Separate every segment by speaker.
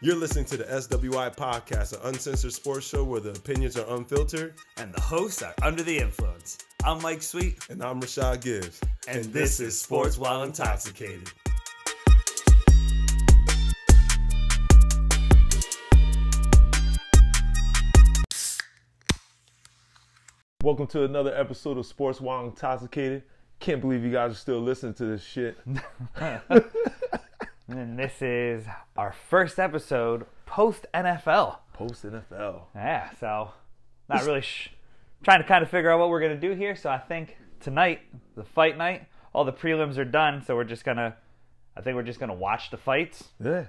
Speaker 1: You're listening to the SWI podcast, an uncensored sports show where the opinions are unfiltered.
Speaker 2: and the hosts are under the influence. I'm Mike Sweet,
Speaker 1: And I'm Rashad Gibbs.
Speaker 2: and, this, is Sports While Intoxicated.
Speaker 1: Welcome to another episode of Sports While Intoxicated. Can't believe you guys are still listening to this shit.
Speaker 3: And this is our first episode post NFL.
Speaker 1: Post NFL.
Speaker 3: Yeah, so not really sh- trying to kind of figure out what we're going to do here. So I think tonight, the fight night, all the prelims are done. So we're just going to, I think we're just going to watch the fights.
Speaker 1: Yeah.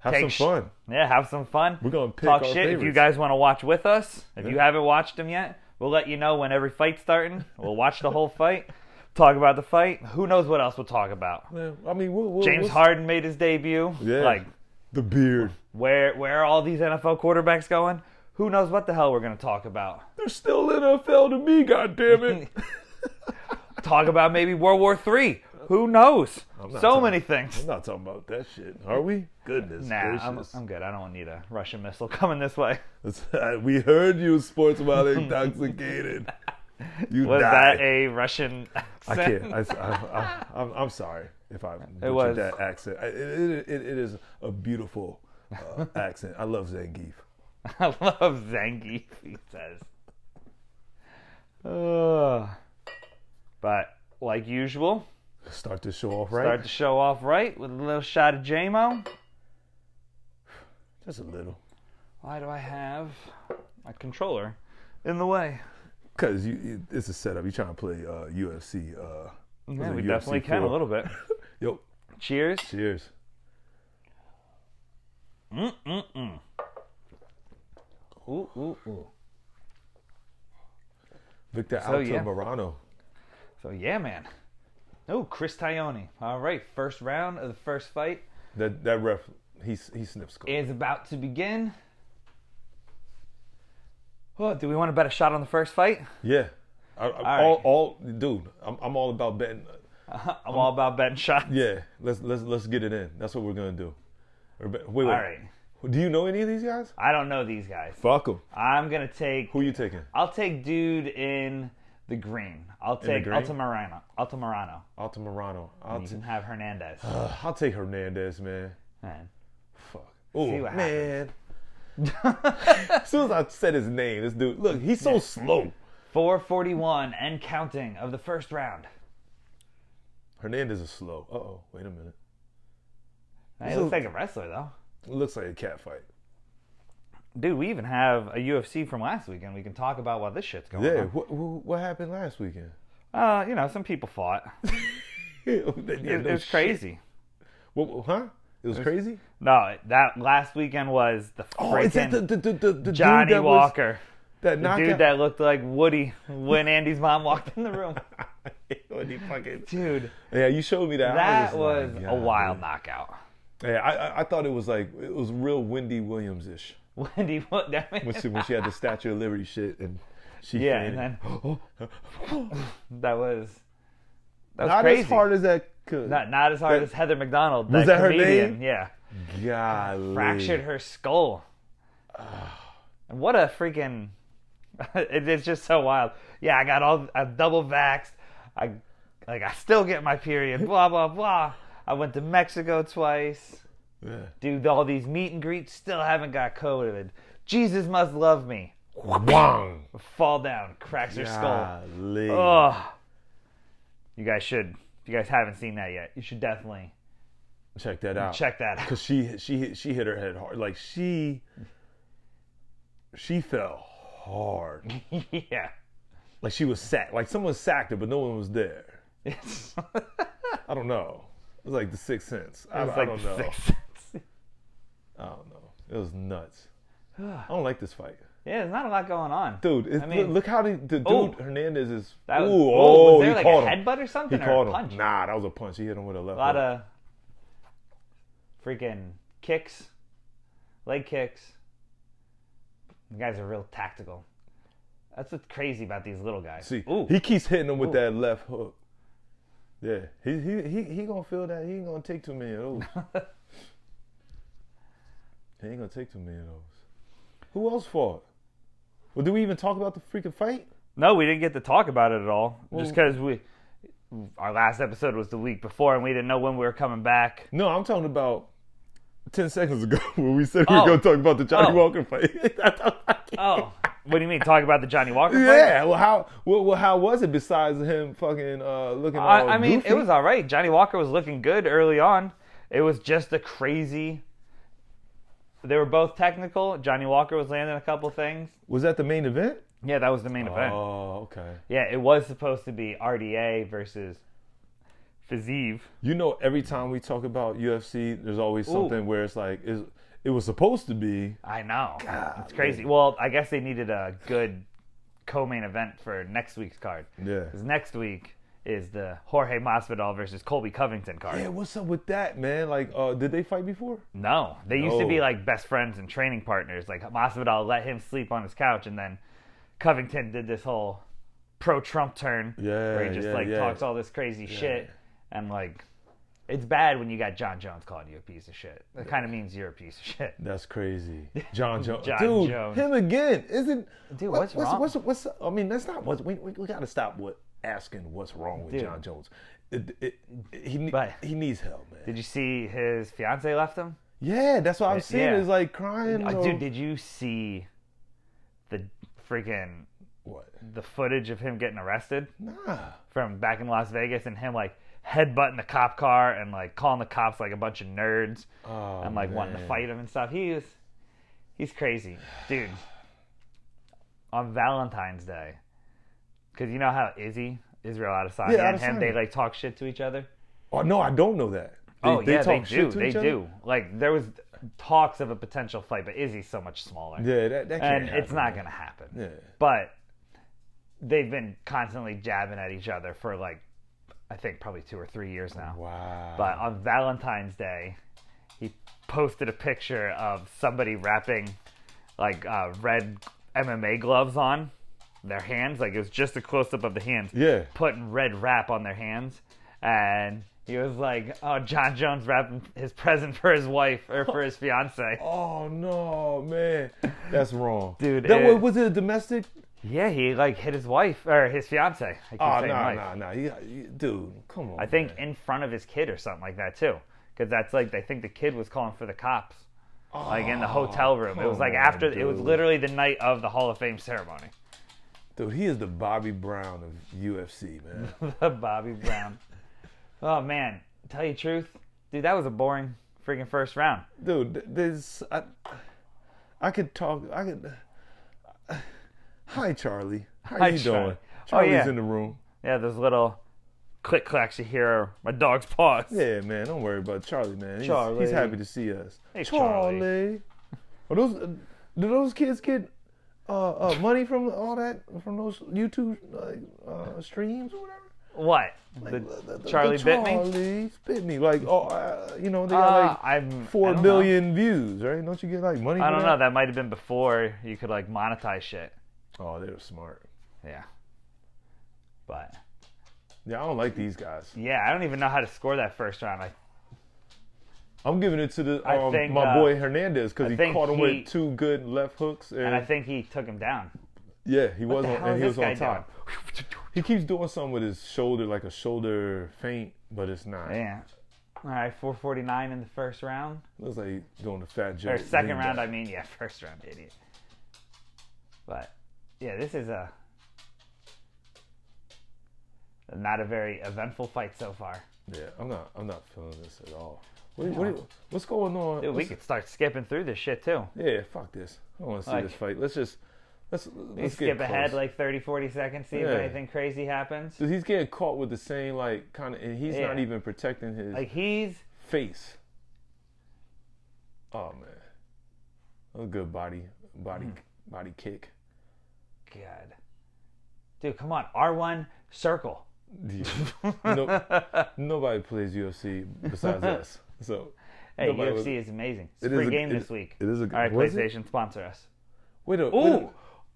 Speaker 1: Have
Speaker 3: Take
Speaker 1: some
Speaker 3: sh-
Speaker 1: fun.
Speaker 3: Yeah, have some fun.
Speaker 1: We're gonna pick
Speaker 3: talk
Speaker 1: our
Speaker 3: shit if you
Speaker 1: favorites.
Speaker 3: guys want to watch with us. If you
Speaker 1: Yeah.
Speaker 3: haven't watched them yet, we'll let you know when every fight's starting. We'll watch the whole fight, talk about the fight. Who knows what else we'll talk about?
Speaker 1: Man, I mean, we'll, we'll,
Speaker 3: James
Speaker 1: we'll-
Speaker 3: Harden made his debut.
Speaker 1: Yeah.
Speaker 3: Like,
Speaker 1: The beard.
Speaker 3: where where are all these NFL quarterbacks going? Who knows what the hell we're gonna talk about?
Speaker 1: They're still NFL to me, goddammit.
Speaker 3: Talk about maybe World War Three. Who knows?
Speaker 1: not
Speaker 3: So
Speaker 1: talking-
Speaker 3: many things.
Speaker 1: I'm not talking about that shit, are we? Goodness
Speaker 3: Nah, I'm,
Speaker 1: gracious.
Speaker 3: I'm good. I don't need a Russian missile coming this way.
Speaker 1: we heard you, Sports While Intoxicated. You
Speaker 3: Was
Speaker 1: died.
Speaker 3: that a Russian
Speaker 1: I
Speaker 3: accent?
Speaker 1: can't. I, I, I, am I'm sorry if I butchered
Speaker 3: was.
Speaker 1: that accent. I, it, it, it, it is a beautiful uh, accent. I love Zangief.
Speaker 3: I love Zangief. He says. Ugh. but like usual,
Speaker 1: Start this show off right.
Speaker 3: start the show off right with a little shot of JMO.
Speaker 1: Just a little.
Speaker 3: Why do I have my controller in the way?
Speaker 1: Because you, you, it's a setup. You're trying to play uh, UFC. Uh, was
Speaker 3: Yeah,
Speaker 1: it
Speaker 3: we
Speaker 1: UFC
Speaker 3: definitely can a
Speaker 1: four?
Speaker 3: little bit.
Speaker 1: Yo,
Speaker 3: Cheers.
Speaker 1: cheers.
Speaker 3: Ooh, ooh, ooh.
Speaker 1: Victor
Speaker 3: So, yeah.
Speaker 1: Altamirano.
Speaker 3: So yeah, man. Oh, Chris Tyone. All right, first round of the first fight
Speaker 1: That that ref, he he snips. gold.
Speaker 3: is about to begin. Oh, do we want to bet a shot on the first fight?
Speaker 1: Yeah. I, I, all,
Speaker 3: All
Speaker 1: all,
Speaker 3: right.
Speaker 1: dude. I'm, I'm all about betting.
Speaker 3: I'm all about betting shots.
Speaker 1: Yeah, let's let's let's get it in. That's what we're gonna do. Or bet- Wait, wait.
Speaker 3: All right.
Speaker 1: Do you know any of these guys?
Speaker 3: I don't know these guys.
Speaker 1: Fuck them.
Speaker 3: I'm gonna take.
Speaker 1: Who you taking?
Speaker 3: I'll take dude in the green. I'll take
Speaker 1: green?
Speaker 3: Altamirano. Altamirano.
Speaker 1: Altamirano. I'll,
Speaker 3: You
Speaker 1: t-
Speaker 3: can have Hernandez.
Speaker 1: I'll take Hernandez, man.
Speaker 3: Man.
Speaker 1: Fuck. Oh
Speaker 3: what
Speaker 1: man. as soon as I said his name, this dude. Look, he's so slow.
Speaker 3: 441 and counting of the first round.
Speaker 1: Hernandez is slow. Uh oh. Wait a minute.
Speaker 3: He looks like a wrestler though.
Speaker 1: It looks like a cat fight.
Speaker 3: Dude, we even have a UFC from last weekend. We can talk about while this shit's going
Speaker 1: Yeah. What what, what happened last weekend?
Speaker 3: on. Uh, you know, some people fought.
Speaker 1: it,
Speaker 3: It, it was crazy.
Speaker 1: huh? It was crazy.
Speaker 3: No, that last weekend was the
Speaker 1: Oh, is that
Speaker 3: freaking
Speaker 1: the, the, the, the, the
Speaker 3: Johnny
Speaker 1: dude that was-
Speaker 3: Walker,
Speaker 1: that
Speaker 3: the
Speaker 1: knockout?
Speaker 3: dude that looked like Woody when Andy's mom walked in the room.
Speaker 1: When he fucking-
Speaker 3: Dude,
Speaker 1: yeah, you showed me that. I
Speaker 3: that was
Speaker 1: like,
Speaker 3: a
Speaker 1: God,
Speaker 3: wild
Speaker 1: dude.
Speaker 3: knockout.
Speaker 1: Yeah, I, I, I thought it was like it was real Wendy Williams ish
Speaker 3: Wendy, what that
Speaker 1: when she when she had the Statue of Liberty shit and she
Speaker 3: Yeah,
Speaker 1: fainted.
Speaker 3: and then that was that was
Speaker 1: not
Speaker 3: crazy.
Speaker 1: as hard as that could.
Speaker 3: not, not as hard
Speaker 1: that-
Speaker 3: as Heather McDonald.
Speaker 1: Was that her
Speaker 3: comedian.
Speaker 1: name?
Speaker 3: Yeah.
Speaker 1: Golly.
Speaker 3: fractured her skull. And what a freaking! it, it's just so wild. Yeah, I got all I double vaxxed. I like I still get my period. Blah blah blah. I went to Mexico twice.
Speaker 1: Yeah.
Speaker 3: Do all these meet and greets. Still haven't got COVID. Jesus must love me.
Speaker 1: Wang.
Speaker 3: Fall down, cracks her skull.
Speaker 1: Golly.
Speaker 3: Ugh. You guys should. If you guys haven't seen that yet, you should definitely
Speaker 1: Check that out.
Speaker 3: check that out.
Speaker 1: Cause she she hit- she hit her head hard. Like she she fell hard.
Speaker 3: yeah.
Speaker 1: Like she was sacked. Like someone sacked her, but no one was there.
Speaker 3: It's,
Speaker 1: I don't know. It was like the Sixth Sense. I,
Speaker 3: it's
Speaker 1: I
Speaker 3: like
Speaker 1: don't know.
Speaker 3: six cents.
Speaker 1: I don't know. It was nuts. I don't like this fight,
Speaker 3: Yeah, there's not a lot going on.
Speaker 1: dude. It's,
Speaker 3: I mean-
Speaker 1: look how the, the dude
Speaker 3: Oh.
Speaker 1: Hernandez is.
Speaker 3: That was,
Speaker 1: Ooh,
Speaker 3: oh, was there
Speaker 1: he
Speaker 3: like
Speaker 1: caught
Speaker 3: a
Speaker 1: him.
Speaker 3: headbutt or something?
Speaker 1: He
Speaker 3: or
Speaker 1: caught
Speaker 3: a
Speaker 1: him.
Speaker 3: punch?
Speaker 1: Nah, that was a punch. He hit him with a left.
Speaker 3: A lot
Speaker 1: hook.
Speaker 3: of freaking kicks, leg kicks. The guys are real tactical. That's what's crazy about these little guys.
Speaker 1: See,
Speaker 3: Ooh,
Speaker 1: he keeps hitting him with that left hook. Yeah, he he he he gonna feel that. He ain't gonna take too many of those. They ain't gonna take too many of those. Who else fought? Well, did we even talk about the freaking fight?
Speaker 3: No, we didn't get to talk about it at all. just because we, our last episode was the week before, and we didn't know when we were coming back.
Speaker 1: No, I'm talking about ten seconds ago when we said we
Speaker 3: Oh.
Speaker 1: were gonna talk about the Johnny
Speaker 3: Oh.
Speaker 1: Walker fight. I thought-
Speaker 3: Oh, what do you mean? Talk about the Johnny Walker? fight?
Speaker 1: yeah. Well, how well, well how was it besides him fucking uh, looking?
Speaker 3: I,
Speaker 1: all
Speaker 3: I mean,
Speaker 1: goofy?
Speaker 3: it was all right. Johnny Walker was looking good early on. It was just a crazy. They were both technical. Johnny Walker was landing a couple things.
Speaker 1: Was that the main event?
Speaker 3: Yeah, that was the main event.
Speaker 1: Oh, okay.
Speaker 3: Yeah, it was supposed to be RDA versus Fazeev.
Speaker 1: You know, every time we talk about UFC, there's always something where it's like it's, it was supposed to be.
Speaker 3: I know. it's crazy. Well, I guess they needed a good co-main event for next week's card.
Speaker 1: Yeah.
Speaker 3: 'Cause next week is the Jorge Masvidal versus Colby Covington card.
Speaker 1: Yeah, what's up with that, man? Like, uh, did they fight before?
Speaker 3: No, they used to
Speaker 1: No.
Speaker 3: be like best friends and training partners. Like Masvidal let him sleep on his couch, and then Covington did this whole pro-Trump turn
Speaker 1: Yeah,
Speaker 3: where he just
Speaker 1: yeah,
Speaker 3: like
Speaker 1: yeah.
Speaker 3: talks all this crazy shit, and like it's bad when you got John Jones calling you a piece of shit. That kind of means you're a piece of shit.
Speaker 1: That's crazy. John Jones.
Speaker 3: John
Speaker 1: Dude,
Speaker 3: Jones.
Speaker 1: him again. Isn't
Speaker 3: Dude,
Speaker 1: what-
Speaker 3: what's wrong?
Speaker 1: What's, what's, I mean, that's not what we, we, we got to stop with asking what's wrong with
Speaker 3: Dude.
Speaker 1: John Jones. It, it, it- he, ne-
Speaker 3: But-
Speaker 1: he needs help, man.
Speaker 3: Did you see his fiance left him?
Speaker 1: yeah, that's what I'm seeing
Speaker 3: yeah.
Speaker 1: is like crying.
Speaker 3: Uh,
Speaker 1: or-
Speaker 3: Dude, did you see the freaking
Speaker 1: what?
Speaker 3: the footage of him getting arrested?
Speaker 1: Nah.
Speaker 3: from back in Las Vegas and him like headbutting the cop car and like calling the cops like a bunch of nerds
Speaker 1: Oh,
Speaker 3: and like wanting to
Speaker 1: man.
Speaker 3: fight him and stuff. He is he's crazy, dude. On Valentine's Day, because you know how Izzy Israel Adesanya
Speaker 1: Yeah,
Speaker 3: and him they
Speaker 1: Adesanya.
Speaker 3: like talk shit to each other.
Speaker 1: Oh, no, I don't know that. They,
Speaker 3: oh yeah, they,
Speaker 1: talk shit
Speaker 3: do.
Speaker 1: to
Speaker 3: They
Speaker 1: each other?
Speaker 3: do. Like there was talks of a potential fight, but Izzy's so much smaller
Speaker 1: Yeah, that, that can't
Speaker 3: and it's
Speaker 1: happen,
Speaker 3: not
Speaker 1: man.
Speaker 3: going to happen.
Speaker 1: Yeah.
Speaker 3: But they've been constantly jabbing at each other for like, I think probably two or three years now.
Speaker 1: Wow.
Speaker 3: But on Valentine's Day, he posted a picture of somebody wrapping like uh, red MMA gloves on their hands. Like it was just a close up of the hands
Speaker 1: yeah.
Speaker 3: putting red wrap on their hands, and he was like, "Oh, John Jones wrapping his present for his wife or for his fiance."
Speaker 1: Oh no, man, that's wrong,
Speaker 3: Dude,
Speaker 1: That
Speaker 3: it-
Speaker 1: was, was it a domestic?
Speaker 3: Yeah, he like hit his wife or his fiance. I keep
Speaker 1: Oh
Speaker 3: saying
Speaker 1: no,
Speaker 3: wife.
Speaker 1: no, no, you got- you- dude, come on.
Speaker 3: I think in front of his kid or something like that too, because that's like they think the kid was calling for the cops, like in the hotel room. It was
Speaker 1: Oh, come
Speaker 3: like after
Speaker 1: on,
Speaker 3: it was
Speaker 1: dude.
Speaker 3: literally the night of the Hall of Fame ceremony.
Speaker 1: dude, he is the Bobby Brown of UFC, man.
Speaker 3: Bobby Brown. oh man, tell you the truth, dude, that was a boring freaking first round.
Speaker 1: dude, th- this I, I could talk. I could. Hi, Charlie. How
Speaker 3: Hi,
Speaker 1: you
Speaker 3: Charlie.
Speaker 1: doing?
Speaker 3: Oh,
Speaker 1: Charlie's
Speaker 3: yeah.
Speaker 1: in the room.
Speaker 3: Yeah, those little click clacks you hear are my dog's paws.
Speaker 1: Yeah, man, don't worry about Charlie, man. He's,
Speaker 3: Charlie.
Speaker 1: he's happy to see us.
Speaker 3: Hey, Charlie.
Speaker 1: Are those uh, do those kids get uh, uh, money from all that from those YouTube uh, uh, streams or whatever?
Speaker 3: What?
Speaker 1: uh,
Speaker 3: The Charlie bit me.
Speaker 1: Charlie bit me. Like, oh, uh, you know, they
Speaker 3: Uh,
Speaker 1: got
Speaker 3: I'm-
Speaker 1: like four
Speaker 3: I don't
Speaker 1: billion views, right? Don't you get like money?
Speaker 3: I
Speaker 1: for
Speaker 3: don't know.
Speaker 1: that?
Speaker 3: That might have been before you could like monetize shit.
Speaker 1: Oh, they were smart.
Speaker 3: Yeah. But
Speaker 1: Yeah, I don't like these guys.
Speaker 3: yeah, I don't even know how to score that first round. I
Speaker 1: I'm giving it to the
Speaker 3: I
Speaker 1: um,
Speaker 3: think,
Speaker 1: my
Speaker 3: uh,
Speaker 1: boy Hernandez
Speaker 3: I
Speaker 1: because he
Speaker 3: think
Speaker 1: caught him
Speaker 3: he-
Speaker 1: with two good left hooks, and,
Speaker 3: and I think he took him down.
Speaker 1: yeah, he was
Speaker 3: the
Speaker 1: on,
Speaker 3: hell
Speaker 1: and
Speaker 3: is
Speaker 1: he
Speaker 3: this
Speaker 1: was on
Speaker 3: guy
Speaker 1: top. He keeps doing something with his shoulder, like a shoulder feint, but it's not.
Speaker 3: Yeah. All right, 449 in the first round
Speaker 1: Looks like he's doing the fat joke.
Speaker 3: or second
Speaker 1: lean
Speaker 3: round. I
Speaker 1: back.
Speaker 3: mean, yeah, first round, idiot. But yeah, this is a not a very eventful fight so far.
Speaker 1: yeah, I'm not. I'm not feeling this at all. What, what, what's going on?
Speaker 3: Dude, we
Speaker 1: What's-
Speaker 3: could start skipping through this shit too.
Speaker 1: yeah, fuck this. I don't want to see
Speaker 3: Like-
Speaker 1: this fight. Let's just let's let's get
Speaker 3: Skip ahead
Speaker 1: close.
Speaker 3: like 30, 40 seconds, see
Speaker 1: Yeah.
Speaker 3: if anything crazy happens.
Speaker 1: So he's getting caught with the same like kind of, and he's not
Speaker 3: Yeah.
Speaker 1: even protecting his
Speaker 3: Like he's
Speaker 1: face. Oh man, a good body body
Speaker 3: Hmm.
Speaker 1: body kick.
Speaker 3: God. Dude, come on. R1, circle.
Speaker 1: Yeah. no, nobody plays UFC besides us. So
Speaker 3: Hey,
Speaker 1: nobody was-
Speaker 3: UFC is amazing. It's
Speaker 1: It
Speaker 3: a free
Speaker 1: is a-
Speaker 3: game
Speaker 1: it-
Speaker 3: this week.
Speaker 1: it is a-
Speaker 3: All right,
Speaker 1: was it?
Speaker 3: PlayStation, sponsor us.
Speaker 1: Wait a wait a-
Speaker 3: Ooh,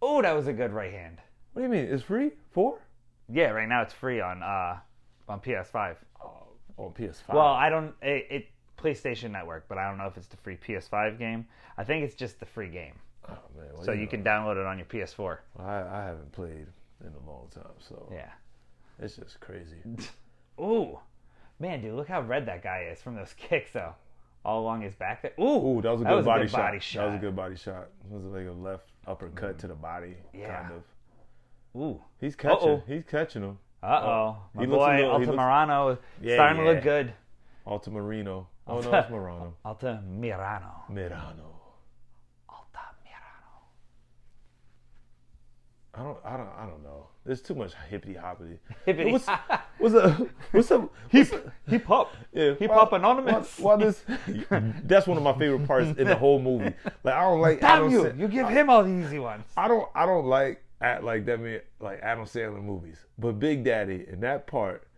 Speaker 3: ooh, that was a good right hand.
Speaker 1: What do you mean? It's free? Four?
Speaker 3: Yeah, right now it's free on uh on PS5.
Speaker 1: Oh, on PS5.
Speaker 3: Well, I don't. It, it PlayStation Network, but I don't know if it's the free PS5 game. I think it's just the free game,
Speaker 1: Oh man. well,
Speaker 3: so you
Speaker 1: know,
Speaker 3: can download it on your PS4.
Speaker 1: I, I haven't played in a long time, so
Speaker 3: Yeah.
Speaker 1: it's just crazy.
Speaker 3: Ooh, man, dude, look how red that guy is from those kicks though, all along his back. There. Ooh,
Speaker 1: Ooh, that was a good, body, shot. That was a
Speaker 3: shot. Mm.
Speaker 1: good body shot. It was like a left uppercut to the body,
Speaker 3: Yeah.
Speaker 1: kind of.
Speaker 3: Ooh.
Speaker 1: He's catching.
Speaker 3: Uh-oh.
Speaker 1: He's catching him.
Speaker 3: Uh oh, my
Speaker 1: He
Speaker 3: boy
Speaker 1: looks a little- he looks-
Speaker 3: Altamirano is
Speaker 1: Yeah,
Speaker 3: starting to
Speaker 1: yeah.
Speaker 3: look good.
Speaker 1: Altamirano. Oh no, it's Morano.
Speaker 3: Altamirano.
Speaker 1: Mirano.
Speaker 3: Altamirano.
Speaker 1: I don't. I don't. I don't know. There's too much hippity hoppity.
Speaker 3: Hippity-
Speaker 1: What's, what's up? What's up? What's up?
Speaker 3: Hip hop.
Speaker 1: Yeah,
Speaker 3: Hip
Speaker 1: why-
Speaker 3: hop anonymous.
Speaker 1: Why, why this? That's one of my favorite parts in the whole movie. Like I don't like. I don't
Speaker 3: Damn you! You give him all the easy ones.
Speaker 1: I don't I don't like act like that many like Adam Sandler movies, but Big Daddy in that part,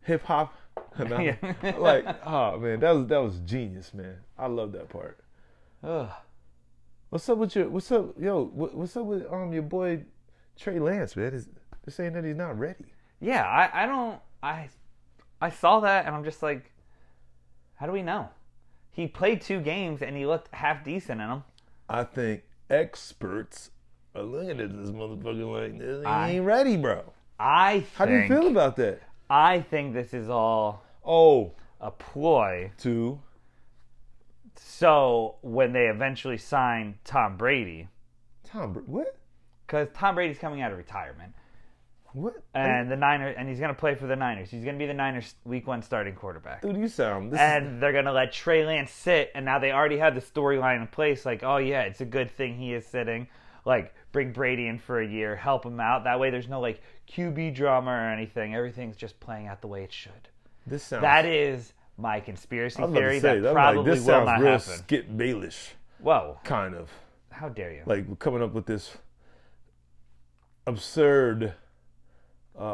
Speaker 1: hip hop, and I'm
Speaker 3: Yeah.
Speaker 1: like oh man, that was that was genius, man. I love that part.
Speaker 3: Ugh.
Speaker 1: What's up with your What's up, yo? What, what's up with um your boy Trey Lance, man? Is they're saying that he's not ready.
Speaker 3: Yeah, I, I don't. I I saw that and I'm just like, how do we know? He played two games and he looked half decent in them.
Speaker 1: I think experts are looking at this motherfucker like this. He
Speaker 3: I-
Speaker 1: ain't ready, bro.
Speaker 3: I think,
Speaker 1: How do you feel about that?
Speaker 3: I think this is all
Speaker 1: Oh,
Speaker 3: a ploy.
Speaker 1: two.
Speaker 3: So when they eventually sign Tom Brady,
Speaker 1: Tom, Br- what?
Speaker 3: because Tom Brady's coming out of retirement,
Speaker 1: What?
Speaker 3: and the Niners, and he's gonna play for the Niners. He's gonna be the Niners' Week One starting quarterback.
Speaker 1: Dude, you sound. This is
Speaker 3: and they're gonna let Trey Lance sit, and now they already have the storyline in place. Like, oh yeah, it's a good thing he is sitting. Like, bring Brady in for a year, help him out. That way, there's no like QB drama or anything. Everything's just playing out the way it should.
Speaker 1: this sounds.
Speaker 3: That is my conspiracy
Speaker 1: I was about
Speaker 3: theory.
Speaker 1: to say,
Speaker 3: that
Speaker 1: I'm
Speaker 3: probably
Speaker 1: like, this
Speaker 3: will
Speaker 1: sounds
Speaker 3: not
Speaker 1: real
Speaker 3: happen.
Speaker 1: Skip Baelish,
Speaker 3: Whoa!
Speaker 1: kind of
Speaker 3: How dare you?
Speaker 1: like coming up with this absurd. Uh, uh,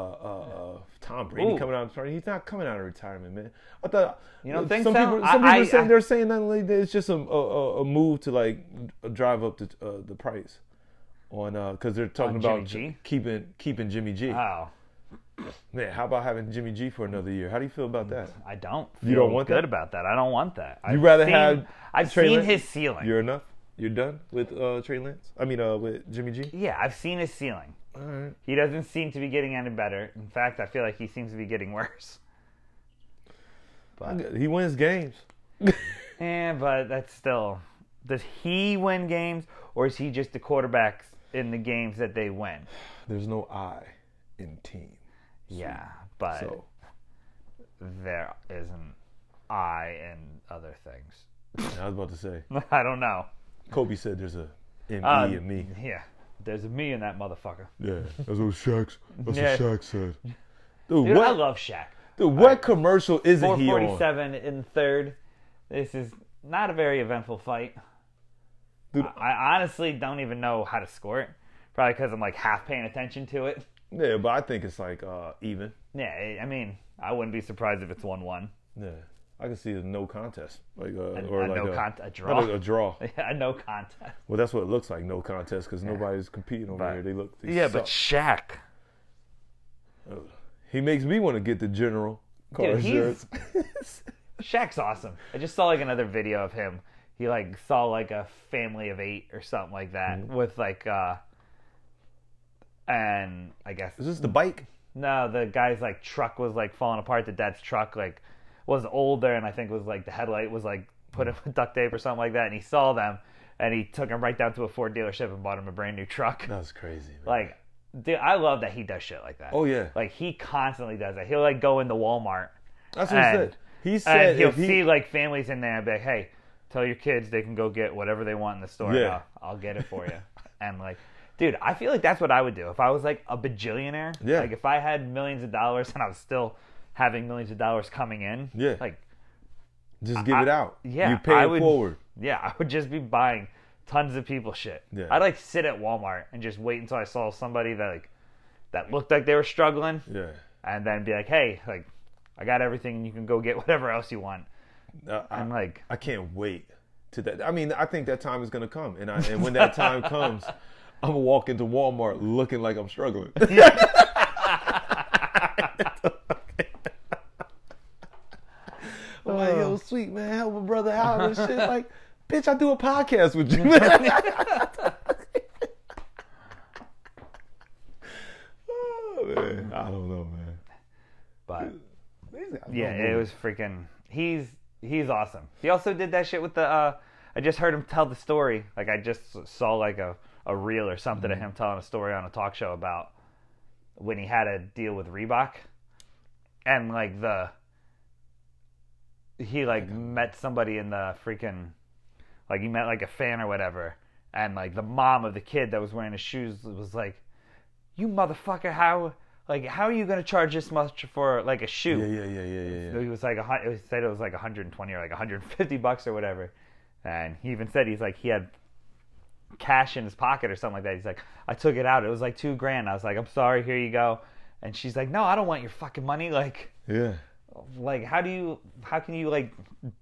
Speaker 1: uh, Tom Brady
Speaker 3: Ooh.
Speaker 1: coming out of retirement. He's not coming out of retirement, man. I thought uh,
Speaker 3: You don't think
Speaker 1: some
Speaker 3: so?
Speaker 1: people,
Speaker 3: I-
Speaker 1: some people
Speaker 3: I-
Speaker 1: are saying
Speaker 3: I-
Speaker 1: they're saying that like that it's just a, a a- a move to like drive up the uh, the price on because they're talking
Speaker 3: On
Speaker 1: about
Speaker 3: Jimmy G?
Speaker 1: keeping keeping Jimmy G.
Speaker 3: Oh,
Speaker 1: man, how about having Jimmy G for another year? How do you feel about that?
Speaker 3: I don't. Feel
Speaker 1: You don't want
Speaker 3: good
Speaker 1: that?
Speaker 3: about that. I don't want that.
Speaker 1: You rather
Speaker 3: seen,
Speaker 1: have
Speaker 3: I've
Speaker 1: Trey
Speaker 3: seen
Speaker 1: Lance?
Speaker 3: his ceiling.
Speaker 1: You're enough. You're done with uh, Trey Lance. I mean, uh, with Jimmy G.
Speaker 3: Yeah, I've seen his ceiling.
Speaker 1: All right.
Speaker 3: He doesn't seem to be getting any better. In fact, I feel like he seems to be getting worse.
Speaker 1: He wins games.
Speaker 3: Yeah, Eh, but that's still. Does he win games, or is he just the quarterback in the games that they win?
Speaker 1: There's no I in team.
Speaker 3: Yeah, but
Speaker 1: So
Speaker 3: there isn't I and other things.
Speaker 1: I was about to say,
Speaker 3: I don't know.
Speaker 1: Kobe said there's a M E
Speaker 3: Um,
Speaker 1: in me.
Speaker 3: Yeah, there's a me in that motherfucker.
Speaker 1: Yeah, that's what Shaq. That's
Speaker 3: Yeah.
Speaker 1: what Shaq said. Dude,
Speaker 3: Dude, I
Speaker 1: what?
Speaker 3: love Shaq.
Speaker 1: dude, what commercial isn't he on?
Speaker 3: 447 in third. This is not a very eventful fight.
Speaker 1: Dude.
Speaker 3: I, I honestly don't even know how to score it. Probably because I'm like half paying attention to it.
Speaker 1: Yeah, but I think it's like uh, even.
Speaker 3: Yeah, I- I mean, I wouldn't be surprised if it's one-one.
Speaker 1: Yeah, I can see a no contest, like uh,
Speaker 3: A-
Speaker 1: or
Speaker 3: a
Speaker 1: like
Speaker 3: no
Speaker 1: a,
Speaker 3: cont- a
Speaker 1: not
Speaker 3: draw.
Speaker 1: a, a draw.
Speaker 3: Yeah, no contest.
Speaker 1: Well, that's what it looks like, no contest, because nobody's competing over
Speaker 3: But-
Speaker 1: here. They look. They suck.
Speaker 3: Shaq,
Speaker 1: he makes me want to get the general. car
Speaker 3: Dude, he's-
Speaker 1: insurance.
Speaker 3: Shaq's awesome. I just saw like another video of him. He like saw like a family of eight or something like that
Speaker 1: Hmm.
Speaker 3: with like uh, and I guess
Speaker 1: Is this the bike?
Speaker 3: No, the guy's like truck was like falling apart. The dad's truck like was older, and I think was like the headlight was like put in with duct tape or something like that. And he saw them, and he took him right down to a Ford dealership and bought him a brand new truck.
Speaker 1: That's crazy. man.
Speaker 3: Like, dude, I love that he does shit like that.
Speaker 1: Oh, yeah.
Speaker 3: like he constantly does that. He'll like go into Walmart
Speaker 1: That's what he
Speaker 3: and-
Speaker 1: said. He
Speaker 3: and
Speaker 1: said
Speaker 3: he'll
Speaker 1: if he,
Speaker 3: see like families in there and be like, "Hey, tell your kids they can go get whatever they want in the store. and
Speaker 1: Yeah.
Speaker 3: I'll, I'll get it for you." and like, dude, I feel like that's what I would do if I was like a bajillionaire.
Speaker 1: Yeah.
Speaker 3: Like if I had millions of dollars and I was still having millions of dollars coming in.
Speaker 1: Yeah.
Speaker 3: Like,
Speaker 1: just give it out.
Speaker 3: yeah,
Speaker 1: you pay
Speaker 3: I
Speaker 1: it
Speaker 3: would-
Speaker 1: forward.
Speaker 3: yeah, I would just be buying tons of people shit.
Speaker 1: Yeah.
Speaker 3: I'd like sit at Walmart and just wait until I saw somebody that like that looked like they were struggling,
Speaker 1: Yeah,
Speaker 3: and then be like, "Hey, like." I got everything. You can go get whatever else you want.
Speaker 1: I, I,
Speaker 3: I'm like,
Speaker 1: I can't wait to that. I mean, I think that time is gonna come, and I, and when that time comes, I'm gonna walk into Walmart looking like I'm struggling. I'm like, yo, next week, man. Help a brother out and shit. Like, bitch, I do a podcast with you, man. oh, man. I don't know, man.
Speaker 3: But
Speaker 1: These guys
Speaker 3: yeah,
Speaker 1: don't
Speaker 3: it
Speaker 1: move.
Speaker 3: was freaking. He's he's awesome. He also did that shit with the. uh I just heard him tell the story. Like I just saw like a a reel or something of him telling a story on a talk show about when he had a deal with Reebok, and like the. He like met somebody in the freaking, like he met like a fan or whatever, and like the mom of the kid that was wearing his shoes was like, "You motherfucker, how like how are you gonna charge this much for like a shoe?"
Speaker 1: Yeah, yeah, yeah, yeah, yeah, yeah.
Speaker 3: It was like a hun- it said it was like 120 or like 150 bucks or whatever, and he even said he's like he had cash in his pocket or something like that. He's like, I took it out. It was like two grand. I was like, I'm sorry. Here you go. And she's like, No, I don't want your fucking money. Like,
Speaker 1: Yeah.
Speaker 3: like how do you how can you like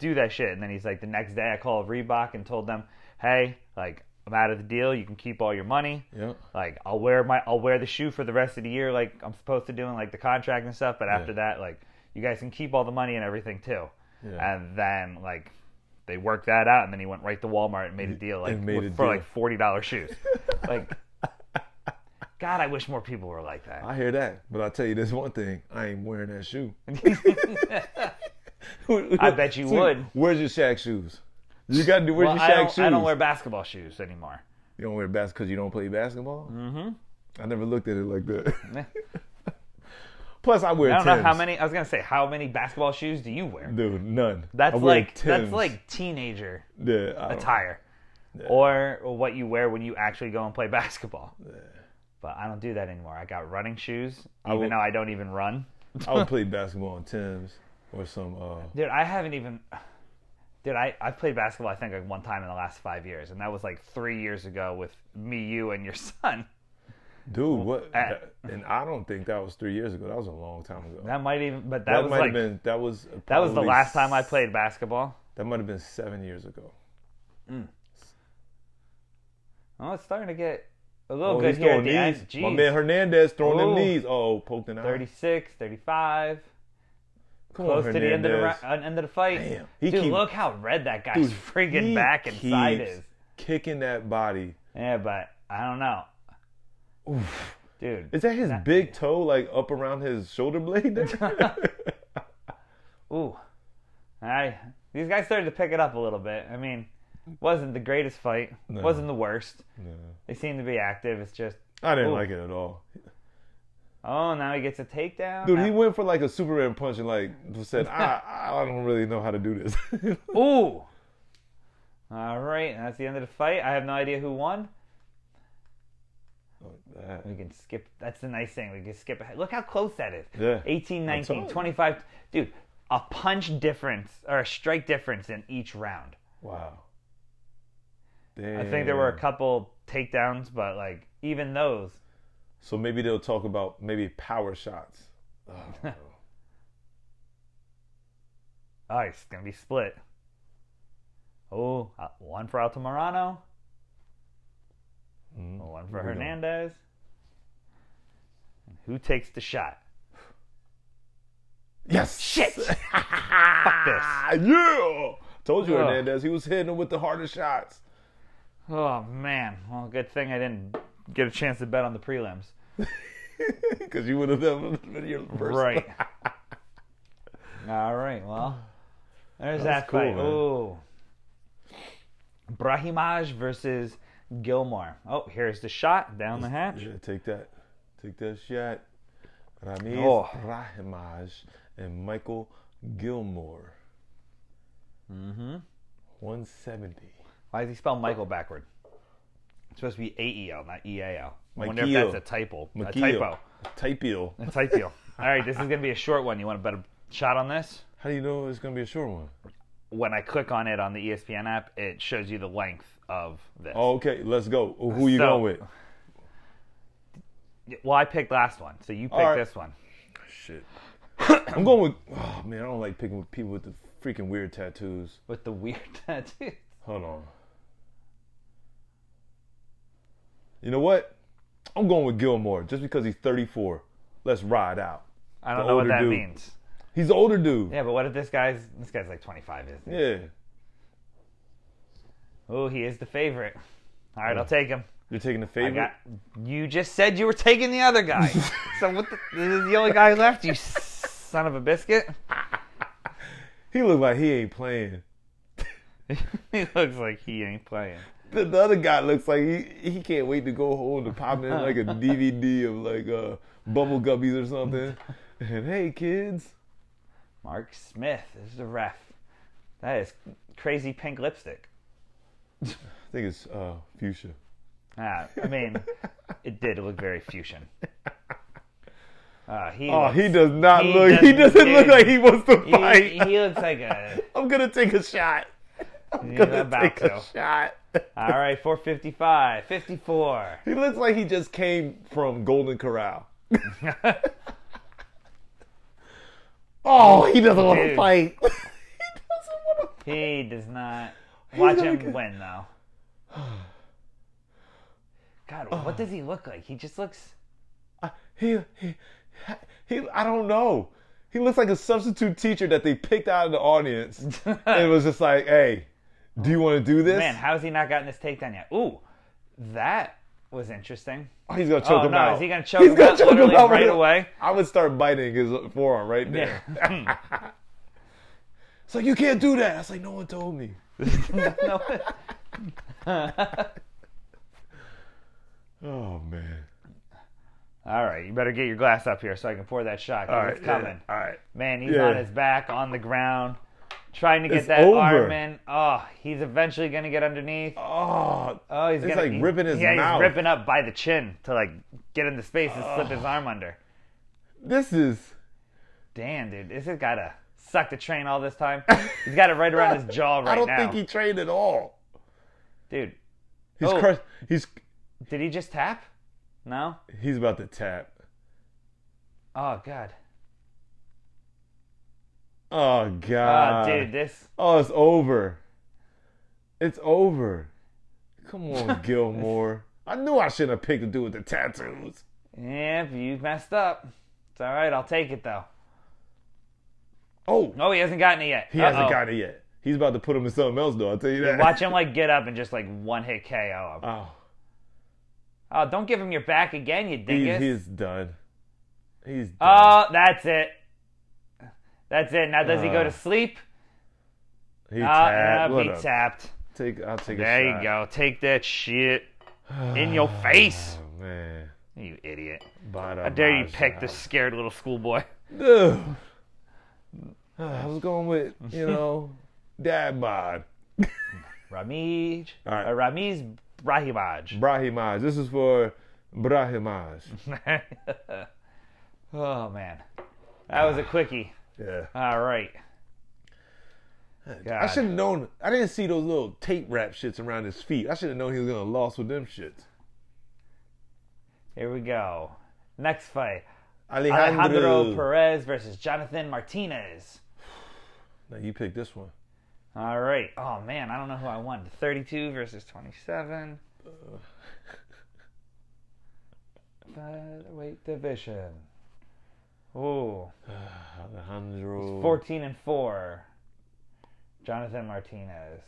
Speaker 3: do that shit? And then he's like, the next day I called Reebok and told them, Hey, like I'm out of the deal. You can keep all your money
Speaker 1: Yeah.
Speaker 3: like I'll wear my I'll wear the shoe for the rest of the year like I'm supposed to do in like the contract and stuff, but after that like you guys can keep all the money and everything too.
Speaker 1: Yeah.
Speaker 3: And then like they worked that out and then he went right to Walmart and made a deal like
Speaker 1: And made
Speaker 3: with-
Speaker 1: a
Speaker 3: for
Speaker 1: deal.
Speaker 3: like forty dollar shoes. like God, I wish more people were like that.
Speaker 1: I hear that, but I tell you this one thing: I ain't wearing that shoe.
Speaker 3: I bet you
Speaker 1: See,
Speaker 3: would.
Speaker 1: Where's your Shaq shoes? You got to do. Where's
Speaker 3: Well,
Speaker 1: your
Speaker 3: I,
Speaker 1: Shaq
Speaker 3: don't,
Speaker 1: shoes?
Speaker 3: I don't wear basketball shoes anymore.
Speaker 1: You don't wear basketball because you don't play basketball. Mm-hmm. I never looked at it like that. Plus, I wear.
Speaker 3: I don't know
Speaker 1: Tims.
Speaker 3: how many I was gonna say, how many basketball shoes do you wear?
Speaker 1: Dude, none.
Speaker 3: That's
Speaker 1: I wear
Speaker 3: like that's
Speaker 1: Tims.
Speaker 3: like teenager
Speaker 1: yeah, I don't-
Speaker 3: attire or what you wear when you actually go and play basketball. But I don't do that anymore. I got running shoes, even
Speaker 1: will-
Speaker 3: though I don't even run.
Speaker 1: I would play basketball in Tim's or some. Uh,
Speaker 3: Dude, I haven't even. Dude, I, I played basketball, I think, like one time in the last five years, and that was like three years ago with me, you, and your son.
Speaker 1: dude, what?
Speaker 3: Uh,
Speaker 1: and I don't think that was three years ago. That was a long time ago.
Speaker 3: That might even, but that,
Speaker 1: That
Speaker 3: was
Speaker 1: might have
Speaker 3: like
Speaker 1: been. That was.
Speaker 3: that was the
Speaker 1: probably
Speaker 3: last time I played basketball.
Speaker 1: That might have been seven years ago.
Speaker 3: Oh, it's starting to get a little
Speaker 1: Oh,
Speaker 3: good
Speaker 1: he's
Speaker 3: here at
Speaker 1: throwing
Speaker 3: the
Speaker 1: knees.
Speaker 3: end.
Speaker 1: My
Speaker 3: Jeez.
Speaker 1: man Hernandez throwing
Speaker 3: Ooh.
Speaker 1: them knees. Oh, poked an eye.
Speaker 3: 36, 35,
Speaker 1: Come
Speaker 3: close
Speaker 1: on,
Speaker 3: to the end of the,
Speaker 1: Hernandez.
Speaker 3: ra- uh, end of the fight.
Speaker 1: Damn. He
Speaker 3: dude,
Speaker 1: keep-
Speaker 3: look how red that guy's
Speaker 1: Dude,
Speaker 3: friggin'
Speaker 1: he
Speaker 3: back and side
Speaker 1: keeps
Speaker 3: is.
Speaker 1: Kicking that body.
Speaker 3: Yeah, but I don't know. Dude.
Speaker 1: Is that his big toe like up around his shoulder blade? There?
Speaker 3: Ooh. I these guys started to pick it up a little bit. I mean, wasn't the greatest fight. Wasn't the worst. They seem to be active. It's just
Speaker 1: I didn't
Speaker 3: Ooh.
Speaker 1: like it at all.
Speaker 3: oh now he gets a takedown.
Speaker 1: Dude, he went for like a Superman punch and like said, I, I don't really know how to do this.
Speaker 3: Ooh. All right, and that's the end of the fight. I have no idea who won. We can skip. That's the nice thing. We can skip ahead. Look how close that is.
Speaker 1: Yeah.
Speaker 3: 18,
Speaker 1: I told
Speaker 3: 19,
Speaker 1: you.
Speaker 3: 25. Dude, a punch difference or a strike difference in each round.
Speaker 1: wow. Damn.
Speaker 3: I think there were a couple takedowns, but like even those.
Speaker 1: So maybe they'll talk about maybe power shots. Oh, no.
Speaker 3: Oh, it's going to be split. Oh, uh, one for Altamirano,
Speaker 1: Mm.
Speaker 3: one for
Speaker 1: Here we go.
Speaker 3: Hernandez. And who takes the shot?
Speaker 1: Yes.
Speaker 3: Shit! Fuck this.
Speaker 1: Ah, yeah. Told you,
Speaker 3: Ugh.
Speaker 1: Hernandez. He was hitting him with the hardest shots.
Speaker 3: Oh, man. Well, good thing I didn't get a chance to bet on the prelims.
Speaker 1: Because you would have done your first.
Speaker 3: Right. All right. Well, there's that,
Speaker 1: That's cool,
Speaker 3: fight.
Speaker 1: man.
Speaker 3: Ooh. Brahimaj versus Gilmore. Oh, here's the shot down the hatch.
Speaker 1: Yeah, take that. Take that shot. Ramiz
Speaker 3: Oh.
Speaker 1: Rahimaj and Michael Gilmore. Mm-hmm. 170.
Speaker 3: Why does he spell Michael backward? It's supposed to be A E L, not E A L. I wonder if
Speaker 1: Mikio.
Speaker 3: that's a typo. A
Speaker 1: Mikio.
Speaker 3: typo.
Speaker 1: Typeo.
Speaker 3: A typo. All right, this is going to be a short one. You want a better shot on this?
Speaker 1: How do you know it's going to be a short one?
Speaker 3: When I click on it on the E ESPN app, it shows you the length of this.
Speaker 1: Oh, okay, let's go. Who you
Speaker 3: So-
Speaker 1: going with?
Speaker 3: Well, I picked last one, so you pick
Speaker 1: right.
Speaker 3: this one.
Speaker 1: Shit. I'm going with. Oh, man, I don't like picking with people with the freaking weird tattoos.
Speaker 3: With the weird tattoos.
Speaker 1: Hold on. You know what? I'm going with Gilmore just because he's 34. Let's ride out.
Speaker 3: I
Speaker 1: The
Speaker 3: don't know what
Speaker 1: older
Speaker 3: that
Speaker 1: dude.
Speaker 3: means.
Speaker 1: He's the older dude.
Speaker 3: Yeah, but what if this guy's this guy's like 25, isn't he?
Speaker 1: Yeah.
Speaker 3: Oh, he is the favorite. All right, I'll take him.
Speaker 1: You're taking the
Speaker 3: I
Speaker 1: favorite.
Speaker 3: got. You just said you were taking the other guy. so what? The, this is the only guy left. You son of a biscuit.
Speaker 1: He looked like he ain't playing.
Speaker 3: he looks like he ain't playing.
Speaker 1: The, the other guy looks like he, he can't wait to go home to pop in like a DVD of like uh bubble guppies or something. And hey kids,
Speaker 3: Mark Smith is the ref. That is crazy pink lipstick.
Speaker 1: I think it's uh fuchsia.
Speaker 3: Ah, I mean, it did look very fusion. Uh, he
Speaker 1: Oh,
Speaker 3: looks-
Speaker 1: he does not
Speaker 3: he
Speaker 1: look. He
Speaker 3: doesn't
Speaker 1: doesn't look
Speaker 3: care.
Speaker 1: like he wants to fight.
Speaker 3: he, he looks like a.
Speaker 1: I'm gonna take a shot. I'm
Speaker 3: He's
Speaker 1: gonna
Speaker 3: about
Speaker 1: take a
Speaker 3: to.
Speaker 1: shot.
Speaker 3: All right, 455, 54.
Speaker 1: He looks like he just came from Golden Corral. oh, he doesn't want to
Speaker 3: Dude.
Speaker 1: fight. he doesn't want to.
Speaker 3: He does not. Watch
Speaker 1: doesn't
Speaker 3: him
Speaker 1: get-
Speaker 3: win though. God, what does he look like? He just looks.
Speaker 1: He, he, he. I don't know. He looks like a substitute teacher that they picked out of the audience and was just like, "Hey, do you want to do this?"
Speaker 3: Man, how's he not gotten this takedown yet? Ooh, that was interesting.
Speaker 1: Oh, he's gonna choke
Speaker 3: oh
Speaker 1: him
Speaker 3: no,
Speaker 1: out.
Speaker 3: is he gonna choke him out literally right away?
Speaker 1: I would start biting his forearm right there. it's like you can't do that. I was like, no one told me.
Speaker 3: no,
Speaker 1: Oh man.
Speaker 3: All right, you better get your glass up here so I can pour that shot. 'cause it's coming.
Speaker 1: All right.
Speaker 3: Man, he's
Speaker 1: Yeah.
Speaker 3: on his back on the ground, trying to get
Speaker 1: It's
Speaker 3: that
Speaker 1: over.
Speaker 3: arm in. Oh, he's eventually gonna get underneath.
Speaker 1: Oh,
Speaker 3: Oh, he's
Speaker 1: It's
Speaker 3: gonna,
Speaker 1: like
Speaker 3: he-
Speaker 1: ripping his
Speaker 3: yeah,
Speaker 1: mouth.
Speaker 3: he's ripping up by the chin to like get into space and slip his arm under.
Speaker 1: this is.
Speaker 3: Damn, dude, this has gotta suck the train all this time. He's got it right around his jaw right
Speaker 1: I don't
Speaker 3: now,
Speaker 1: think he trained at all.
Speaker 3: dude.
Speaker 1: He's
Speaker 3: Oh.
Speaker 1: crushed. He's
Speaker 3: Did he just tap? No.
Speaker 1: he's about to tap.
Speaker 3: Oh god.
Speaker 1: Oh
Speaker 3: Oh,
Speaker 1: god.
Speaker 3: dude, this
Speaker 1: Oh, it's over. It's over. Come on, Gilmore. I knew I shouldn't have picked a dude with the tattoos.
Speaker 3: Yep, you messed up. It's all right. I'll take it though.
Speaker 1: Oh,
Speaker 3: No, he hasn't gotten it yet.
Speaker 1: He hasn't got it yet. He's about to put him in something else, though. I'll tell you that.
Speaker 3: Watch him like get up and just like one hit KO him.
Speaker 1: Oh,
Speaker 3: Oh, don't give him your back again, you
Speaker 1: he,
Speaker 3: dingus.
Speaker 1: he's done. He's done.
Speaker 3: oh, that's it. That's it. Now does he
Speaker 1: Uh,
Speaker 3: go to sleep?
Speaker 1: he
Speaker 3: Oh,
Speaker 1: tapped.
Speaker 3: no,
Speaker 1: What
Speaker 3: be
Speaker 1: a-
Speaker 3: tapped.
Speaker 1: Take, I'll take
Speaker 3: There
Speaker 1: a
Speaker 3: you
Speaker 1: shot.
Speaker 3: go. Take that shit in your face.
Speaker 1: Oh, man.
Speaker 3: You idiot.
Speaker 1: Bada
Speaker 3: How dare you
Speaker 1: baja.
Speaker 3: pick this scared little schoolboy?
Speaker 1: Ugh. Ah, I was going with, you know, dad bod.
Speaker 3: Ramiz.
Speaker 1: All right.
Speaker 3: uh, Ramiz Brahimaj.
Speaker 1: Brahimaj. This is for Brahimaj.
Speaker 3: oh, man. That was a quickie.
Speaker 1: Yeah.
Speaker 3: All right.
Speaker 1: I
Speaker 3: God.
Speaker 1: should have known. I didn't see those little tape wrap shits around his feet. I should have known he was going to lost with them shits.
Speaker 3: Here we go. Next fight
Speaker 1: Alejandro.
Speaker 3: Alejandro Perez versus Jonathan Martinez.
Speaker 1: Now, you picked this one.
Speaker 3: All right. Oh, man. I don't know who I won. 32 versus 27. Featherweight division. Ooh.
Speaker 1: Alejandro.
Speaker 3: 14 and 4. Jonathan Martinez.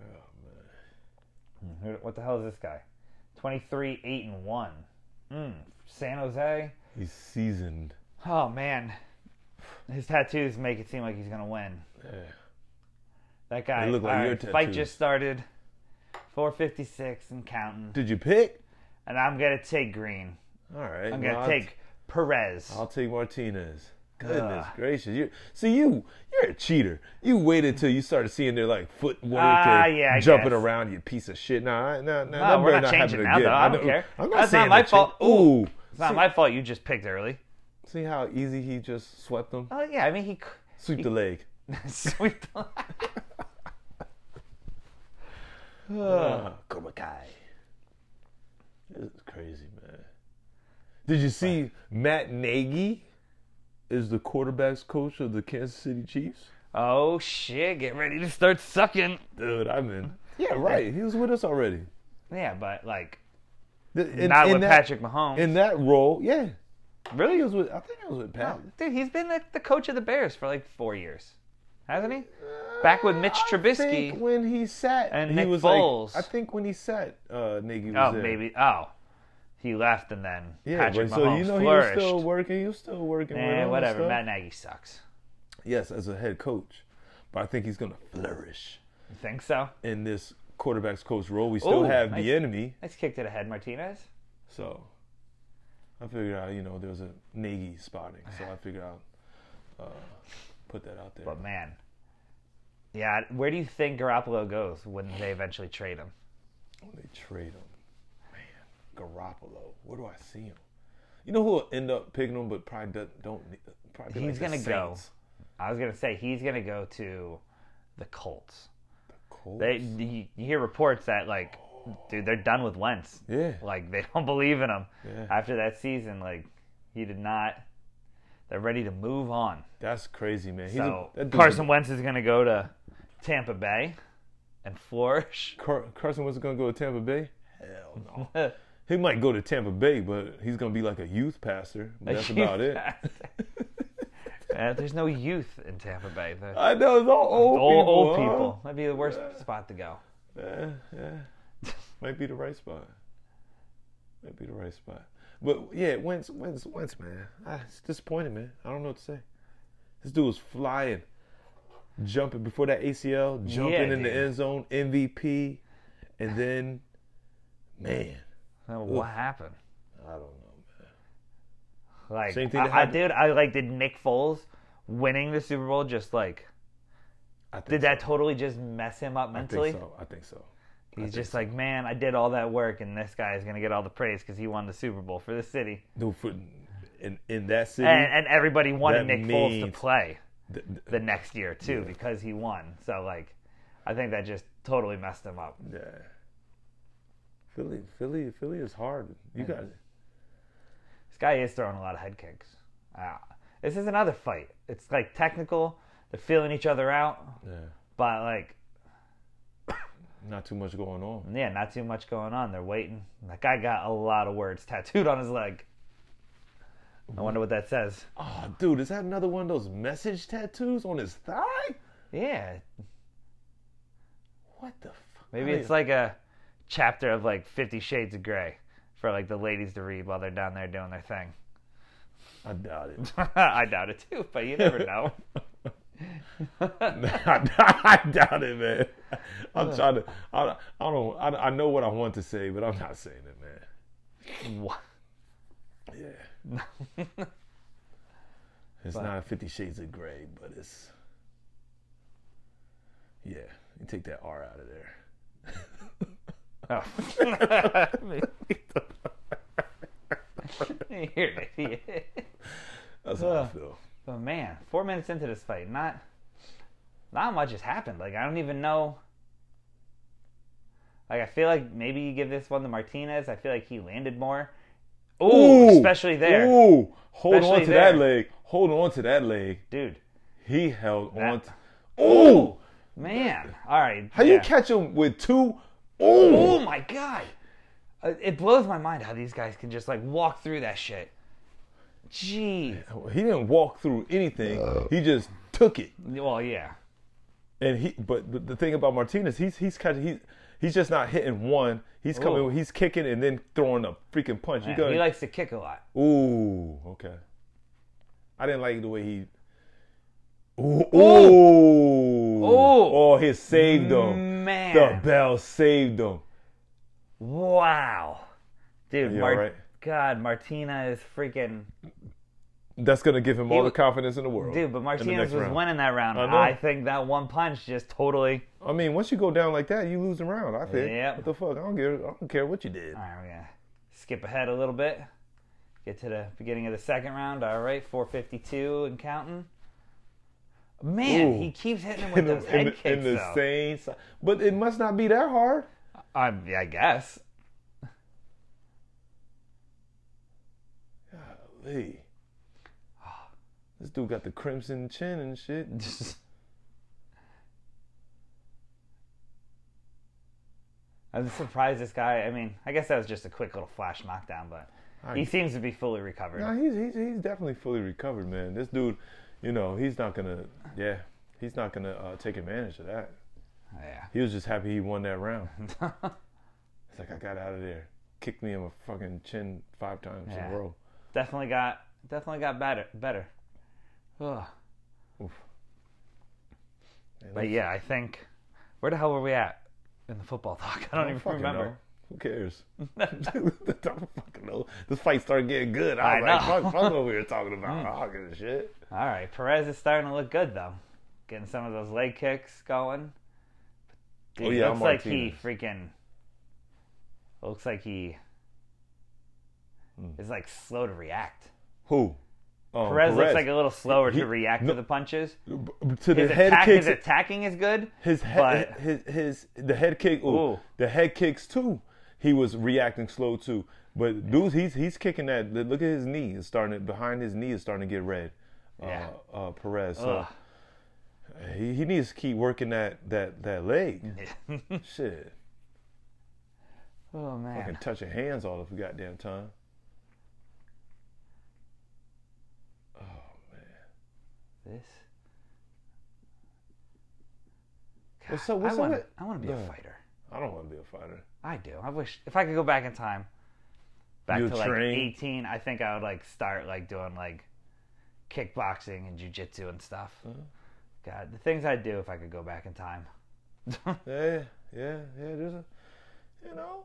Speaker 3: Oh, man. What the hell is this guy? 23, 8 and 1. Mm, San Jose.
Speaker 1: He's seasoned.
Speaker 3: Oh, man. His tattoos make it seem like he's going to win. That guy.
Speaker 1: They look like
Speaker 3: all
Speaker 1: your
Speaker 3: Fight
Speaker 1: tattoos.
Speaker 3: just started. 456 and counting.
Speaker 1: Did you pick?
Speaker 3: And I'm going to take Green.
Speaker 1: All right.
Speaker 3: I'm
Speaker 1: well,
Speaker 3: going to
Speaker 1: I'll-
Speaker 3: take Perez.
Speaker 1: I'll take Martinez. Goodness
Speaker 3: Ah.
Speaker 1: gracious! You see, you you're a cheater. You waited till you started seeing their like footwork
Speaker 3: Ah,
Speaker 1: and
Speaker 3: yeah, I
Speaker 1: jumping
Speaker 3: guess.
Speaker 1: around. You piece of shit. Nah, I- nah, nah. that
Speaker 3: No, we're
Speaker 1: better
Speaker 3: not
Speaker 1: happen
Speaker 3: changing now,
Speaker 1: again.
Speaker 3: though. I don't
Speaker 1: know-
Speaker 3: care.
Speaker 1: I'm
Speaker 3: That's
Speaker 1: saying
Speaker 3: not my
Speaker 1: that
Speaker 3: fault.
Speaker 1: shit- Ooh,
Speaker 3: it's not my fault you just picked early.
Speaker 1: see how easy he just swept them.
Speaker 3: Oh, yeah. I mean, he. c-
Speaker 1: Sweep the leg.
Speaker 3: Sweet.
Speaker 1: Ah, Cobra Kai. This is crazy, man. Did you see Matt Nagy is the quarterbacks coach of the Kansas City Chiefs?
Speaker 3: oh shit! Get ready to start sucking.
Speaker 1: Dude, I'm in. Yeah, right. He was with us already.
Speaker 3: Yeah, but like
Speaker 1: Th- In,
Speaker 3: not
Speaker 1: in
Speaker 3: with
Speaker 1: that,
Speaker 3: Patrick Mahomes.
Speaker 1: In that role, yeah. Really? It was with, I think it was with Pat.
Speaker 3: Dude, he's been the, the coach of the Bears for like four years, hasn't he? Back with Mitch
Speaker 1: I
Speaker 3: Trubisky.
Speaker 1: think when he sat
Speaker 3: and
Speaker 1: he
Speaker 3: Nick
Speaker 1: was
Speaker 3: Foles.
Speaker 1: Like, I think when he sat, uh, Nagy was
Speaker 3: Oh,
Speaker 1: there.
Speaker 3: maybe. Oh, he left and then
Speaker 1: Yeah,
Speaker 3: Patrick
Speaker 1: but
Speaker 3: Mahomes
Speaker 1: so you know
Speaker 3: flourished.
Speaker 1: he was still working. He was still working. with all
Speaker 3: Eh,
Speaker 1: that
Speaker 3: whatever.
Speaker 1: stuff.
Speaker 3: Matt Nagy sucks.
Speaker 1: Yes, as a head coach, but I think he's gonna flourish
Speaker 3: You think so?
Speaker 1: in this quarterbacks coach role. We still
Speaker 3: Ooh,
Speaker 1: have
Speaker 3: nice.
Speaker 1: the enemy,
Speaker 3: Nice kick to the head, Martinez.
Speaker 1: so I figured out. You know, there was a Nagy spotting, so I figured out. Uh, put that out there.
Speaker 3: But man, yeah. Where do you think Garoppolo goes when they eventually trade him?
Speaker 1: When they trade him, man, Garoppolo. Where do I see him? You know who will end up picking him, but probably don't. don't need- probably
Speaker 3: He's
Speaker 1: like
Speaker 3: gonna
Speaker 1: the
Speaker 3: go.
Speaker 1: Saints.
Speaker 3: I was gonna say he's gonna go to the Colts.
Speaker 1: Colts.
Speaker 3: They you, you hear reports that like, dude, they're done with Wentz.
Speaker 1: yeah.
Speaker 3: Like they don't believe in him
Speaker 1: Yeah.
Speaker 3: after that season. Like he did not. They're ready to move on.
Speaker 1: That's crazy, man. He's
Speaker 3: So
Speaker 1: that dude's a-
Speaker 3: Carson Wentz is going to go to Tampa Bay and flourish.
Speaker 1: Car- Carson Wentz is gonna go to Tampa Bay. Hell no. he might go to Tampa Bay, but he's gonna be like a youth pastor. But that's about it.
Speaker 3: Uh, there's no youth in Tampa Bay. The
Speaker 1: I know it's all old
Speaker 3: old,
Speaker 1: people.
Speaker 3: old
Speaker 1: huh?
Speaker 3: people. That'd be the worst spot to go.
Speaker 1: Yeah, yeah. Eh, Might be the right spot. Might be the right spot. But yeah, Wentz, Wentz, Wentz, man. Ah, it's disappointing, man. I don't know what to say. This dude was flying, jumping before that ACL, jumping
Speaker 3: Yeah,
Speaker 1: in the
Speaker 3: dude.
Speaker 1: end zone, MVP, and then, man,
Speaker 3: Uh, What happened?
Speaker 1: I don't know, man.
Speaker 3: Like,
Speaker 1: Same thing
Speaker 3: I,
Speaker 1: that
Speaker 3: I,
Speaker 1: happened-
Speaker 3: dude, I like did Nick Foles winning the Super Bowl just like
Speaker 1: I think
Speaker 3: did
Speaker 1: so.
Speaker 3: that totally just mess him up
Speaker 1: I think
Speaker 3: mentally?
Speaker 1: so. I think so.
Speaker 3: He's just like, man, I did all that work, and this guy is gonna get all the praise because he won the Super Bowl for the city,
Speaker 1: Dude, for, in in that city,
Speaker 3: and, and everybody wanted
Speaker 1: That
Speaker 3: Nick Foles to
Speaker 1: means-
Speaker 3: play.
Speaker 1: th- th-
Speaker 3: the next year too because he won. So like, I think that just totally messed him up.
Speaker 1: yeah. Philly, Philly, Philly is hard. You got
Speaker 3: This guy is throwing a lot of head kicks. Uh, this is another fight. It's like technical. They're feeling each other out,
Speaker 1: yeah.
Speaker 3: but like,
Speaker 1: Not too much going on.
Speaker 3: yeah, not too much going on. They're waiting. That guy got a lot of words tattooed on his leg. I wonder what that says.
Speaker 1: Oh, dude, is that another one of those message tattoos on his thigh?
Speaker 3: Yeah,
Speaker 1: What the fuck?
Speaker 3: maybe it's like a chapter of like Fifty Shades of Grey for like the ladies to read while they're down there doing their thing.
Speaker 1: I doubt it.
Speaker 3: I doubt it too, but you never know.
Speaker 1: I doubt it, man. I'm trying to. I, I don't. I, I know what I want to say, but I'm not saying it, man.
Speaker 3: Wha-
Speaker 1: Yeah. it's not Fifty Shades of Grey, but it's. Yeah, you take that R out of there.
Speaker 3: Oh. You're an idiot.
Speaker 1: That's how I feel.
Speaker 3: But Oh, man, four minutes into this fight, not not much has happened. Like I don't even know. Like I feel like maybe you give this one to Martinez. I feel like he landed more. Ooh, especially there,
Speaker 1: Ooh, hold on
Speaker 3: Especially
Speaker 1: to that
Speaker 3: there.
Speaker 1: leg. Hold on to that leg.
Speaker 3: dude.
Speaker 1: He held
Speaker 3: That-
Speaker 1: on. To, ooh,
Speaker 3: Man, all right.
Speaker 1: how you
Speaker 3: yeah.
Speaker 1: catch him with two?
Speaker 3: Oh
Speaker 1: Ooh,
Speaker 3: my god! Uh, It blows my mind how these guys can just like walk through that shit. Jeez.
Speaker 1: he didn't walk through anything. He just took it.
Speaker 3: Well, yeah.
Speaker 1: And he, but, but the thing about Martinez, he's he's catching. He's he's just not hitting one. He's
Speaker 3: Ooh.
Speaker 1: coming. He's kicking and then throwing a freaking punch. You
Speaker 3: Man, he
Speaker 1: got
Speaker 3: likes to kick a lot.
Speaker 1: ooh. Okay. I didn't like the way he. Ooh. Ooh. Oh, he saved
Speaker 3: Mm.
Speaker 1: him.
Speaker 3: Man.
Speaker 1: The bell saved him.
Speaker 3: Wow. Dude,
Speaker 1: You
Speaker 3: Mar-
Speaker 1: alright?
Speaker 3: God, Martina is freaking.
Speaker 1: That's gonna give him all
Speaker 3: He-
Speaker 1: the confidence in the world.
Speaker 3: Dude, but Martinez
Speaker 1: next
Speaker 3: was
Speaker 1: round.
Speaker 3: winning that round.
Speaker 1: I know.
Speaker 3: I, think that one punch just totally.
Speaker 1: I mean, once you go down like that, you lose the round. I think.
Speaker 3: Yep.
Speaker 1: What the fuck? I don't care. I don't care what you did.
Speaker 3: All right, we're going to skip ahead a little bit. Get to the beginning of the second round. All right, 452 and counting. Man,
Speaker 1: Ooh.
Speaker 3: he keeps hitting him with those head
Speaker 1: in the,
Speaker 3: kicks.
Speaker 1: in the
Speaker 3: though.
Speaker 1: same, si- but it must not be that hard.
Speaker 3: I, I guess.
Speaker 1: Hey, this dude got the crimson chin and shit.
Speaker 3: I'm surprised this guy. I mean, I guess that was just a quick little flash knockdown, but he seems to be fully recovered.
Speaker 1: No, he's, he's he's definitely fully recovered, man. This dude, you know, he's not gonna, yeah, he's not gonna uh, take advantage of that.
Speaker 3: Yeah.
Speaker 1: He was just happy he won that round.
Speaker 3: Mm-hmm.
Speaker 1: it's like I got out of there, kicked me in my fucking chin five times in
Speaker 3: Yeah.
Speaker 1: a row.
Speaker 3: Definitely got definitely got better better. Ugh.
Speaker 1: Man,
Speaker 3: But yeah, I think where the hell were we at in the football talk? I don't even
Speaker 1: fucking know.
Speaker 3: remember.
Speaker 1: Who cares? I don't fucking know. This fight started getting good. I
Speaker 3: I
Speaker 1: was like,
Speaker 3: know. Mm.
Speaker 1: fuck, fuck what we were talking about. I don't give a shit.
Speaker 3: All right, Perez is starting to look good though. Getting some of those leg kicks going. Dude,
Speaker 1: Oh,
Speaker 3: he
Speaker 1: yeah,
Speaker 3: looks like
Speaker 1: Martinez.
Speaker 3: he freaking looks like he
Speaker 1: Hmm.
Speaker 3: is like slow to react.
Speaker 1: Who? Um,
Speaker 3: Perez, looks like a little slower
Speaker 1: He-
Speaker 3: to react
Speaker 1: no-
Speaker 3: to the punches.
Speaker 1: to the
Speaker 3: His,
Speaker 1: head
Speaker 3: attack,
Speaker 1: kicks.
Speaker 3: his attacking is good.
Speaker 1: his head,
Speaker 3: but-
Speaker 1: his, his the head kick. Ooh,
Speaker 3: Ooh.
Speaker 1: the head kicks too. He was reacting slow too. But dude, he's he's kicking that. Look at his knee. It's starting to, behind his knee is starting to get red.
Speaker 3: Yeah.
Speaker 1: Uh, uh, Perez. So he, he needs to keep working that that that leg. Shit,
Speaker 3: Oh man.
Speaker 1: fucking touching hands all the goddamn time.
Speaker 3: This.
Speaker 1: What's up? What's
Speaker 3: I
Speaker 1: up?
Speaker 3: want,
Speaker 1: with-
Speaker 3: I want to be
Speaker 1: Go
Speaker 3: a
Speaker 1: ahead.
Speaker 3: fighter.
Speaker 1: I don't want to be a fighter.
Speaker 3: I do. I wish if I could go back in time, back
Speaker 1: You
Speaker 3: to like
Speaker 1: train?
Speaker 3: 18, I think I would like start like doing like kickboxing and jujitsu and stuff.
Speaker 1: Uh-huh.
Speaker 3: God, the things I'd do if I could go back in time.
Speaker 1: Yeah, yeah, yeah. There's a, you know.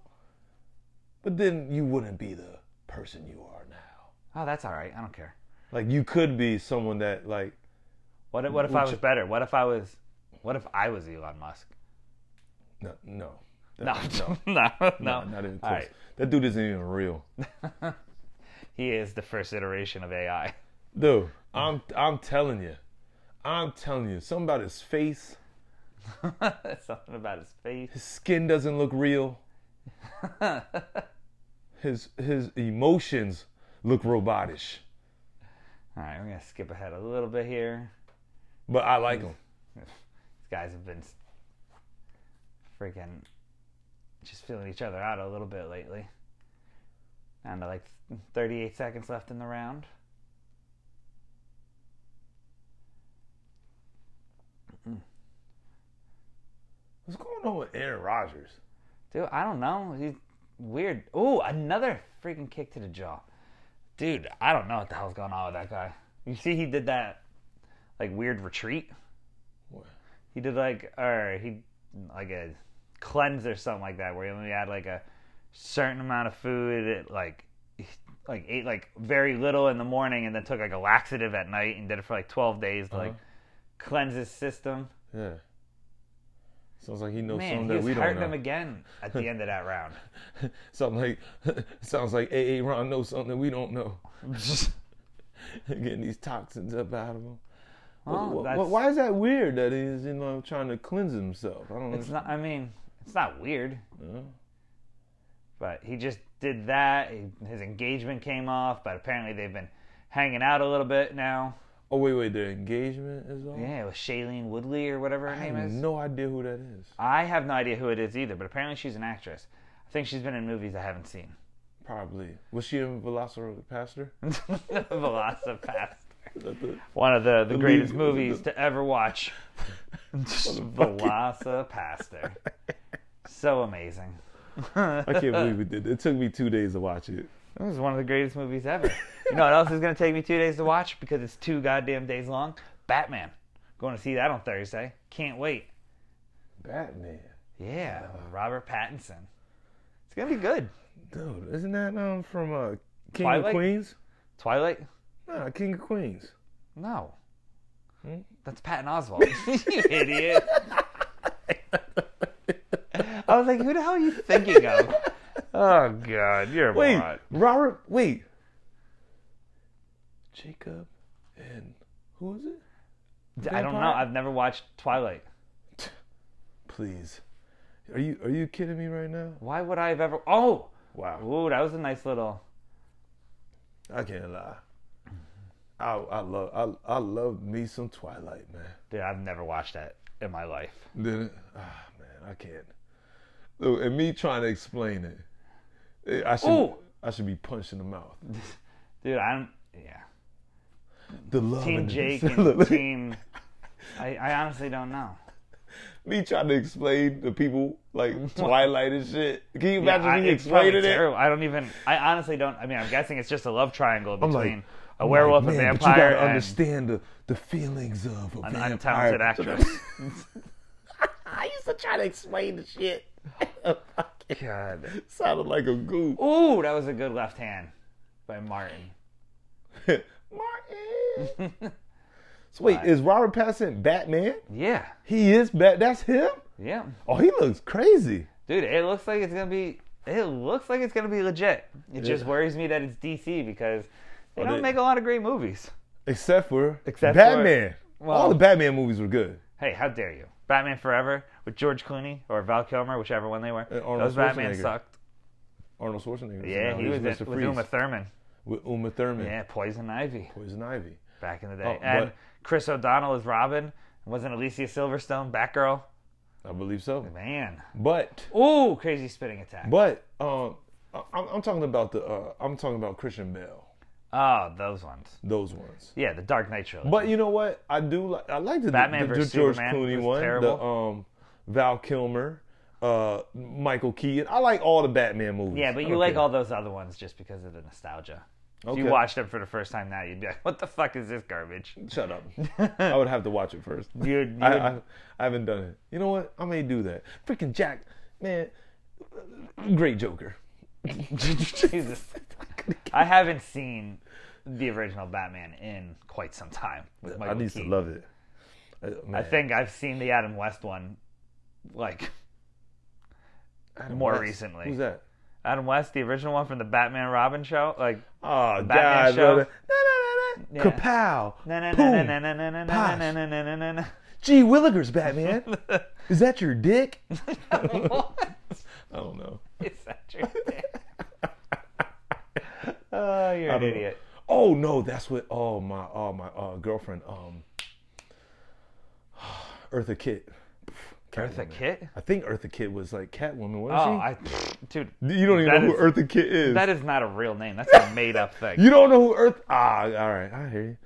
Speaker 1: But then you wouldn't be the person you are now.
Speaker 3: Oh, that's all right. I don't care.
Speaker 1: Like you could be someone that like
Speaker 3: What if, what if I was better? What if I was what if I was Elon Musk?
Speaker 1: no no
Speaker 3: No, no, no,
Speaker 1: no, not even
Speaker 3: All
Speaker 1: close.
Speaker 3: right.
Speaker 1: That dude isn't even real,
Speaker 3: He is the first iteration of AI.
Speaker 1: dude. I'm I'm telling you, I'm telling you, something about his face,
Speaker 3: Something about his face.
Speaker 1: his skin doesn't look real. his his emotions look robotish,
Speaker 3: All right, we're gonna skip ahead a little bit here.
Speaker 1: but I
Speaker 3: Mm.
Speaker 1: like him.
Speaker 3: These guys have been s- freaking just feeling each other out a little bit lately. Down to like 38 seconds left in the round.
Speaker 1: What's going on with Aaron Rodgers?
Speaker 3: Dude, I don't know. He's weird. Ooh, another freaking kick to the jaw. Dude, I don't know what the hell's going on with that guy. You see, he did that like weird retreat.
Speaker 1: What?
Speaker 3: He did like, or he like a cleanse or something like that, where he only had like a certain amount of food. It like he- like ate like very little in the morning, and then took like a laxative at night, and did it for like twelve days to like cleanse his system.
Speaker 1: Yeah, sounds like he knows
Speaker 3: Man,
Speaker 1: something
Speaker 3: he
Speaker 1: that
Speaker 3: was
Speaker 1: we don't
Speaker 3: hurting him
Speaker 1: know.
Speaker 3: again at the end of that round.
Speaker 1: Something like sounds like AA Ron knows something that we don't know. getting these toxins up out of him.
Speaker 3: Well,
Speaker 1: Wh- wh-
Speaker 3: Oh, that's-
Speaker 1: why is that weird that he's you know trying to cleanse himself? I don't.
Speaker 3: It's
Speaker 1: know.
Speaker 3: not. I mean, it's not weird.
Speaker 1: Yeah.
Speaker 3: But he just did that. He, his engagement came off, but apparently they've been hanging out a little bit now.
Speaker 1: Oh wait, wait. The engagement is on.
Speaker 3: Yeah, with Shailene Woodley or whatever her
Speaker 1: I
Speaker 3: name
Speaker 1: have
Speaker 3: is.
Speaker 1: no idea who that is.
Speaker 3: I have no idea who it is either, but apparently she's an actress. I think she's been in movies I haven't seen.
Speaker 1: Probably was she in Velociraptor?
Speaker 3: Velocipaster.
Speaker 1: Is that the-
Speaker 3: One of the, the
Speaker 1: lead-
Speaker 3: greatest movies to ever watch. Velocipaster. So amazing.
Speaker 1: I can't believe we did. that. It took me two days to watch it.
Speaker 3: It was one of the greatest movies ever. You know what else is going to take me two days to watch because it's two goddamn days long? Batman. Going to see that on Thursday. Can't wait.
Speaker 1: Batman,
Speaker 3: Yeah, Robert Pattinson. It's going to be good.
Speaker 1: dude, isn't that um from uh, King of
Speaker 3: Twilight?
Speaker 1: Queens?
Speaker 3: Twilight?
Speaker 1: Nah, King of Queens.
Speaker 3: No.
Speaker 1: Hmm?
Speaker 3: That's Patton Oswald. you idiot. I was like, who the hell are you thinking of? Oh, God. You're a
Speaker 1: Wait,
Speaker 3: moron.
Speaker 1: Robert. Wait, Jacob, and who is it?
Speaker 3: I don't know.
Speaker 1: vampire?
Speaker 3: I've never watched Twilight.
Speaker 1: Please, are you are you kidding me right now?
Speaker 3: Why would I have ever. Oh!
Speaker 1: Wow,
Speaker 3: Ooh, that was a nice little.
Speaker 1: I can't lie. I I love I I love me some Twilight, man.
Speaker 3: Dude, I've never watched that in my life.
Speaker 1: Then it- ah man, I can't. Look, and me trying to explain it. Eh, I should.
Speaker 3: Ooh,
Speaker 1: I should be punched in the mouth.
Speaker 3: dude. I'm yeah.
Speaker 1: The love. in
Speaker 3: Team
Speaker 1: this.
Speaker 3: Jake
Speaker 1: Look,
Speaker 3: and Team. I, I honestly don't know.
Speaker 1: me trying to explain to people like Twilight and shit. Can you imagine
Speaker 3: I,
Speaker 1: me
Speaker 3: it's probably
Speaker 1: explaining it?
Speaker 3: terrible. I don't even. I honestly don't. I mean, I'm guessing it's just a love triangle between
Speaker 1: like-
Speaker 3: a werewolf,
Speaker 1: Man,
Speaker 3: a
Speaker 1: but you
Speaker 3: vampire,
Speaker 1: gotta
Speaker 3: and
Speaker 1: understand the, the feelings of a
Speaker 3: an
Speaker 1: vampire.
Speaker 3: untalented actress.
Speaker 1: I used to try to explain the shit.
Speaker 3: God.
Speaker 1: Sounded like a goop.
Speaker 3: Ooh, that was a good left hand by Martin.
Speaker 1: Martin. so wait, is Robert Pattinson Batman?
Speaker 3: Yeah,
Speaker 1: He is Bat. That's him.
Speaker 3: yeah,
Speaker 1: Oh, he looks crazy.
Speaker 3: dude. It looks like it's gonna be. It looks like it's gonna be legit. It just worries me that it's DC because they
Speaker 1: Well,
Speaker 3: don't
Speaker 1: they-
Speaker 3: make a lot of great movies.
Speaker 1: Except for
Speaker 3: Except for-
Speaker 1: Batman. All
Speaker 3: well-
Speaker 1: the Batman movies were good.
Speaker 3: Hey, how dare you? Batman Forever with George Clooney or Val Kilmer, whichever one they were.
Speaker 1: And Uh, Arnold
Speaker 3: Those Batman
Speaker 1: Schwarzenegger.
Speaker 3: sucked.
Speaker 1: Arnold Schwarzenegger. was
Speaker 3: Yeah,
Speaker 1: in that.
Speaker 3: he was in,
Speaker 1: Mr.
Speaker 3: with
Speaker 1: Freeze.
Speaker 3: Uma Thurman.
Speaker 1: with Uma Thurman.
Speaker 3: Yeah, Poison Ivy
Speaker 1: Poison Ivy.
Speaker 3: back in the day.
Speaker 1: Oh,
Speaker 3: and
Speaker 1: but-
Speaker 3: Chris O'Donnell is Robin. Wasn't Alicia Silverstone Batgirl?
Speaker 1: I believe so.
Speaker 3: Man.
Speaker 1: But
Speaker 3: Ooh, crazy spitting attack.
Speaker 1: but um, I- I'm, I'm talking about the uh, I'm talking about Christian Bale.
Speaker 3: Oh, those ones.
Speaker 1: Those ones.
Speaker 3: Yeah, the Dark Knight trilogy.
Speaker 1: But you know what? I do like I like the,
Speaker 3: Batman
Speaker 1: the, the
Speaker 3: versus
Speaker 1: George
Speaker 3: Superman
Speaker 1: Clooney
Speaker 3: was
Speaker 1: one, the
Speaker 3: terrible.
Speaker 1: um, Val Kilmer, uh, Michael Keaton. I like all the Batman movies.
Speaker 3: yeah, but you like all those other ones just because of the nostalgia. If you
Speaker 1: Okay.
Speaker 3: watched them for the first time now, you'd be like, "What the fuck is this garbage?"
Speaker 1: the Shut up. I would have to watch it first.
Speaker 3: You, you
Speaker 1: I, I I haven't done it. You know what? I may do that. Freaking Jack, man, great Joker.
Speaker 3: Jesus. I haven't seen the original Batman in quite some time with Michael
Speaker 1: I need to
Speaker 3: Keaton.
Speaker 1: love it. Uh,
Speaker 3: I
Speaker 1: man.
Speaker 3: think I've seen the Adam West one, like more
Speaker 1: West.
Speaker 3: recently.
Speaker 1: Who's that?
Speaker 3: Adam West, the original one from the Batman Robin show, like
Speaker 1: Oh,
Speaker 3: Batman
Speaker 1: God,
Speaker 3: show.
Speaker 1: brother. Na, na, na, na.
Speaker 3: Yeah.
Speaker 1: Kapow.
Speaker 3: na na na na
Speaker 1: Boom.
Speaker 3: na na na
Speaker 1: Posh.
Speaker 3: na na na na na na.
Speaker 1: Gee Willikers, Batman. Is that your dick?
Speaker 3: What
Speaker 1: I don't know.
Speaker 3: is that your name? Oh, you're
Speaker 1: don't
Speaker 3: an
Speaker 1: know.
Speaker 3: idiot.
Speaker 1: Oh no, that's what. Oh my, oh my uh, girlfriend, um, Eartha Kitt.
Speaker 3: Eartha
Speaker 1: Catwoman.
Speaker 3: Kitt?
Speaker 1: I think Eartha Kitt was like Catwoman, wasn't she?
Speaker 3: Oh, I, dude,
Speaker 1: you don't even
Speaker 3: that
Speaker 1: know who
Speaker 3: is-
Speaker 1: Eartha Kitt is.
Speaker 3: that is not a real name. That's a made up thing.
Speaker 1: you don't know who Earth? Ah, all right, I hear you.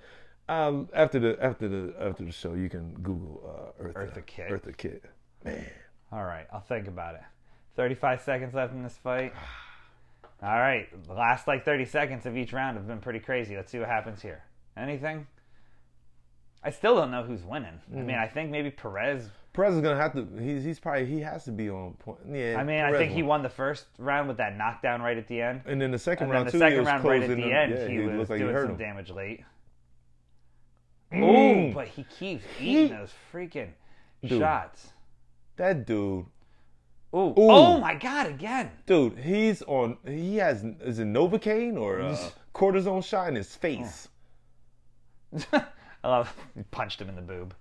Speaker 1: Um, after the after the after the show, you can Google uh, Eartha,
Speaker 3: Eartha Kitt.
Speaker 1: Eartha Kitt.
Speaker 3: All right, I'll think about it. 35 seconds left in this fight. All right, the last like 30 seconds of each round have been pretty crazy. Let's see what happens here. Anything? I still don't know who's winning. I
Speaker 1: Hmm.
Speaker 3: mean, I think maybe Perez.
Speaker 1: Perez is gonna have to. He's he's probably he has to be on point. Yeah.
Speaker 3: I mean, I
Speaker 1: Perez
Speaker 3: think he
Speaker 1: won.
Speaker 3: won the first round with that knockdown right at the end.
Speaker 1: And then the second
Speaker 3: And then
Speaker 1: round
Speaker 3: the
Speaker 1: too. he
Speaker 3: second
Speaker 1: was
Speaker 3: round right at the
Speaker 1: closing up.
Speaker 3: end,
Speaker 1: Yeah,
Speaker 3: he,
Speaker 1: looked
Speaker 3: was
Speaker 1: like he
Speaker 3: doing
Speaker 1: hurt
Speaker 3: some
Speaker 1: him.
Speaker 3: damage late.
Speaker 1: Mm.
Speaker 3: Ooh, but he keeps eating those freaking shots.
Speaker 1: That dude,
Speaker 3: Ooh. Oh my God, again.
Speaker 1: dude, he's on. He has is it Novocaine or uh, cortisone shot in his face.
Speaker 3: I love punched him in the boob.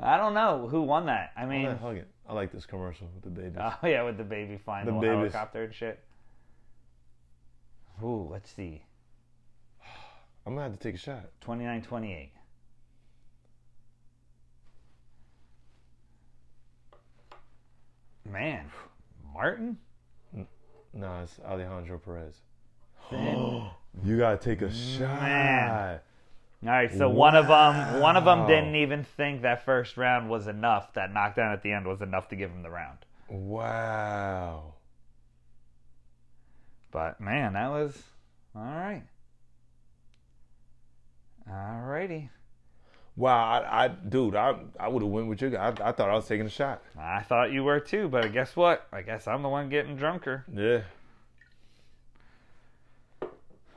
Speaker 3: I don't know who won that. I
Speaker 1: I
Speaker 3: mean,
Speaker 1: hug it. I like this commercial with the baby.
Speaker 3: oh yeah, with the baby flying the,
Speaker 1: The
Speaker 3: little
Speaker 1: babies.
Speaker 3: helicopter and shit. Ooh, let's see,
Speaker 1: I'm gonna have to take a shot.
Speaker 3: twenty nine twenty eight. Man, Martin.
Speaker 1: Nah, it's Alejandro Perez. you gotta take a shot.
Speaker 3: Man. All right, so one of them, one of them didn't even think that first round was enough. That knockdown at the end was enough to give him the round.
Speaker 1: Wow.
Speaker 3: But man, that was all right. All righty.
Speaker 1: Wow, I, I dude, I I would have went with you. guy. I, I thought I was taking a shot.
Speaker 3: I thought you were too, but guess what? I guess I'm the one getting drunker.
Speaker 1: Yeah.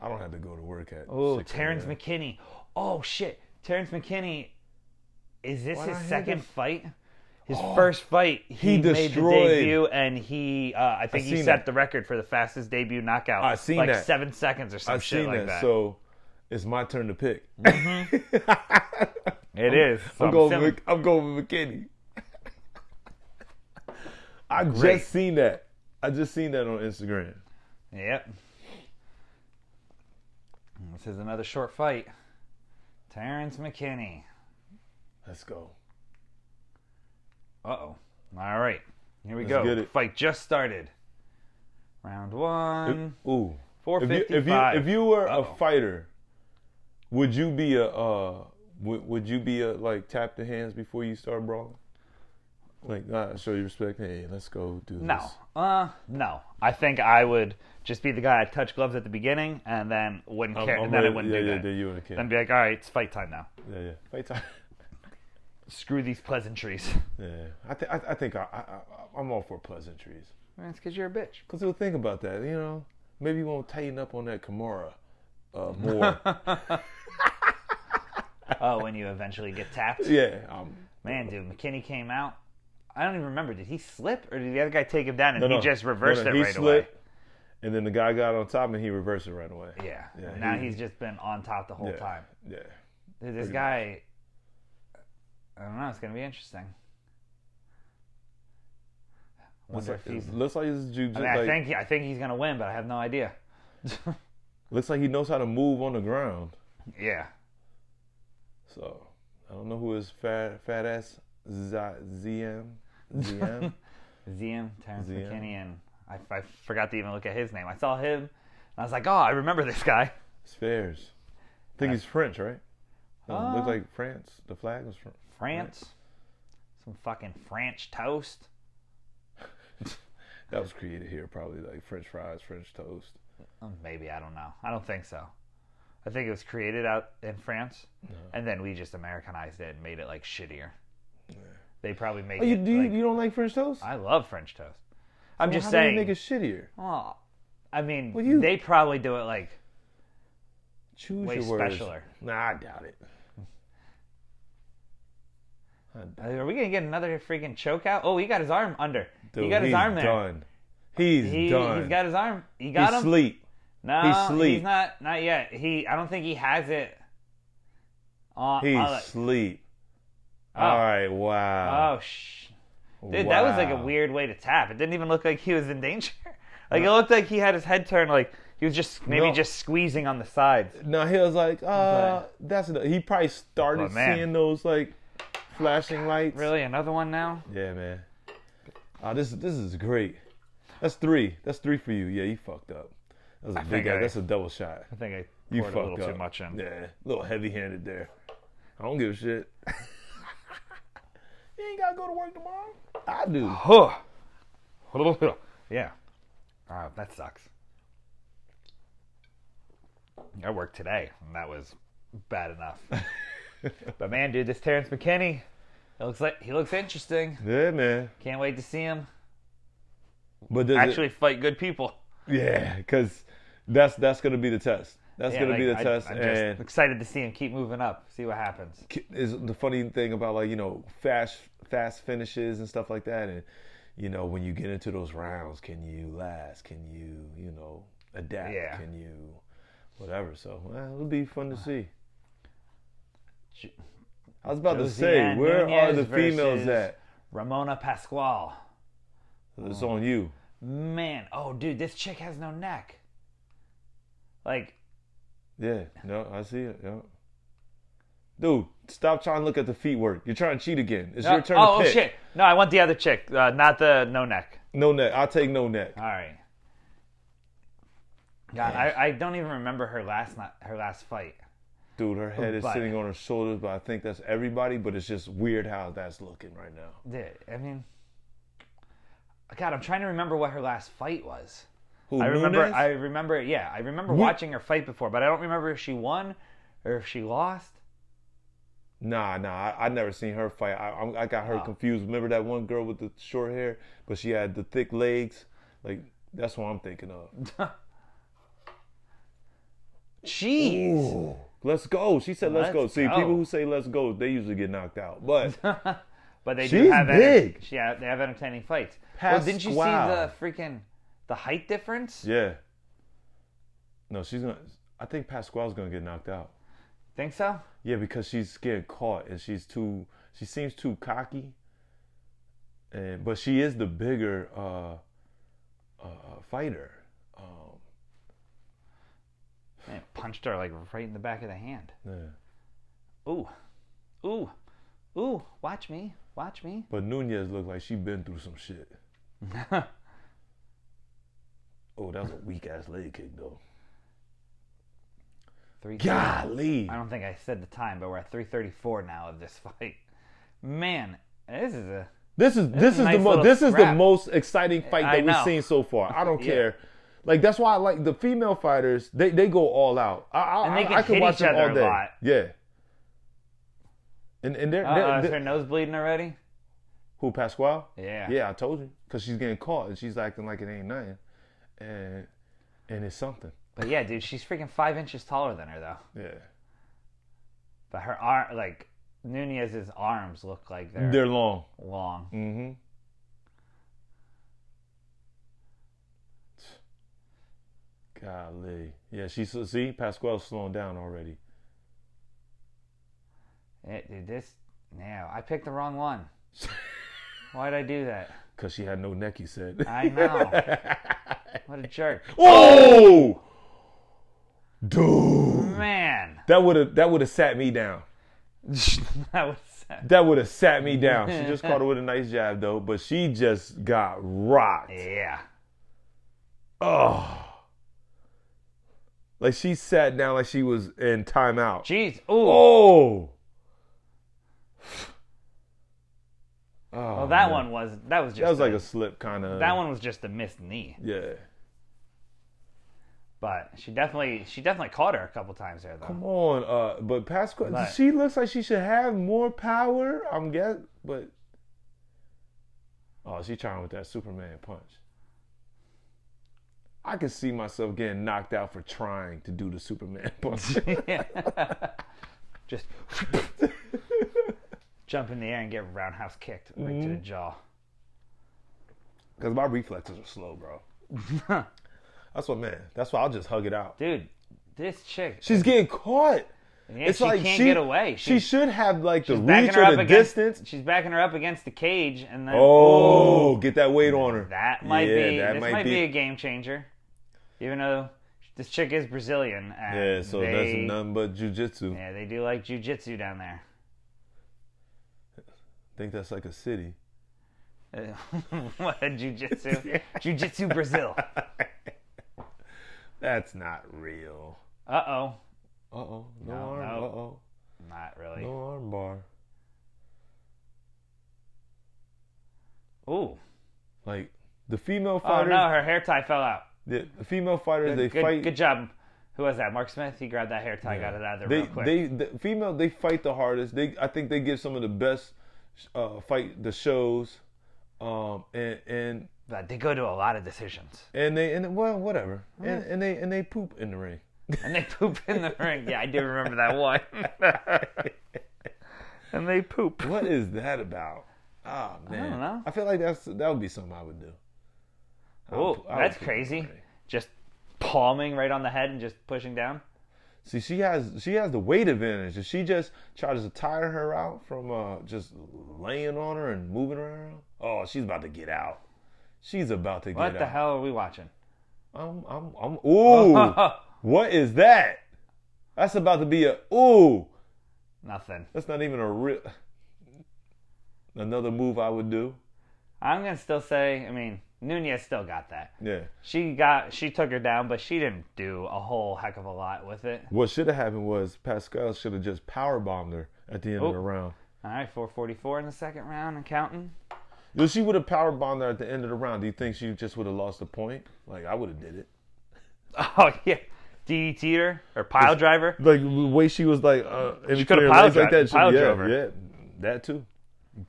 Speaker 1: I don't have to go to work at.
Speaker 3: Oh,
Speaker 1: 6
Speaker 3: Terrence
Speaker 1: a.m.
Speaker 3: McKinney. Oh shit, Terrence McKinney. Is this
Speaker 1: Why
Speaker 3: his
Speaker 1: not him? Oh,
Speaker 3: second fight? His first fight, he, made the
Speaker 1: destroyed-
Speaker 3: debut, and he, uh, I think he
Speaker 1: seen
Speaker 3: set
Speaker 1: that.
Speaker 3: the record for the fastest debut knockout.
Speaker 1: I seen
Speaker 3: like
Speaker 1: that.
Speaker 3: seven seconds or some
Speaker 1: I've
Speaker 3: shit
Speaker 1: seen
Speaker 3: like
Speaker 1: that,
Speaker 3: that.
Speaker 1: so it's my turn to pick.
Speaker 3: it is. So
Speaker 1: I'm,
Speaker 3: I'm
Speaker 1: going
Speaker 3: sim-
Speaker 1: with, I'm going with McKinney. I
Speaker 3: Great.
Speaker 1: just seen that. I just seen that on Instagram.
Speaker 3: Yep. This is another short fight. Terrence McKinney.
Speaker 1: Let's go.
Speaker 3: Uh oh. All right. Here we
Speaker 1: Let's
Speaker 3: go.
Speaker 1: get it.
Speaker 3: Fight just started. Round one,
Speaker 1: Ooh.
Speaker 3: four
Speaker 1: If you, if you
Speaker 3: fifty-five.
Speaker 1: if you were
Speaker 3: Uh-oh.
Speaker 1: a fighter, would you be a uh would, would you be a like tap the hands before you start brawling? Like nah, show your respect. Hey, let's go do
Speaker 3: no,
Speaker 1: this.
Speaker 3: uh, no. I think I would just be the guy I touch gloves at the beginning, and then wouldn't
Speaker 1: I'm-
Speaker 3: care,
Speaker 1: I'm
Speaker 3: and then I
Speaker 1: ready.
Speaker 3: wouldn't
Speaker 1: Oh, yeah,
Speaker 3: do
Speaker 1: yeah,
Speaker 3: that.
Speaker 1: Then you and a kid.
Speaker 3: Then be like, all right, it's fight time now.
Speaker 1: yeah, yeah. Fight time.
Speaker 3: Screw these pleasantries.
Speaker 1: Yeah, I, th- I, I think I, I, I, I'm all for pleasantries.
Speaker 3: That's because you're a bitch.
Speaker 1: Cause you'll think about that, you know. Maybe you won't tighten up on that Kimura uh, more.
Speaker 3: Oh, when you eventually get tapped.
Speaker 1: yeah, um,
Speaker 3: Man, dude, McKinney came out. I don't even remember. Did he slip or did the other guy take him down and
Speaker 1: no,
Speaker 3: he
Speaker 1: no.
Speaker 3: just
Speaker 1: No,
Speaker 3: reversed
Speaker 1: no,
Speaker 3: it
Speaker 1: he
Speaker 3: right
Speaker 1: slid, And then the guy got on top, and he reversed it right away.
Speaker 3: away? Yeah.
Speaker 1: Yeah,
Speaker 3: now
Speaker 1: he-
Speaker 3: he's just been on top the whole
Speaker 1: yeah,
Speaker 3: time.
Speaker 1: Yeah,
Speaker 3: Dude, This guy. I don't know. It's gonna be interesting.
Speaker 1: looks
Speaker 3: Wonder
Speaker 1: like,
Speaker 3: if he's.
Speaker 1: it looks like it's
Speaker 3: I,
Speaker 1: juju.
Speaker 3: mean, I
Speaker 1: like,
Speaker 3: think I think he's gonna win, but I have no idea.
Speaker 1: looks like he knows how to move on the ground.
Speaker 3: yeah.
Speaker 1: So I don't know who his fat fat ass Z- ZM ZM.
Speaker 3: ZM, Terrence
Speaker 1: ZM.
Speaker 3: McKinney, and I, I forgot to even look at his name. I saw him, and I was like, oh, I remember this guy.
Speaker 1: it's Fairs. I think he's French, right? No, it
Speaker 3: Uh,
Speaker 1: looks like France. The flag was from.
Speaker 3: France. Some fucking French toast.
Speaker 1: That was created here, probably like French fries, French toast.
Speaker 3: Um, Maybe I don't know. I don't think so. I think it was created out in France, and then we just Americanized it and made it like shittier. They probably make
Speaker 1: Oh, you
Speaker 3: it.
Speaker 1: do you,
Speaker 3: like-
Speaker 1: you don't like French toast?
Speaker 3: I love French toast. I'm
Speaker 1: Well,
Speaker 3: just
Speaker 1: how
Speaker 3: saying.
Speaker 1: Do you make it shittier.
Speaker 3: well, I mean,
Speaker 1: Well, you-
Speaker 3: they probably do it like
Speaker 1: Choose
Speaker 3: way
Speaker 1: your words.
Speaker 3: specialer.
Speaker 1: Nah, I doubt it.
Speaker 3: Are we gonna get another freaking choke out? Oh, he got his arm under.
Speaker 1: Dude,
Speaker 3: he got his
Speaker 1: he's
Speaker 3: arm there.
Speaker 1: Done. He's
Speaker 3: He,
Speaker 1: done.
Speaker 3: has got his arm. He
Speaker 1: he's
Speaker 3: got him.
Speaker 1: sleep.
Speaker 3: No,
Speaker 1: He's sleep.
Speaker 3: not. Not yet. He. I don't think he has it. Uh,
Speaker 1: He's
Speaker 3: uh,
Speaker 1: sleep.
Speaker 3: oh,
Speaker 1: All right. Wow.
Speaker 3: oh, sh- dude, that was like a
Speaker 1: uh, Wow.
Speaker 3: weird way to tap. It didn't even look like he was in danger. Like it looked like he had his head turned. Like he was just maybe
Speaker 1: No.
Speaker 3: just squeezing on the sides.
Speaker 1: No, he was like, uh, that's enough. He probably started
Speaker 3: But, man.
Speaker 1: seeing those like flashing lights.
Speaker 3: Really, another one now?
Speaker 1: Yeah, man. Ah, this this is great. That's three. That's three for you. Yeah, you fucked up. That was a big
Speaker 3: think
Speaker 1: guy.
Speaker 3: I-
Speaker 1: That's a double shot.
Speaker 3: I think I
Speaker 1: You
Speaker 3: poured a
Speaker 1: fucked
Speaker 3: little
Speaker 1: up.
Speaker 3: too much in.
Speaker 1: Yeah, a little heavy-handed there. I don't give a shit. you ain't gotta go to work tomorrow. I do.
Speaker 3: Huh. yeah. Oh, that sucks. I worked today, and that was bad enough. but man, dude, this Terrence McKinney, it looks like he looks interesting.
Speaker 1: Yeah, man.
Speaker 3: Can't wait to see him
Speaker 1: But does it-
Speaker 3: actually fight good people.
Speaker 1: yeah, because that's that's gonna be the test. That's
Speaker 3: Yeah,
Speaker 1: gonna be the
Speaker 3: like, I-
Speaker 1: test.
Speaker 3: I'm just
Speaker 1: and
Speaker 3: excited to see him keep moving up, see what happens.
Speaker 1: ki- is the funny thing about like you know fast fast finishes and stuff like that, and you know when you get into those rounds, can you last? Can you you know adapt?
Speaker 3: Yeah. Uh,
Speaker 1: Can you whatever? So well, it'll be fun to see.
Speaker 3: J-
Speaker 1: I was about to
Speaker 3: Josie
Speaker 1: say,
Speaker 3: Ann
Speaker 1: where are the
Speaker 3: Nunez
Speaker 1: females
Speaker 3: versus-
Speaker 1: at?
Speaker 3: Ramona Pasquale.
Speaker 1: It's on you.
Speaker 3: Man, oh dude, this chick has no neck. Like,
Speaker 1: Yeah, no, I see it. Yeah. Dude, stop trying to look at the feet work. You're trying to cheat again. It's
Speaker 3: no-
Speaker 1: your turn
Speaker 3: oh,
Speaker 1: to
Speaker 3: oh
Speaker 1: pick.
Speaker 3: shit. No, I want the other chick, uh, not the no neck.
Speaker 1: No neck. I'll take no neck.
Speaker 3: All right. God, I, I don't even remember her last not, her last fight.
Speaker 1: Dude, her head is
Speaker 3: But-
Speaker 1: sitting on her shoulders, but I think that's everybody. But it's just weird how that's looking right now.
Speaker 3: Dude, I mean, God, I'm trying to remember what her last fight was.
Speaker 1: Who,
Speaker 3: I remember,
Speaker 1: Nunes?
Speaker 3: I remember, yeah, I remember watching her fight before, but I don't remember if she won or if she lost.
Speaker 1: Nah, nah. I, I never seen her fight. I, I'm- I
Speaker 3: Oh.
Speaker 1: got her confused. Remember that one girl with the short hair, but she had the thick legs. Like that's what I'm thinking of.
Speaker 3: Jeez,
Speaker 1: Ooh, let's go. She said, "Let's,
Speaker 3: Let's
Speaker 1: go." See,
Speaker 3: go.
Speaker 1: people who say "Let's go," they usually get knocked out. But
Speaker 3: but they do
Speaker 1: She's
Speaker 3: have enter-
Speaker 1: big.
Speaker 3: she ha- they have entertaining fights. Well, didn't you see the
Speaker 1: Pasquale.
Speaker 3: freaking the height difference?
Speaker 1: yeah, no, she's gonna. I think Pasquale's gonna get knocked out.
Speaker 3: Think so?
Speaker 1: Yeah, because she's getting caught and she's too. She seems too cocky. And but she is the bigger uh, uh, fighter. Um,
Speaker 3: Man, punched her like right in the back of the hand.
Speaker 1: yeah.
Speaker 3: Ooh, ooh, ooh! Watch me, watch me.
Speaker 1: But Nunez looked like she been through some shit. Oh, that was a weak ass leg kick though.
Speaker 3: Three.
Speaker 1: Golly.
Speaker 3: I don't think I said the time, but we're at 3:34 now of this fight. Man, this is a
Speaker 1: This is this, is,
Speaker 3: is a nice
Speaker 1: the mo-
Speaker 3: little
Speaker 1: this is the
Speaker 3: scrap.
Speaker 1: most exciting fight
Speaker 3: I
Speaker 1: that
Speaker 3: know.
Speaker 1: we've seen so far. I don't
Speaker 3: Yeah.
Speaker 1: care. Like that's why I like the female fighters. They they go all out. I I,
Speaker 3: And they
Speaker 1: I-
Speaker 3: can
Speaker 1: I could
Speaker 3: hit
Speaker 1: watch
Speaker 3: each
Speaker 1: them
Speaker 3: other
Speaker 1: all
Speaker 3: a
Speaker 1: day.
Speaker 3: lot.
Speaker 1: Yeah. And and they're,
Speaker 3: uh,
Speaker 1: they're-
Speaker 3: is
Speaker 1: they're-
Speaker 3: her nose bleeding already?
Speaker 1: who Pasquale?
Speaker 3: Yeah.
Speaker 1: Yeah, I told you because she's getting caught and she's acting like it ain't nothing, and and it's something.
Speaker 3: But yeah, dude, she's freaking five inches taller than her though.
Speaker 1: Yeah.
Speaker 3: But her arm, like Nunez's arms, look like they're,
Speaker 1: They're long.
Speaker 3: long.
Speaker 1: Mm-hmm. Golly. Yeah, she so see Pasquale's slowing down already.
Speaker 3: Eh, dude, this no, I picked the wrong one. Why did I do that?
Speaker 1: Cause she had no neck, he said.
Speaker 3: I know. what a jerk,
Speaker 1: oh, dude,
Speaker 3: man.
Speaker 1: that would have that would have sat me down.
Speaker 3: that was sad.
Speaker 1: That would have sat me down. She just caught her with a nice jab though, but she just got rocked.
Speaker 3: yeah.
Speaker 1: Oh, like she sat down like she was in timeout.
Speaker 3: Jeez. Ooh.
Speaker 1: Oh. Oh,
Speaker 3: well, that
Speaker 1: man.
Speaker 3: one was that was just
Speaker 1: That was like a slip, kind of.
Speaker 3: that one was just a missed knee.
Speaker 1: Yeah.
Speaker 3: But she definitely she definitely caught her a couple times there though.
Speaker 1: Come on, uh, but Pascal,
Speaker 3: Like-
Speaker 1: she looks like she should have more power. I'm guess, but oh, she trying with that Superman punch. I could see myself getting knocked out for trying to do the Superman punch.
Speaker 3: just jump in the air and get roundhouse kicked right to the
Speaker 1: Mm-hmm.
Speaker 3: jaw.
Speaker 1: Cause my reflexes are slow, bro. that's what, man. That's why I'll just hug it out.
Speaker 3: Dude, this chick,
Speaker 1: She's getting caught.
Speaker 3: yeah, she can't get away.
Speaker 1: She should have like the
Speaker 3: backing
Speaker 1: reach
Speaker 3: her
Speaker 1: or
Speaker 3: up
Speaker 1: the
Speaker 3: against-
Speaker 1: distance.
Speaker 3: She's backing her up against the cage, and then
Speaker 1: Oh,
Speaker 3: Ooh.
Speaker 1: get that weight on her.
Speaker 3: that might
Speaker 1: Yeah,
Speaker 3: be
Speaker 1: that
Speaker 3: this might,
Speaker 1: might
Speaker 3: be.
Speaker 1: be-
Speaker 3: a game changer. Even though this chick is Brazilian, and
Speaker 1: Yeah, so that's
Speaker 3: they-
Speaker 1: nothing but jujitsu.
Speaker 3: Yeah, they do like jujitsu down there.
Speaker 1: I think that's like a city.
Speaker 3: Uh, what jujitsu? jujitsu Brazil.
Speaker 1: That's not real.
Speaker 3: Uh oh,
Speaker 1: Uh oh. No,
Speaker 3: No,
Speaker 1: arm.
Speaker 3: no.
Speaker 1: Uh oh.
Speaker 3: not really.
Speaker 1: No arm bar.
Speaker 3: Ooh.
Speaker 1: Like the female
Speaker 3: Oh
Speaker 1: fighters.
Speaker 3: no, her hair tie fell out.
Speaker 1: the, the female fighters they
Speaker 3: good,
Speaker 1: fight.
Speaker 3: good job. Who was that? Mark Smith. He grabbed that hair tie, got it out of there
Speaker 1: They
Speaker 3: real quick.
Speaker 1: they the female they fight the hardest. They I think they give some of the best uh, fight the shows. Um and and
Speaker 3: but they go to a lot of decisions,
Speaker 1: and they and well whatever and, and they and they poop in the ring.
Speaker 3: and they poop in the ring. Yeah, I do remember that one. and they poop.
Speaker 1: What is that about? Oh man,
Speaker 3: know.
Speaker 1: feel like that's that would be something I would do. I would
Speaker 3: Oh,
Speaker 1: pu- I would
Speaker 3: that's
Speaker 1: poop in the
Speaker 3: crazy.
Speaker 1: ring.
Speaker 3: Just palming right on the head and just pushing down.
Speaker 1: See, she has she has the weight advantage. If she just tries to tire her out from uh, just laying on her and moving her around, oh, she's about to get out. She's about to
Speaker 3: What
Speaker 1: get
Speaker 3: the
Speaker 1: out.
Speaker 3: hell are we watching?
Speaker 1: I'm I'm I'm. Ooh, what is that? That's about to be a ooh.
Speaker 3: Nothing.
Speaker 1: That's not even a real. Another move I would do.
Speaker 3: I'm gonna still say. I mean, Nunez still got that.
Speaker 1: Yeah.
Speaker 3: She got. She took her down, but she didn't do a whole heck of a lot with it.
Speaker 1: What should have happened was Pascal should have just power bombed her at the end
Speaker 3: Oh.
Speaker 1: of the round.
Speaker 3: All right, 444 in the second round and counting.
Speaker 1: If she would have power bombed her at the end of the round, do you think she just would have lost a point? Like I would have did it.
Speaker 3: Oh yeah, DDT her or pile driver.
Speaker 1: Like the way she was like, uh, in
Speaker 3: She
Speaker 1: between
Speaker 3: could've pile
Speaker 1: legs
Speaker 3: dri- pile
Speaker 1: yeah,
Speaker 3: drove her.
Speaker 1: yeah, that too.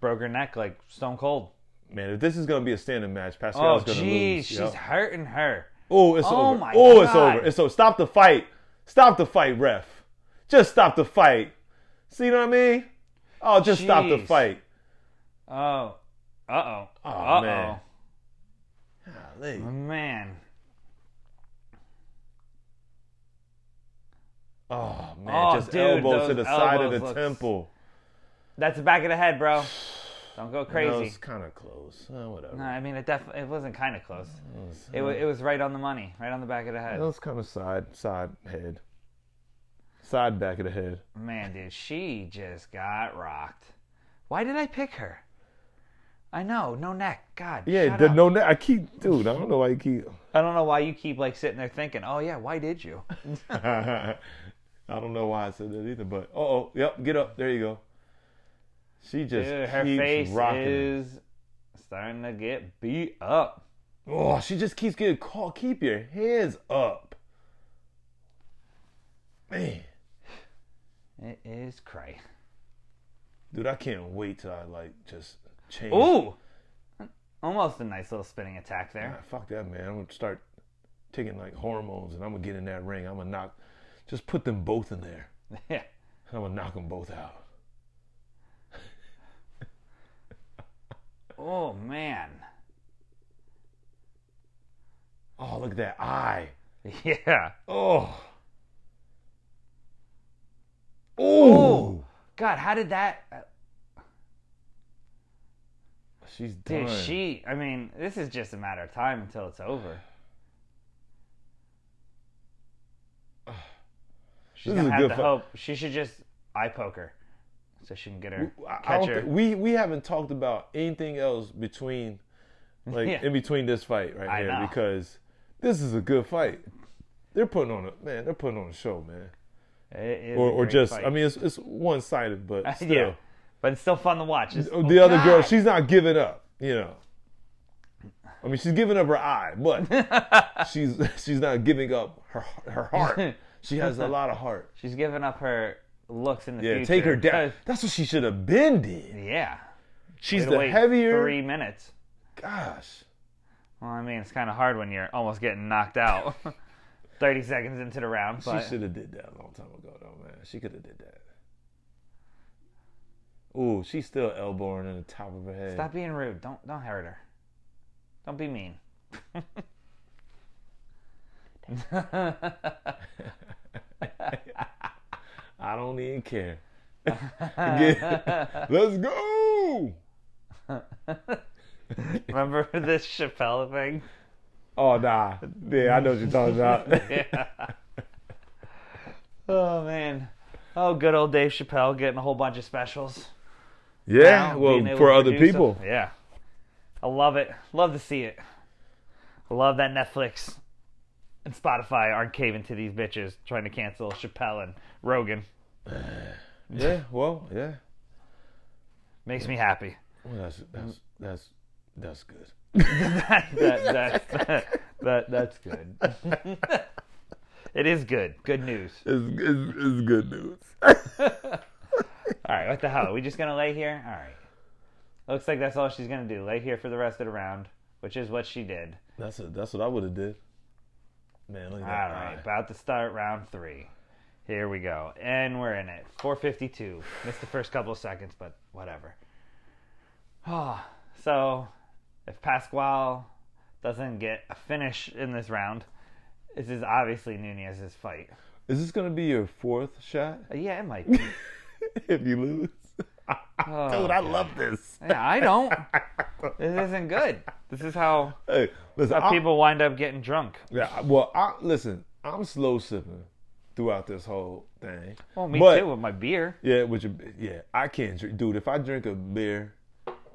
Speaker 3: broke her neck like Stone Cold.
Speaker 1: Man, if this is gonna be a standing match,
Speaker 3: Oh,
Speaker 1: Pascal's gonna
Speaker 3: geez,
Speaker 1: lose.
Speaker 3: she's
Speaker 1: Yup.
Speaker 3: hurting her.
Speaker 1: Oh, it's
Speaker 3: Oh
Speaker 1: over.
Speaker 3: my
Speaker 1: oh, it's
Speaker 3: God.
Speaker 1: over. It's over. Stop the fight. Stop the fight, ref. Just stop the fight. See what I mean? Oh, just stop the
Speaker 3: Jeez.
Speaker 1: fight.
Speaker 3: Oh, uh oh,
Speaker 1: Oh,
Speaker 3: uh
Speaker 1: man. Golly.
Speaker 3: oh, man.
Speaker 1: Oh man,
Speaker 3: Oh,
Speaker 1: just
Speaker 3: dude,
Speaker 1: elbow to the
Speaker 3: those
Speaker 1: side of
Speaker 3: elbows
Speaker 1: the
Speaker 3: looks-
Speaker 1: temple.
Speaker 3: That's the back of the head, bro. Don't go
Speaker 1: That
Speaker 3: crazy.
Speaker 1: was kind of close. Uh, whatever.
Speaker 3: No, I mean it. Def- it wasn't kind of close. It, wa it was right on the money, right on the back of the
Speaker 1: That
Speaker 3: head.
Speaker 1: was kind of side, side head, side back of the head.
Speaker 3: Man, dude, she just got rocked. Why did I pick her? I know, no neck. God.
Speaker 1: Yeah,
Speaker 3: shut
Speaker 1: the,
Speaker 3: up.
Speaker 1: no, I keep, dude. I don't know why you keep.
Speaker 3: I don't know why you keep like sitting there thinking, "Oh yeah, why did you?"
Speaker 1: I don't know why I said that either, but oh, yep, get up. There you go. She just
Speaker 3: Dude, her
Speaker 1: keeps
Speaker 3: face
Speaker 1: rocking. it.
Speaker 3: is starting to get beat up.
Speaker 1: Oh, she just keeps getting caught. Keep your hands up, man,
Speaker 3: It is cray.
Speaker 1: dude. I can't wait till I like just change.
Speaker 3: Ooh, almost a nice little spinning attack there.
Speaker 1: Ah, fuck that, man. I'm gonna start taking like hormones, and I'm gonna get in that ring. I'm gonna knock. Just put them both in there.
Speaker 3: Yeah.
Speaker 1: I'm gonna knock them both out.
Speaker 3: Oh man.
Speaker 1: Oh, look at that eye.
Speaker 3: Yeah.
Speaker 1: Oh.
Speaker 3: Oh.
Speaker 1: Oh.
Speaker 3: God, how did that?
Speaker 1: She's done.
Speaker 3: Dude, she. I mean, this is just a matter of time until it's over. She's
Speaker 1: This
Speaker 3: gonna
Speaker 1: is a
Speaker 3: have
Speaker 1: good
Speaker 3: to
Speaker 1: fi-
Speaker 3: hope. She should just eye poke her, so she can get her
Speaker 1: I- I
Speaker 3: catch
Speaker 1: don't
Speaker 3: her.
Speaker 1: thi- we we haven't talked about anything else between like
Speaker 3: Yeah.
Speaker 1: in between this fight right
Speaker 3: I
Speaker 1: here
Speaker 3: know.
Speaker 1: because this is a good fight. They're putting on a man. They're putting on a show, man.
Speaker 3: It is
Speaker 1: Or
Speaker 3: a
Speaker 1: or
Speaker 3: great
Speaker 1: just
Speaker 3: fight.
Speaker 1: I mean it's it's one sided, but still
Speaker 3: yeah, but it's still fun to watch. It's-
Speaker 1: the other girl
Speaker 3: God.
Speaker 1: she's not giving up. You know, I mean she's giving up her eye, but she's she's not giving up her her heart. She has a lot of heart.
Speaker 3: she's giving up her looks in the
Speaker 1: Yeah,
Speaker 3: future.
Speaker 1: take her down.
Speaker 3: because-
Speaker 1: That's what she should have been did.
Speaker 3: Yeah,
Speaker 1: She's
Speaker 3: Way to
Speaker 1: the
Speaker 3: wait
Speaker 1: heavier.
Speaker 3: three minutes.
Speaker 1: Gosh,
Speaker 3: Well, I mean, it's kind of hard when you're almost getting knocked out. Thirty seconds into the round, but
Speaker 1: she should have did that a long time ago, though, man. She could have did that. Ooh, she's still elbowing in the top of her head.
Speaker 3: stop being rude. Don't don't hurt her. Don't be mean.
Speaker 1: I don't even care. Get- Let's go.
Speaker 3: Remember this Chappelle thing?
Speaker 1: Oh nah, yeah, I know what you're talking about.
Speaker 3: Yeah. oh man. Oh, good old Dave Chappelle getting a whole bunch of specials.
Speaker 1: yeah,
Speaker 3: now, being
Speaker 1: well,
Speaker 3: able
Speaker 1: for
Speaker 3: to
Speaker 1: other
Speaker 3: produce
Speaker 1: people.
Speaker 3: them. Yeah. I love it. Love to see it. I love that Netflix and Spotify aren't caving to these bitches trying to cancel Chappelle and Rogan.
Speaker 1: Yeah, well, yeah.
Speaker 3: Makes me happy.
Speaker 1: Well, that's that's that's that's good.
Speaker 3: that, that's- that- that's good. it is good. Good news.
Speaker 1: It's, it's, it's good news.
Speaker 3: All right, what the hell? Are we just going to lay here? All right. Looks like that's all she's going to do. Lay here for the rest of the round, which is what she did.
Speaker 1: That's a, that's what I would have did. Man, look at
Speaker 3: All
Speaker 1: that.
Speaker 3: right,
Speaker 1: eye.
Speaker 3: about to start round three. Here we go, and we're in it. 4:52. Missed the first couple of seconds, but whatever. Ah, so if Pasquale doesn't get a finish in this round, this is obviously Nunez's fight.
Speaker 1: Is this gonna be your fourth shot
Speaker 3: Uh, Yeah, it might. Be.
Speaker 1: if you lose?
Speaker 3: Oh,
Speaker 1: Dude, I love this.
Speaker 3: yeah, I don't. This isn't good. This is how
Speaker 1: Hey, listen, I,
Speaker 3: people wind up getting drunk.
Speaker 1: yeah, I- well, I, listen, I'm slow sipping throughout this whole thing.
Speaker 3: Well, me
Speaker 1: But-
Speaker 3: too with my beer.
Speaker 1: Yeah, which yeah, I can't drink, dude. If I drink a beer,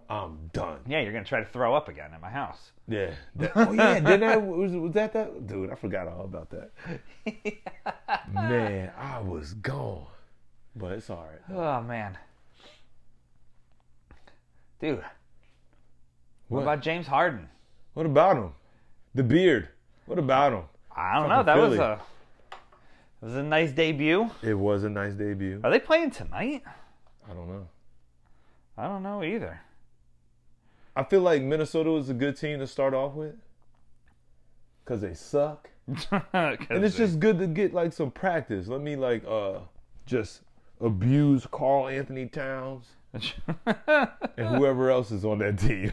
Speaker 1: I'm done.
Speaker 3: Yeah, you're gonna try to throw up again at my house.
Speaker 1: Yeah. That- oh yeah, did I was, was that that dude? I forgot all about that. Man, I was gone, but it's all right.
Speaker 3: Oh man, dude.
Speaker 1: What,
Speaker 3: What about James Harden?
Speaker 1: what about him? The beard. What about him?
Speaker 3: I don't know.
Speaker 1: Fucking
Speaker 3: That was
Speaker 1: Philly.
Speaker 3: a it was a nice debut.
Speaker 1: It was a nice debut.
Speaker 3: Are they playing tonight?
Speaker 1: I don't know.
Speaker 3: I don't know either.
Speaker 1: I feel like Minnesota was a good team to start off with because they suck,
Speaker 3: 'Cause
Speaker 1: and it's just good to get like some practice. Let me like uh just abuse Carl Anthony Towns and
Speaker 3: Uh.
Speaker 1: whoever else is on that team.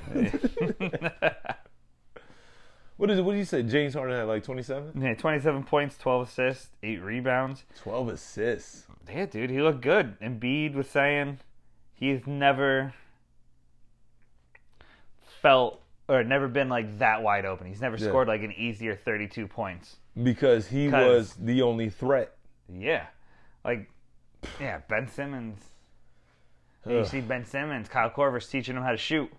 Speaker 1: what is it? What did you say? James Harden had like 27,
Speaker 3: yeah, twenty-seven points, twelve assists, eight rebounds.
Speaker 1: 12 assists.
Speaker 3: Yeah, dude, he looked good. Embiid was saying he's never felt or never been like that wide open. He's never scored like an easier thirty-two points.
Speaker 1: because he
Speaker 3: 'Cause-
Speaker 1: was the only threat.
Speaker 3: Yeah. Like, yeah, Ben Simmons. You
Speaker 1: Ugh.
Speaker 3: see Ben Simmons, Kyle Corver's teaching him how to shoot.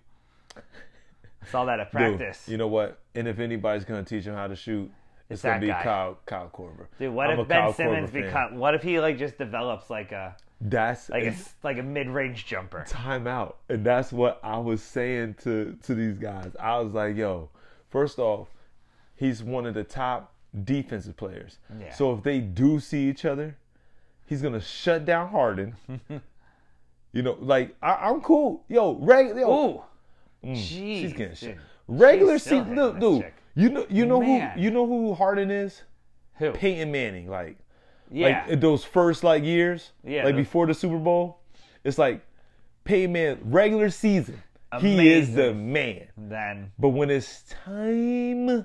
Speaker 3: I saw that at
Speaker 1: Dude,
Speaker 3: practice.
Speaker 1: you know what? And if anybody's gonna teach him how to shoot, it's, gonna
Speaker 3: that
Speaker 1: be
Speaker 3: guy.
Speaker 1: Kyle Kyle Korver.
Speaker 3: Dude, what
Speaker 1: I'm a
Speaker 3: if Ben
Speaker 1: Kyle
Speaker 3: Simmons
Speaker 1: Korver fan.
Speaker 3: become? What if he like just develops like a
Speaker 1: that's
Speaker 3: like a s- like a mid range jumper?
Speaker 1: time out. And that's what I was saying to to these guys. I was like, yo, first off, he's one of the top defensive players.
Speaker 3: Yeah.
Speaker 1: So if they do see each other, he's gonna shut down Harden. you know, like I, I'm cool. Yo, regular yo,
Speaker 3: Ooh, jeez,
Speaker 1: she's getting shit.
Speaker 3: dude.
Speaker 1: Regular
Speaker 3: She's still
Speaker 1: season
Speaker 3: hitting
Speaker 1: look,
Speaker 3: this
Speaker 1: dude.
Speaker 3: chick.
Speaker 1: You know you know
Speaker 3: Man.
Speaker 1: who you know who Harden is?
Speaker 3: Who?
Speaker 1: Peyton Manning, like
Speaker 3: yeah,
Speaker 1: like those first like years,
Speaker 3: Yeah,
Speaker 1: like
Speaker 3: those-
Speaker 1: before the Super Bowl, it's like payment regular season. He is the man.
Speaker 3: then
Speaker 1: But when it's time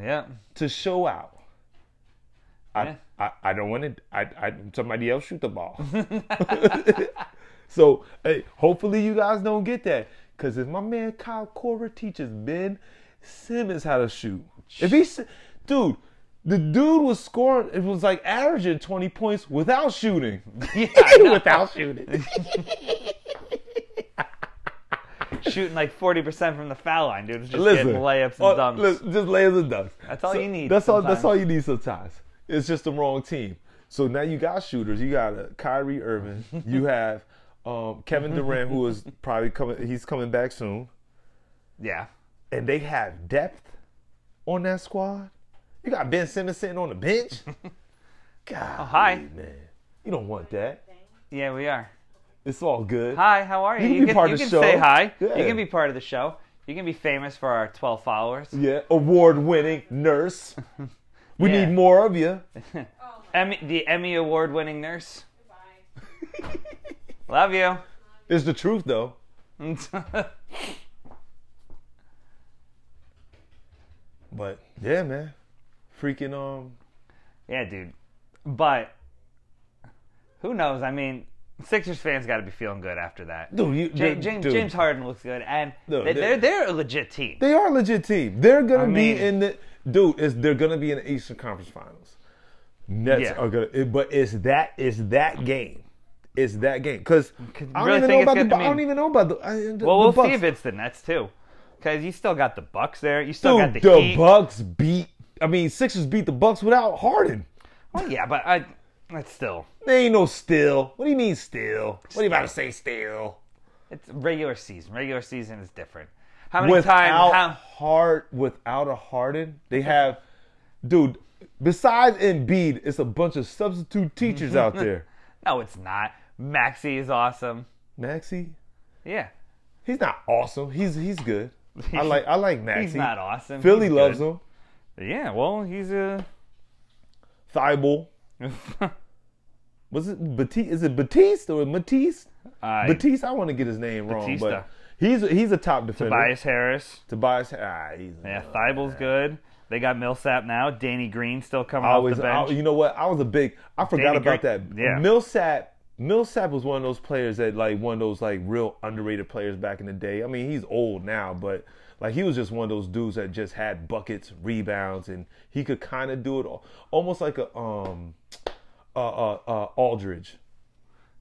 Speaker 3: yeah,
Speaker 1: to show out, I
Speaker 3: Yeah.
Speaker 1: I, I don't want to. I, I somebody else shoot the ball. so hey, hopefully you guys don't get that because if my man Kyle Korver teaches Ben Simmons how to shoot, if he's dude. The dude was scoring. It was like averaging twenty points without shooting.
Speaker 3: yeah, I know.
Speaker 1: without shooting.
Speaker 3: shooting like forty percent from the foul line, dude. It's just
Speaker 1: Listen,
Speaker 3: getting layups and
Speaker 1: oh,
Speaker 3: dumps.
Speaker 1: listen, just layups and dunks.
Speaker 3: That's all you need
Speaker 1: That's all. That's
Speaker 3: sometimes.
Speaker 1: all you need sometimes. It's just the wrong team. So now you got shooters. You got a Kyrie Irving. You have um, Kevin Durant, who is probably coming. He's coming back soon.
Speaker 3: yeah,
Speaker 1: And they have depth on that squad. You got Ben Simmons sitting on the bench. God,
Speaker 3: Oh, hi.
Speaker 1: man, you don't want that.
Speaker 3: yeah, we are.
Speaker 1: It's all good.
Speaker 3: Hi, how are you?
Speaker 1: You can be part
Speaker 3: you
Speaker 1: of the
Speaker 3: can
Speaker 1: show.
Speaker 3: say hi.
Speaker 1: Yeah.
Speaker 3: You can be part of the show. You can be famous for our twelve followers.
Speaker 1: Yeah, award-winning nurse. We
Speaker 3: Yeah.
Speaker 1: need more of you.
Speaker 3: Emmy, the Emmy award winning nurse. Love you.
Speaker 1: It's the truth, though. But yeah, man, freaking um,
Speaker 3: yeah, dude. But who knows? I mean, Sixers fans got to be feeling good after that.
Speaker 1: dude, you,
Speaker 3: Ja-
Speaker 1: dude,
Speaker 3: James,
Speaker 1: dude,
Speaker 3: James Harden looks good, and
Speaker 1: No,
Speaker 3: they- they're,
Speaker 1: they're-
Speaker 3: they're a legit team.
Speaker 1: they are a legit team. They're gonna
Speaker 3: I
Speaker 1: be
Speaker 3: mean-
Speaker 1: in the dude. Is they're gonna be in the Eastern Conference Finals. Nets
Speaker 3: Yeah.
Speaker 1: are gonna, it- but it's that it's that game. It's that game because I don't
Speaker 3: really
Speaker 1: even know
Speaker 3: think
Speaker 1: about
Speaker 3: it's
Speaker 1: the.
Speaker 3: gonna
Speaker 1: I don't
Speaker 3: mean-
Speaker 1: even know about the. I, the
Speaker 3: Well, we'll
Speaker 1: the Bucks.
Speaker 3: see if it's the Nets too, because you still got the Bucks there. You still
Speaker 1: Dude,
Speaker 3: got the,
Speaker 1: the
Speaker 3: Heat.
Speaker 1: Bucks beat. I mean, Sixers beat the Bucks without Harden.
Speaker 3: Well, yeah, but I, that's still
Speaker 1: They ain't no still. What do you mean still? What do you about to say still?
Speaker 3: it's regular season. Regular season is different. How many
Speaker 1: without
Speaker 3: times? How,
Speaker 1: Hard without a Harden, they have, dude. Besides Embiid, it's a bunch of substitute teachers out there.
Speaker 3: no, it's not. Maxi is awesome.
Speaker 1: Maxi,
Speaker 3: Yeah,
Speaker 1: he's not awesome. He's he's good. I like I like Maxi.
Speaker 3: he's not awesome.
Speaker 1: Philly
Speaker 3: He's
Speaker 1: loves
Speaker 3: good.
Speaker 1: him.
Speaker 3: Yeah, well, he's a.
Speaker 1: Thibault. Was it Batiste? Is it Batiste or Matisse?
Speaker 3: I-
Speaker 1: Batiste. I want to get his name wrong,
Speaker 3: Batista.
Speaker 1: but he's he's a top defender.
Speaker 3: Tobias Harris.
Speaker 1: Tobias. Ah, he's
Speaker 3: Yeah, Thibault's good. They got Millsap now. Danny Green still coming
Speaker 1: I
Speaker 3: off
Speaker 1: always,
Speaker 3: the
Speaker 1: I,
Speaker 3: bench.
Speaker 1: you know what? I was a big. I forgot
Speaker 3: Danny
Speaker 1: about
Speaker 3: Green-
Speaker 1: that.
Speaker 3: yeah.
Speaker 1: Millsap. Millsap was one of those players that like one of those like real underrated players back in the day. I mean, he's old now, but like he was just one of those dudes that just had buckets, rebounds, and he could kind of do it all, almost like a um, uh, uh, uh, Aldridge.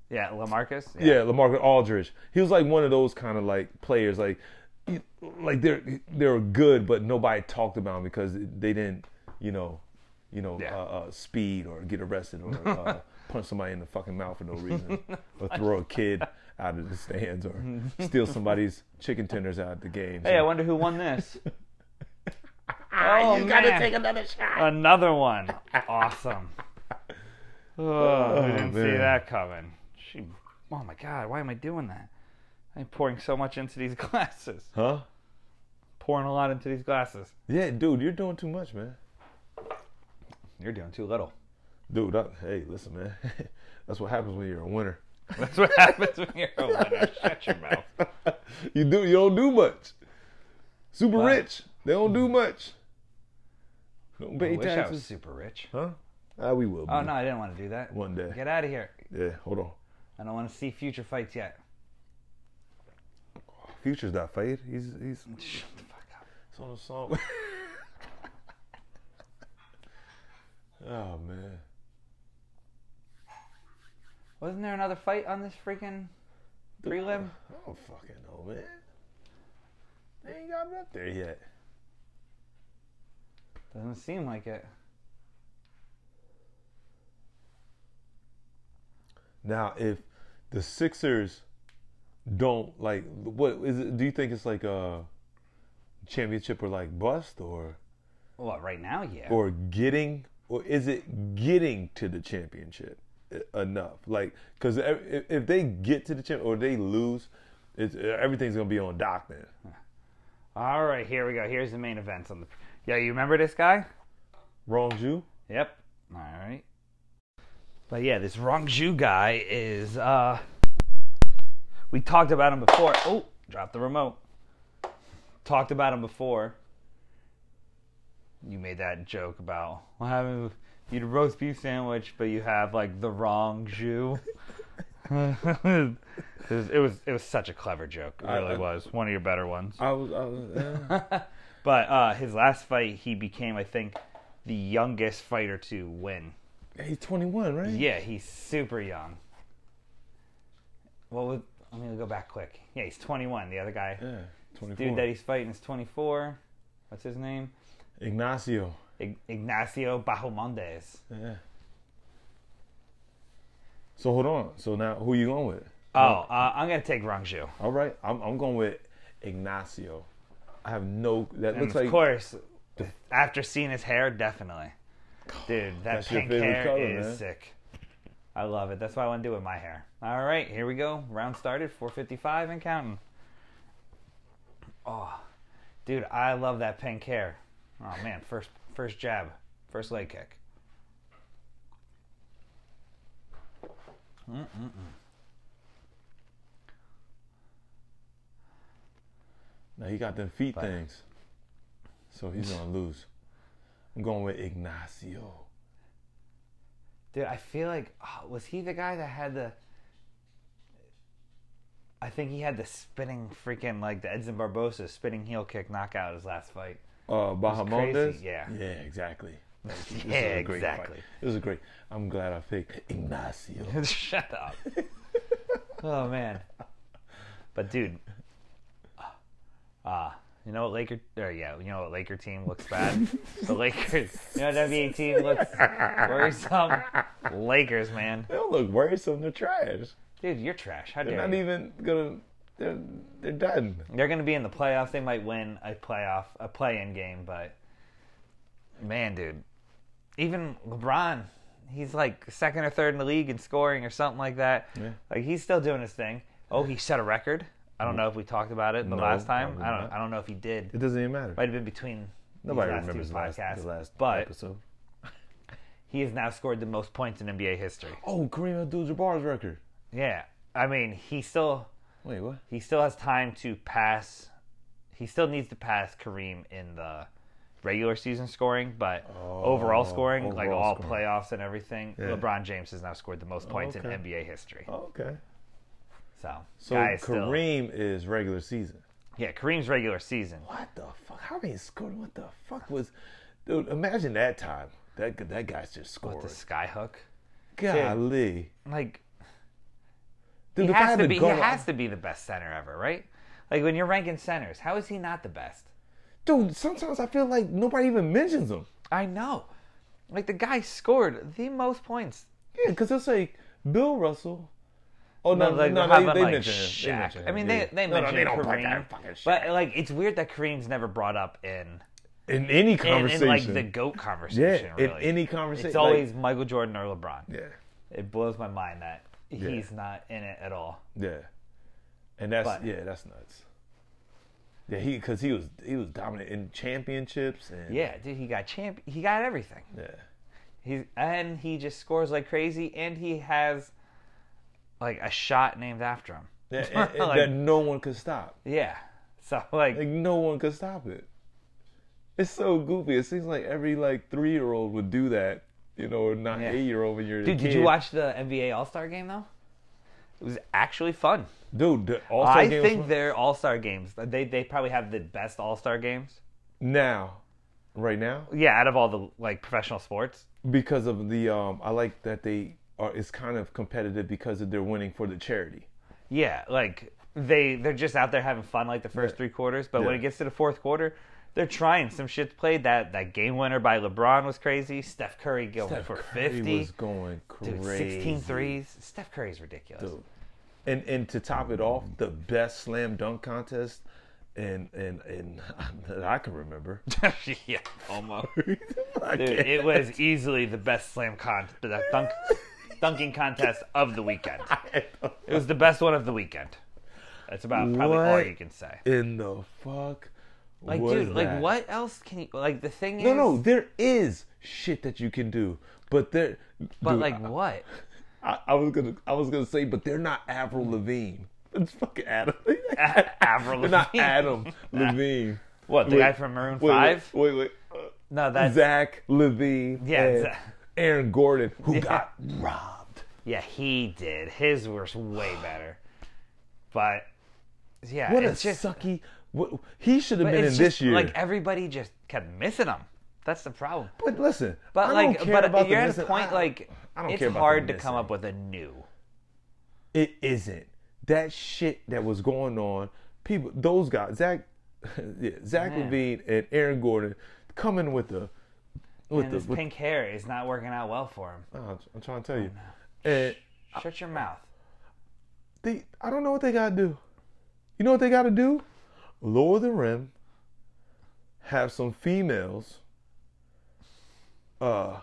Speaker 3: yeah, Lamarcus.
Speaker 1: Yeah, Lamarcus Aldridge. He was like one of those kind of like players, like you- like they're they were good, but nobody talked about them because they didn't, you know, you know,
Speaker 3: Yeah.
Speaker 1: uh, uh, speed or get arrested or uh, punch somebody in the fucking mouth for no reason, or throw a kid out of the stands or steal somebody's chicken tenders out of the game.
Speaker 3: Hey, I wonder who won this.
Speaker 4: Oh,
Speaker 3: oh,
Speaker 4: you gotta
Speaker 3: man. Uh,
Speaker 4: take another shot.
Speaker 3: Another one. Awesome. Oh, I didn't see
Speaker 1: man.
Speaker 3: that coming. She, oh my God, why am I doing that? I'm pouring so much into these glasses.
Speaker 1: huh?
Speaker 3: Pouring a lot into these glasses.
Speaker 1: Yeah, dude, you're doing too much, man.
Speaker 3: You're doing too little.
Speaker 1: Dude, I, hey, listen, man, that's what happens when you're a winner.
Speaker 3: That's what happens when you're a winner. Shut your mouth.
Speaker 1: you do you don't do much. Super
Speaker 3: Wow.
Speaker 1: rich. They don't do much. Don't
Speaker 3: I
Speaker 1: pay
Speaker 3: wish I was
Speaker 1: taxes.
Speaker 3: super rich.
Speaker 1: Huh? Ah, we will.
Speaker 3: Oh
Speaker 1: be.
Speaker 3: no, I didn't want to do that.
Speaker 1: One day.
Speaker 3: Get out of here.
Speaker 1: Yeah, hold on.
Speaker 3: I don't want to see future fights yet.
Speaker 1: Future's not fade. He's he's
Speaker 3: Shut the fuck up.
Speaker 1: it's on a song. oh man.
Speaker 3: Wasn't there another fight on this freaking prelim?
Speaker 1: I don't fucking know, man. They ain't got it up there yet.
Speaker 3: Doesn't seem like it.
Speaker 1: Now, if the Sixers don't like, what is it? Do you think it's like a championship or like bust or
Speaker 3: Well, right now, yeah.
Speaker 1: or getting or is it getting to the championship e- enough? Like, because if if they get to the champ or they lose, it's, e, everything's gonna be on Doc then.
Speaker 3: All right, here we go. Here's the main events on the. Yeah, you remember this guy?
Speaker 1: Wrong you?
Speaker 3: Yep. All right. But yeah, this Rongju guy is. uh We talked about him before. Oh, dropped the remote. Talked about him before. You made that joke about what happened. if You eat a roast beef sandwich, but you have like the wrong Jew. it, was, it was it was such a clever joke. It
Speaker 1: I-
Speaker 3: really
Speaker 1: I-
Speaker 3: was one of your better ones.
Speaker 1: I was. I was eh.
Speaker 3: But uh, his last fight, he became, I think, the youngest fighter to win.
Speaker 1: he's 21, right?
Speaker 3: Yeah, he's super young. What would I'm gonna go back quick. Yeah, he's 21. The other guy,
Speaker 1: Yeah, 24.
Speaker 3: dude that he's fighting, is 24. What's his name?
Speaker 1: Ignacio.
Speaker 3: Ig- Ignacio Bajomondes.
Speaker 1: Yeah. So hold on. So now, who you going with?
Speaker 3: Oh, uh, I'm gonna take Rongju.
Speaker 1: All right, I'm I'm going with Ignacio. I have no. That
Speaker 3: And
Speaker 1: looks
Speaker 3: of
Speaker 1: like
Speaker 3: course, after seeing his hair, definitely. Dude, that
Speaker 1: That's your
Speaker 3: pink
Speaker 1: favorite
Speaker 3: hair
Speaker 1: color,
Speaker 3: is
Speaker 1: man.
Speaker 3: sick. I love it. That's what I want to do with my hair. All right, here we go. Round started, 455 and counting. Oh, dude, I love that pink hair. Oh man, first first jab, first leg kick.
Speaker 1: now he got them feet things. So he's gonna lose. I'm going with Ignacio.
Speaker 3: Dude, I feel like oh, was he the guy that had the? I think he had the spinning freaking like the Edson Barbosa spinning heel kick knockout his last fight.
Speaker 1: Uh, Bahamondes.
Speaker 3: crazy, yeah.
Speaker 1: Yeah, exactly. This is
Speaker 3: yeah,
Speaker 1: a great fight.
Speaker 3: exactly.
Speaker 1: This is great. I'm glad I picked Ignacio.
Speaker 3: Shut up. oh man. But dude, ah, you know what Laker? Or yeah, you know what Laker team looks bad. the Lakers. You know what NBA team looks worrisome. Lakers, man.
Speaker 1: They don't look worrisome. They're trash.
Speaker 3: Dude, you're trash. How
Speaker 1: They're
Speaker 3: dare
Speaker 1: not
Speaker 3: you?
Speaker 1: even gonna. They're they're done.
Speaker 3: They're going to be in the playoffs. They might win a playoff, a play-in game, but man, dude, even LeBron, he's like second or third in the league in scoring or something like that.
Speaker 1: Yeah.
Speaker 3: Like he's still doing his thing. Oh, he set a record. I don't know if we talked about it the
Speaker 1: Mm-hmm. No,
Speaker 3: last time.
Speaker 1: probably
Speaker 3: I don't.
Speaker 1: not.
Speaker 3: I don't know if he did.
Speaker 1: It doesn't even matter.
Speaker 3: Might have been between
Speaker 1: Nobody
Speaker 3: these last
Speaker 1: remembers
Speaker 3: two
Speaker 1: the last,
Speaker 3: podcasts,
Speaker 1: the last
Speaker 3: but
Speaker 1: episode.
Speaker 3: he has now scored the most points in NBA history.
Speaker 1: Oh, Kareem Abdul-Jabbar's record.
Speaker 3: Yeah, I mean, he still
Speaker 1: Wait, what?
Speaker 3: he still has time to pass. He still needs to pass Kareem in the regular season scoring, but overall scoring, like
Speaker 1: Oh, overall
Speaker 3: all
Speaker 1: scoring.
Speaker 3: playoffs and everything,
Speaker 1: Yeah.
Speaker 3: LeBron James has now scored the most points
Speaker 1: okay.
Speaker 3: in NBA history.
Speaker 1: Okay.
Speaker 3: So,
Speaker 1: So
Speaker 3: guy is still-
Speaker 1: Kareem is regular season.
Speaker 3: yeah, Kareem's regular season.
Speaker 1: What the fuck? How many scored? What the fuck was? Dude, imagine that time. That g- that guy's just scoring.
Speaker 3: With the skyhook,
Speaker 1: Golly,
Speaker 3: like
Speaker 1: dude,
Speaker 3: he
Speaker 1: if I
Speaker 3: has
Speaker 1: had
Speaker 3: to be, he
Speaker 1: gun-
Speaker 3: has to be the best center ever, right? Like when you're ranking centers, how is he not the best?
Speaker 1: dude. Sometimes I feel like nobody even mentions him.
Speaker 3: I know, like the guy scored the most points
Speaker 1: Yeah, because it's like Bill Russell. Oh no,
Speaker 3: No, like,
Speaker 1: no,
Speaker 3: how
Speaker 1: they,
Speaker 3: about,
Speaker 1: they
Speaker 3: like,
Speaker 1: mention him. They
Speaker 3: Shaq?
Speaker 1: mention him,
Speaker 3: I mean,
Speaker 1: yeah.
Speaker 3: they they
Speaker 1: No, no,
Speaker 3: mentioned
Speaker 1: they don't put
Speaker 3: Kareem,
Speaker 1: that fucking shit.
Speaker 3: but like it's weird that Kareem's never brought up in
Speaker 1: in any
Speaker 3: in, in,
Speaker 1: conversation,
Speaker 3: like the goat conversation.
Speaker 1: yeah,
Speaker 3: really,
Speaker 1: in any conversation,
Speaker 3: it's always Michael Jordan or LeBron.
Speaker 1: yeah,
Speaker 3: It blows my mind that he's not in it at all.
Speaker 1: yeah, and that's
Speaker 3: But-
Speaker 1: yeah, that's nuts. Yeah, he because he was he was dominant in championships and
Speaker 3: Yeah, dude, he got champ, he got everything.
Speaker 1: yeah.
Speaker 3: He's and he just scores like crazy, and he has like a shot named after him.
Speaker 1: that, and- and
Speaker 3: Like-
Speaker 1: that no one could stop.
Speaker 3: Yeah, so like
Speaker 1: Like no one could stop it. It's so goofy. It seems like every like three year old would do that, you know, or not
Speaker 3: Yeah.
Speaker 1: eight year old when you're a
Speaker 3: Dude, did
Speaker 1: kid.
Speaker 3: you watch the NBA All Star game though? It was actually fun.
Speaker 1: Dude, the All Star
Speaker 3: I
Speaker 1: game.
Speaker 3: think
Speaker 1: Think that...
Speaker 3: their All Star games. They they probably have the best All Star games.
Speaker 1: Now, right now,
Speaker 3: Yeah, out of all the like professional sports.
Speaker 1: because of the um, I like that they are. It's kind of competitive because of they're winning for the charity.
Speaker 3: Yeah, like they they're just out there having fun like the first three quarters, but when
Speaker 1: Yeah.
Speaker 3: it gets to the fourth quarter, they're trying some shit's played. That that game winner by LeBron was crazy. Steph Curry going for
Speaker 1: Curry
Speaker 3: fifty.
Speaker 1: was going crazy.
Speaker 3: Dude, 16 threes. Steph Curry's ridiculous.
Speaker 1: Dude. And and to top it off, the best slam dunk contest, and and and that I can remember.
Speaker 3: yeah, almost.
Speaker 1: I
Speaker 3: Dude,
Speaker 1: can't-
Speaker 3: it was easily the best slam con, the dunk, dunking contest of the weekend. It was the best one of the weekend. That's about probably all
Speaker 1: What?
Speaker 3: you can say.
Speaker 1: in the fuck.
Speaker 3: Like,
Speaker 1: was
Speaker 3: dude,
Speaker 1: that?
Speaker 3: like what else can you? Like the thing is,
Speaker 1: No, no, there is shit that you can do, but there.
Speaker 3: but
Speaker 1: dude,
Speaker 3: like what?
Speaker 1: I, I was gonna, I was gonna say, but they're not Avril Lavigne. It's fucking Adam.
Speaker 3: Avril
Speaker 1: They're not
Speaker 3: Lavigne.
Speaker 1: Adam Levine.
Speaker 3: What the
Speaker 1: Wait,
Speaker 3: guy from Maroon
Speaker 1: wait,
Speaker 3: Five?
Speaker 1: Wait, wait. wait.
Speaker 3: No, that's
Speaker 1: Zach Levine.
Speaker 3: Yeah,
Speaker 1: and
Speaker 3: Zach.
Speaker 1: Aaron Gordon, who got robbed.
Speaker 3: yeah, he did. His was way better. But yeah,
Speaker 1: What
Speaker 3: it's
Speaker 1: a
Speaker 3: just
Speaker 1: sucky. What, he should have
Speaker 3: but
Speaker 1: been in
Speaker 3: it's
Speaker 1: this
Speaker 3: just,
Speaker 1: year.
Speaker 3: Like everybody just kept missing him. That's the problem.
Speaker 1: but listen,
Speaker 3: But
Speaker 1: I
Speaker 3: like,
Speaker 1: don't care
Speaker 3: but
Speaker 1: about the
Speaker 3: you're at a
Speaker 1: missing-
Speaker 3: point
Speaker 1: I-
Speaker 3: like
Speaker 1: I don't
Speaker 3: it's
Speaker 1: care about the
Speaker 3: hard to come
Speaker 1: missing.
Speaker 3: up with a new.
Speaker 1: It isn't. That shit that was going on, people, those guys, Zach, yeah, Zach
Speaker 3: Man.
Speaker 1: Levine and Aaron Gordon, coming with the, with
Speaker 3: And
Speaker 1: the,
Speaker 3: this
Speaker 1: with-
Speaker 3: pink hair is not working out well for him.
Speaker 1: Oh, I'm- I'm trying to tell you, and
Speaker 3: Shut your mouth.
Speaker 1: they, I don't know what they gotta do. You know what they gotta do? Lower the rim, have some females, uh,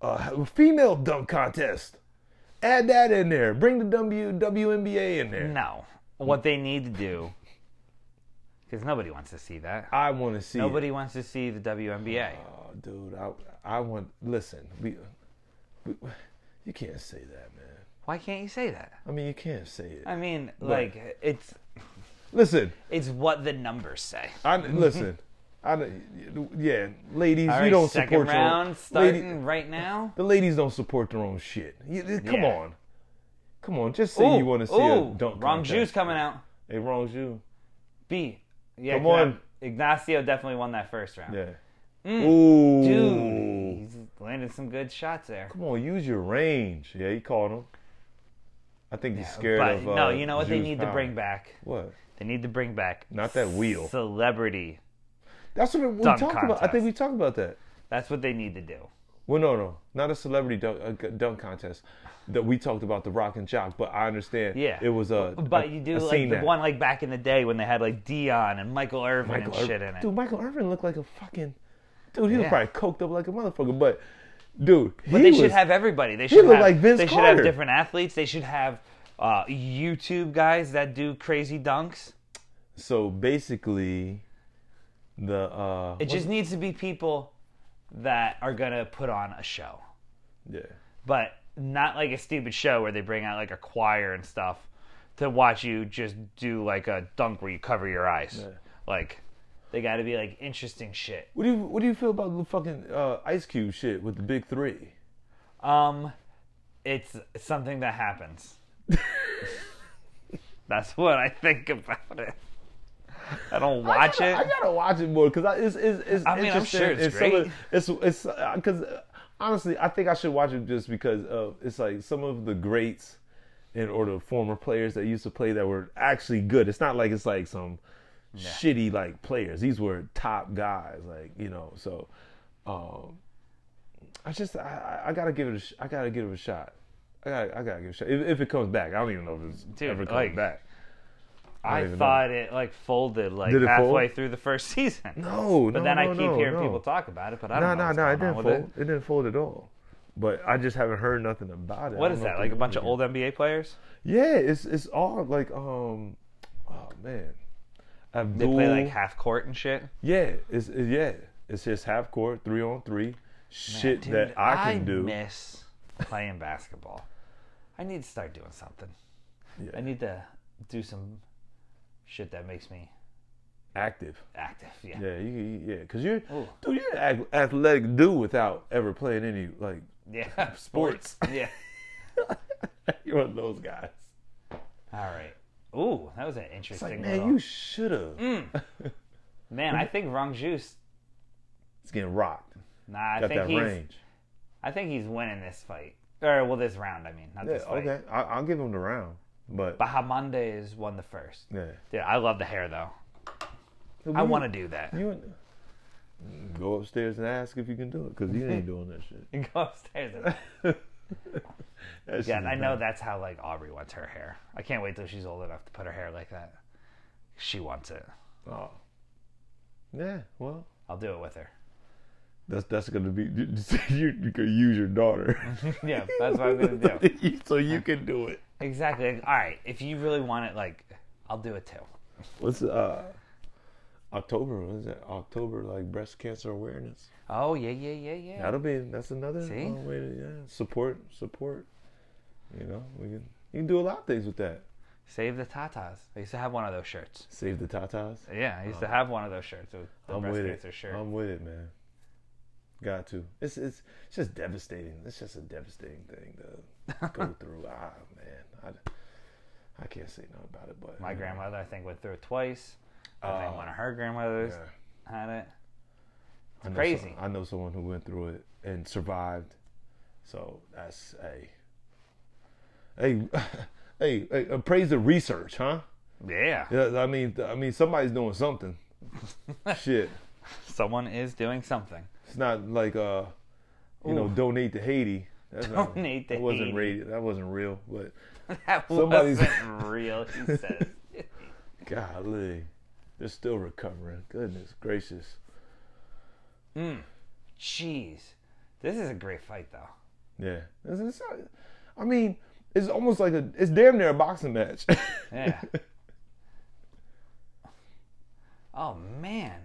Speaker 1: uh, have a female dunk contest. Add that in there. Bring the W WNBA in there.
Speaker 3: No, what they need to do, because nobody wants to see that.
Speaker 1: I want to see. it.
Speaker 3: Nobody wants to see the WNBA.
Speaker 1: Oh, dude, I I want listen. We, we you can't say that, man.
Speaker 3: Why can't you say that?
Speaker 1: I mean, you can't say it.
Speaker 3: I mean, like it's
Speaker 1: Listen,
Speaker 3: it's what the numbers say.
Speaker 1: I listen. I yeah, ladies,
Speaker 3: All
Speaker 1: you
Speaker 3: right,
Speaker 1: don't
Speaker 3: second
Speaker 1: support
Speaker 3: round
Speaker 1: your own, lady-
Speaker 3: starting right now.
Speaker 1: the ladies don't support their own shit. You- come
Speaker 3: Yeah.
Speaker 1: on, come on. Just say you want to see
Speaker 3: ooh,
Speaker 1: a dunk.
Speaker 3: wrong
Speaker 1: contest.
Speaker 3: juice coming out.
Speaker 1: It wrongs you.
Speaker 3: B. Yeah,
Speaker 1: Come on.
Speaker 3: Ignacio definitely won that first round.
Speaker 1: Yeah. Ooh,
Speaker 3: Mm, Dude, he's landed some good shots there.
Speaker 1: Come on, use your range. Yeah, he caught him. I think he's scared
Speaker 3: but
Speaker 1: of. Uh,
Speaker 3: no, you know what they
Speaker 1: Juice
Speaker 3: need to
Speaker 1: Power.
Speaker 3: bring back?
Speaker 1: What?
Speaker 3: They need to bring back
Speaker 1: Not that wheel.
Speaker 3: celebrity.
Speaker 1: That's what we
Speaker 3: Dunk
Speaker 1: talked about. I
Speaker 3: contest.
Speaker 1: think we talked about that.
Speaker 3: That's what they need to do.
Speaker 1: Well, no, no, not a celebrity dunk, a g- dunk contest that we talked about the Rock and Jock. But I understand.
Speaker 3: Yeah.
Speaker 1: it was a.
Speaker 3: But
Speaker 1: a-
Speaker 3: you do
Speaker 1: a
Speaker 3: like
Speaker 1: scene
Speaker 3: the
Speaker 1: that-
Speaker 3: one like back in the day when they had like Dion and Michael Irvin and shit in it.
Speaker 1: Dude, Michael Irvin looked like a fucking dude. He was
Speaker 3: Yeah.
Speaker 1: probably coked up like a motherfucker. But dude,
Speaker 3: But
Speaker 1: he
Speaker 3: they
Speaker 1: was,
Speaker 3: should have everybody. They should
Speaker 1: looked
Speaker 3: have
Speaker 1: like Vince
Speaker 3: they should have
Speaker 1: Carter.
Speaker 3: different athletes. They should have uh, YouTube guys that do crazy dunks.
Speaker 1: So basically, the uh,
Speaker 3: It just needs to be people that are gonna put on a show,
Speaker 1: yeah,
Speaker 3: but not like a stupid show where they bring out like a choir and stuff to watch you just do like a dunk where you cover your eyes. Like they got to be like interesting shit.
Speaker 1: what do you what do you feel about the fucking uh, Ice Cube shit with the big three?
Speaker 3: Um, it's something that happens. That's what I think about it. I don't watch
Speaker 1: I
Speaker 3: it.
Speaker 1: gotta watch it more because it's, it's it's
Speaker 3: I mean, I'm
Speaker 1: interesting.
Speaker 3: sure it's
Speaker 1: some
Speaker 3: great.
Speaker 1: of- It's it's because honestly, I think I should watch it just because of it's like some of the greats and or the former players that used to play that were actually good. It's not like it's like some shitty like players. These were top guys, like you know. So, um, I just I, I I gotta give it a sh- I gotta give it a shot. I gotta I gotta give it a shot if, if it comes back. I don't even know if it's
Speaker 3: Dude,
Speaker 1: ever coming
Speaker 3: like-
Speaker 1: back.
Speaker 3: I,
Speaker 1: don't even know.
Speaker 3: thought it like folded like
Speaker 1: Did it
Speaker 3: halfway
Speaker 1: fold?
Speaker 3: through the first season.
Speaker 1: No,
Speaker 3: But
Speaker 1: no,
Speaker 3: then I
Speaker 1: no,
Speaker 3: keep
Speaker 1: no,
Speaker 3: hearing
Speaker 1: no.
Speaker 3: people talk about it, but I
Speaker 1: No,
Speaker 3: don't
Speaker 1: no,
Speaker 3: know.
Speaker 1: no, it
Speaker 3: what's going
Speaker 1: didn't
Speaker 3: on
Speaker 1: fold.
Speaker 3: with
Speaker 1: It. didn't fold at all. But I just haven't heard nothing about it.
Speaker 3: What
Speaker 1: I
Speaker 3: is
Speaker 1: don't know
Speaker 3: that?
Speaker 1: if
Speaker 3: Like
Speaker 1: they
Speaker 3: a bunch
Speaker 1: did
Speaker 3: of old NBA players?
Speaker 1: it. Yeah, it's it's all like um, oh man, Abdul.
Speaker 3: They play like half court and shit.
Speaker 1: yeah, it's it- yeah, it's just half court, three on three, shit
Speaker 3: Dude,
Speaker 1: that I can do.
Speaker 3: miss playing basketball. I need to start doing something.
Speaker 1: Yeah.
Speaker 3: I need to do some shit that makes me
Speaker 1: Active.
Speaker 3: active. Yeah.
Speaker 1: Yeah, you, you, yeah, cause you're
Speaker 3: Ooh.
Speaker 1: dude, you're an ath- athletic dude without ever playing any like
Speaker 3: Yeah.
Speaker 1: sports.
Speaker 3: yeah.
Speaker 1: you're one of those guys.
Speaker 3: All right. Ooh, that was an
Speaker 1: It's like
Speaker 3: interesting
Speaker 1: man,
Speaker 3: little-
Speaker 1: you should have.
Speaker 3: Mm. man, I think Wrong Juice.
Speaker 1: It's getting rocked.
Speaker 3: Nah, I
Speaker 1: Got
Speaker 3: think
Speaker 1: that
Speaker 3: he's.
Speaker 1: range.
Speaker 3: I think he's winning this fight. Or well, this round. I mean, not
Speaker 1: Yeah,
Speaker 3: this fight.
Speaker 1: okay, I, I'll give him the round. But
Speaker 3: Baja Mondays won the first.
Speaker 1: yeah,
Speaker 3: Dude, I love the hair though. I
Speaker 1: Mm-hmm.
Speaker 3: want to do that.
Speaker 1: to. You go upstairs and ask if you can do it because you ain't doing that shit.
Speaker 3: You go upstairs. And,
Speaker 1: That shit
Speaker 3: yeah,
Speaker 1: is
Speaker 3: I know
Speaker 1: bad.
Speaker 3: that's how like Aubrey wants her hair. I can't wait till she's old enough to put her hair like that. She wants it.
Speaker 1: Oh. Yeah, well,
Speaker 3: I'll do it with her.
Speaker 1: that's that's gonna be you. You could use your daughter,
Speaker 3: Yeah, that's what I'm gonna do.
Speaker 1: so you can do it.
Speaker 3: Exactly. All right. If you really want it, like, I'll do it too.
Speaker 1: What's uh October? What is that? October like breast cancer awareness.
Speaker 3: Oh yeah, yeah, yeah, yeah.
Speaker 1: That'll be that's another
Speaker 3: See?
Speaker 1: uh, way to yeah support support. You know we can you can do a lot of things with that.
Speaker 3: Save the tatas. I used to have one of those shirts.
Speaker 1: Save the tatas.
Speaker 3: Yeah, I used to have one of those shirts. With the
Speaker 1: Oh. I'm
Speaker 3: breast
Speaker 1: with
Speaker 3: cancer
Speaker 1: it.
Speaker 3: shirt.
Speaker 1: I'm with it, man. Got to. It's it's it's just devastating. It's just a devastating thing to go through. Ah, man, I, I can't say nothing about it, but
Speaker 3: My grandmother, I think, went through it twice. I think
Speaker 1: Oh.
Speaker 3: one of her grandmothers
Speaker 1: Yeah.
Speaker 3: had it.
Speaker 1: I know
Speaker 3: crazy.
Speaker 1: some- I know someone who went through it and survived. So that's a hey hey, hey appraise the research, huh?
Speaker 3: Yeah.
Speaker 1: Yeah, I mean I mean somebody's doing something. Shit.
Speaker 3: Someone is doing something.
Speaker 1: It's not like uh you know, donate to Haiti. That's not,
Speaker 3: Donate to
Speaker 1: that wasn't
Speaker 3: Haiti.
Speaker 1: rated. That wasn't real, but
Speaker 3: That
Speaker 1: Somebody's-
Speaker 3: wasn't real, she says.
Speaker 1: golly. They're still recovering. Goodness gracious.
Speaker 3: Jeez. This is a great fight, though.
Speaker 1: Yeah. It's- it's not- I mean, it's almost like a it's damn near a boxing match.
Speaker 3: Yeah. oh, man.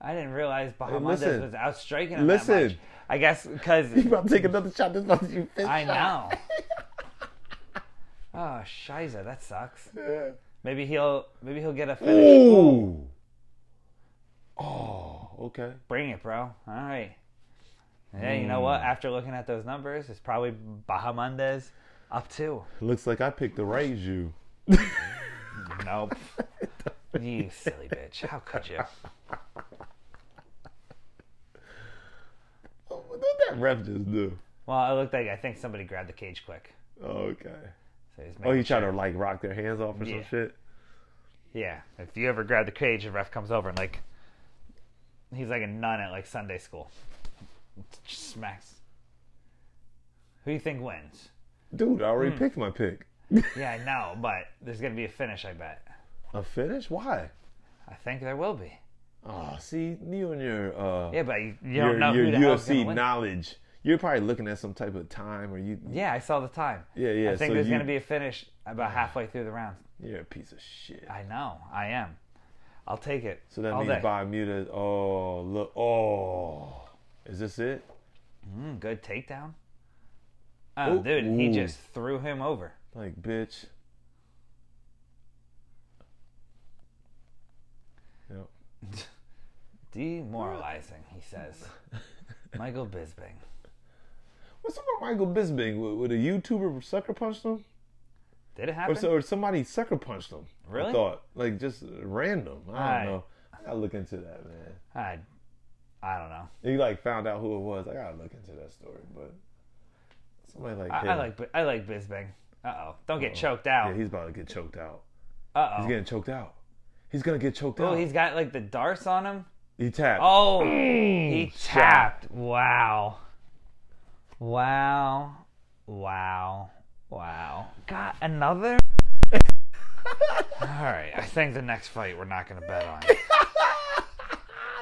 Speaker 3: I didn't realize Bahamondes
Speaker 1: listen.
Speaker 3: was outstriking him that much.
Speaker 1: Listen.
Speaker 3: I guess because
Speaker 1: you about to take another shot. This about to be fifth
Speaker 3: I
Speaker 1: shot.
Speaker 3: know. oh, shiza, that sucks.
Speaker 1: Yeah.
Speaker 3: Maybe he'll maybe he'll get a finish.
Speaker 1: Ooh. Oh, okay.
Speaker 3: Bring it, bro. All right. Yeah, you know what?
Speaker 1: Mm.
Speaker 3: After looking at those numbers, it's probably Bahamondes up two.
Speaker 1: Looks like I picked the right you.
Speaker 3: Nope. you silly bitch. How could you?
Speaker 1: Oh, what did that ref just do? Oh,
Speaker 3: Well, I looked like I think somebody grabbed the cage quick.
Speaker 1: Okay.
Speaker 3: So he's
Speaker 1: Oh,
Speaker 3: making
Speaker 1: you trying to like rock their hands off or
Speaker 3: Yeah.
Speaker 1: some shit?
Speaker 3: Yeah. If you ever grab the cage, the ref comes over and like he's like a nun at like Sunday school. Just smacks. Who do you think wins?
Speaker 1: Dude, I
Speaker 3: Mm.
Speaker 1: already picked my pick.
Speaker 3: Yeah, I know, but there's gonna be a finish, I bet.
Speaker 1: A finish? Why?
Speaker 3: I think there will be.
Speaker 1: Oh, see, you and your uh,
Speaker 3: Yeah, but you, you
Speaker 1: your,
Speaker 3: don't know
Speaker 1: your
Speaker 3: who the hell's gonna
Speaker 1: UFC
Speaker 3: win.
Speaker 1: knowledge. You're probably looking at some type of time, or you,
Speaker 3: yeah, I saw the time.
Speaker 1: Yeah, yeah,
Speaker 3: I think
Speaker 1: so
Speaker 3: there's
Speaker 1: you-
Speaker 3: gonna be a finish about halfway through the round.
Speaker 1: you're a piece of shit.
Speaker 3: I know. I am. I'll take it.
Speaker 1: So that
Speaker 3: all
Speaker 1: means
Speaker 3: day.
Speaker 1: Bermuda. Oh, look. Oh, is this it?
Speaker 3: Mm, good takedown. Oh,
Speaker 1: Ooh.
Speaker 3: dude, he
Speaker 1: Ooh.
Speaker 3: just threw him over.
Speaker 1: Like, bitch. Yep.
Speaker 3: Demoralizing, he says. Michael Bisping.
Speaker 1: What's up with Michael Bisping? Would, would a YouTuber sucker punch him,
Speaker 3: Did it
Speaker 1: or,
Speaker 3: happen?
Speaker 1: so, or somebody sucker punched him?
Speaker 3: Really?
Speaker 1: I thought like just random. I don't
Speaker 3: Alright.
Speaker 1: know. I gotta look into that, man.
Speaker 3: I, I don't know.
Speaker 1: He like found out who it was. I gotta look into that story, but somebody like
Speaker 3: I, I
Speaker 1: him.
Speaker 3: like Bi- I like Bisping. Uh oh, don't get choked
Speaker 1: Yeah,
Speaker 3: out.
Speaker 1: he's about to get choked out.
Speaker 3: uh
Speaker 1: He's
Speaker 3: oh.
Speaker 1: getting choked out. He's gonna get choked
Speaker 3: Oh,
Speaker 1: out.
Speaker 3: he's got like the darts on him.
Speaker 1: He tapped.
Speaker 3: Oh,
Speaker 1: Mm.
Speaker 3: he tapped. Wow. Wow. Wow. Wow. Got another? All right. I think the next fight we're not going to bet on.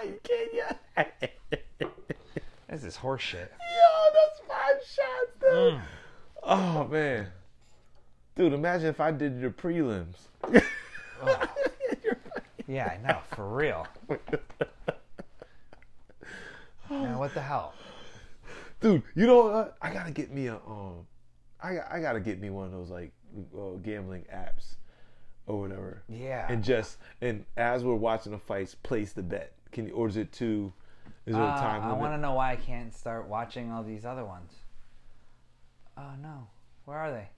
Speaker 1: you kidding ya?
Speaker 3: This is horseshit.
Speaker 1: Yo, that's five shots, dude.
Speaker 3: Mm.
Speaker 1: Oh man, dude, imagine if I did your prelims.
Speaker 3: Oh. Yeah, I know. For real. Now, what the hell?
Speaker 1: dude. You know what? I gotta get me a um, I I gotta get me one of those like uh, gambling apps or whatever.
Speaker 3: Yeah.
Speaker 1: And just and as we're watching the fights, place the bet. Can you or is it too? Is there a
Speaker 3: Uh,
Speaker 1: time
Speaker 3: I
Speaker 1: limit?
Speaker 3: want to know why I can't start watching all these other ones. Oh, no. Where are they?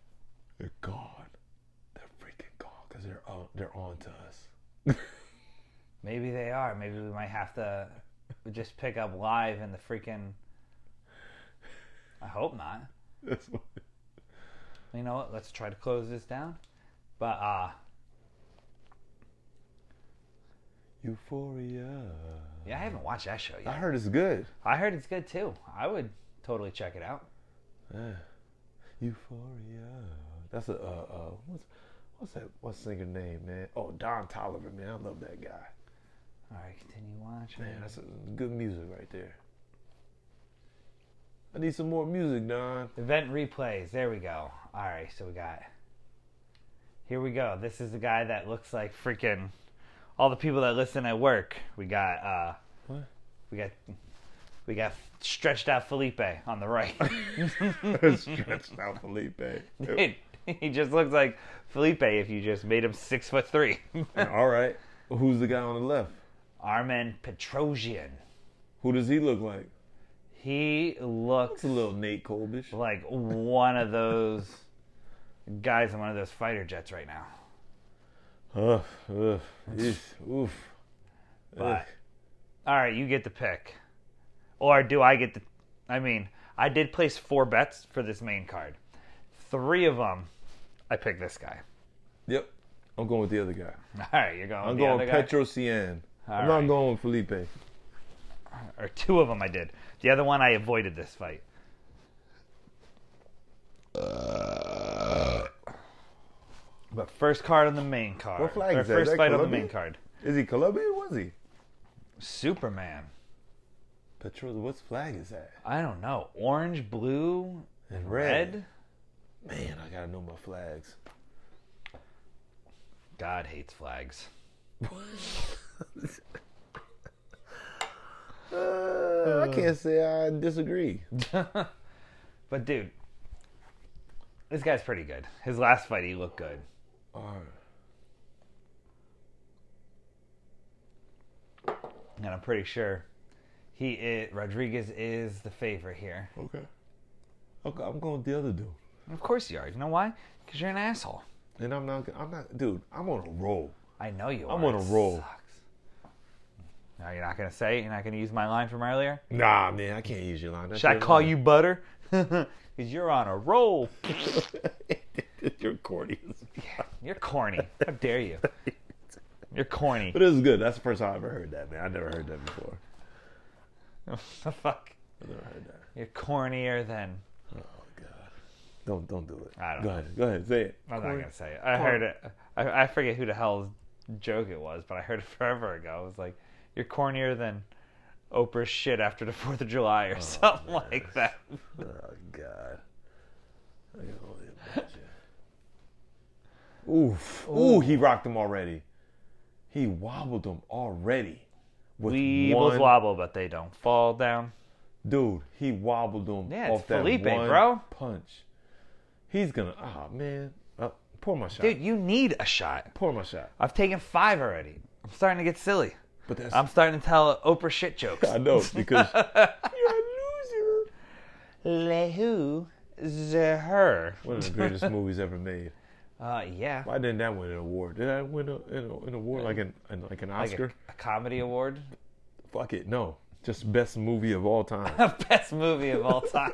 Speaker 1: They're gone. They're freaking gone because they're on, they're on to us.
Speaker 3: Maybe they are. Maybe we might have to just pick up live in the freaking. I hope not.
Speaker 1: That's what.
Speaker 3: you know what? Let's try to close this down. But uh
Speaker 1: Euphoria.
Speaker 3: yeah, I haven't watched that show
Speaker 1: I
Speaker 3: yet.
Speaker 1: heard it's good.
Speaker 3: I heard it's good too. I would totally check it out.
Speaker 1: Yeah. Euphoria. That's a uh, uh what's what's that what's singer name, man? Oh, Don Tolliver, man. I love that guy.
Speaker 3: All right, continue watching.
Speaker 1: Man, that's good music right there. I need some more music, Don.
Speaker 3: Event replays. There we go. All right, so we got. Here we go. This is the guy that looks like freaking all the people that listen at work. We got uh
Speaker 1: What?
Speaker 3: we got we got stretched out Felipe on the right.
Speaker 1: Stretched out Felipe.
Speaker 3: Dude, he just looks like Felipe if you just made him six foot three.
Speaker 1: All right. Who's the guy on the left?
Speaker 3: Armen Petrosian.
Speaker 1: Who does he look like?
Speaker 3: He looks
Speaker 1: It's a little Nate Colbish.
Speaker 3: like one of those guys in one of those fighter jets right now.
Speaker 1: Ugh, ugh, eesh, oof.
Speaker 3: But all right, you get the pick, or do I get the? I mean, I did place four bets for this main card. Three of them, I picked this guy.
Speaker 1: Yep. I'm going with the other guy.
Speaker 3: All right, you're going.
Speaker 1: I'm
Speaker 3: with the
Speaker 1: going
Speaker 3: other guy?
Speaker 1: Petro Cian. I'm
Speaker 3: right.
Speaker 1: not going with Felipe.
Speaker 3: or two of them I did. The other one I avoided this fight.
Speaker 1: Uh,
Speaker 3: But first card on the main card.
Speaker 1: What flag
Speaker 3: or
Speaker 1: is that? Is
Speaker 3: First
Speaker 1: that
Speaker 3: fight on the
Speaker 1: Colombian?
Speaker 3: main card.
Speaker 1: Is he Colombian? Was he?
Speaker 3: Superman.
Speaker 1: Petro, what flag is that?
Speaker 3: I don't know. Orange, blue,
Speaker 1: And
Speaker 3: red.
Speaker 1: Man, I gotta know my flags.
Speaker 3: God hates flags.
Speaker 1: Uh, I can't say I disagree.
Speaker 3: But dude, this guy's pretty good. His last fight, he looked good.
Speaker 1: All right.
Speaker 3: And I'm pretty sure he is, Rodriguez is the favorite here.
Speaker 1: Okay. Okay, I'm going with the other dude.
Speaker 3: And of course you are. You know why? Because you're an asshole.
Speaker 1: And I'm not. I'm not, dude. I'm on a roll.
Speaker 3: I know you are.
Speaker 1: I'm on a
Speaker 3: It
Speaker 1: roll.
Speaker 3: Sucks. No, you're not gonna say. it? You're not gonna use my line from earlier.
Speaker 1: Nah, man, I can't use your line. That's
Speaker 3: Should I
Speaker 1: your
Speaker 3: call
Speaker 1: line.
Speaker 3: you Butter? Because you're on a roll.
Speaker 1: You're corny.
Speaker 3: You're corny. How dare you? You're corny.
Speaker 1: But this is good. That's the first time I ever heard that, man. I never heard that before.
Speaker 3: Fuck.
Speaker 1: I never heard that.
Speaker 3: You're cornier than.
Speaker 1: Oh God. Don't don't do it.
Speaker 3: I don't
Speaker 1: go
Speaker 3: know.
Speaker 1: ahead. Go ahead. Say it.
Speaker 3: I'm not gonna say it. I heard it. I, I forget who the hell's joke it was, but I heard it forever ago. It was like, "You're cornier than Oprah's shit after the Fourth of July" or something like that.
Speaker 1: Oh God. I can only imagine. Oof. Ooh, he rocked him already. He wobbled him already. With
Speaker 3: Weebles
Speaker 1: one-
Speaker 3: wobble, but they don't fall down.
Speaker 1: Dude, he wobbled him
Speaker 3: Yeah, it's
Speaker 1: off that
Speaker 3: Felipe,
Speaker 1: one
Speaker 3: bro.
Speaker 1: punch. He's gonna. Ah man. Uh, pour my shot.
Speaker 3: Dude, you need a shot.
Speaker 1: Pour my shot.
Speaker 3: I've taken five already. I'm starting to get silly.
Speaker 1: But that's.
Speaker 3: I'm starting to tell Oprah shit jokes.
Speaker 1: I know because
Speaker 3: You're a loser. Lehu Zeher.
Speaker 1: one of the greatest movies ever made.
Speaker 3: Uh, yeah.
Speaker 1: Why didn't that win an award? Did that win a, an, an award like an, an like an
Speaker 3: Like a,
Speaker 1: Oscar?
Speaker 3: a comedy award.
Speaker 1: Fuck it, no. Just best movie of all time.
Speaker 3: Best movie of all time.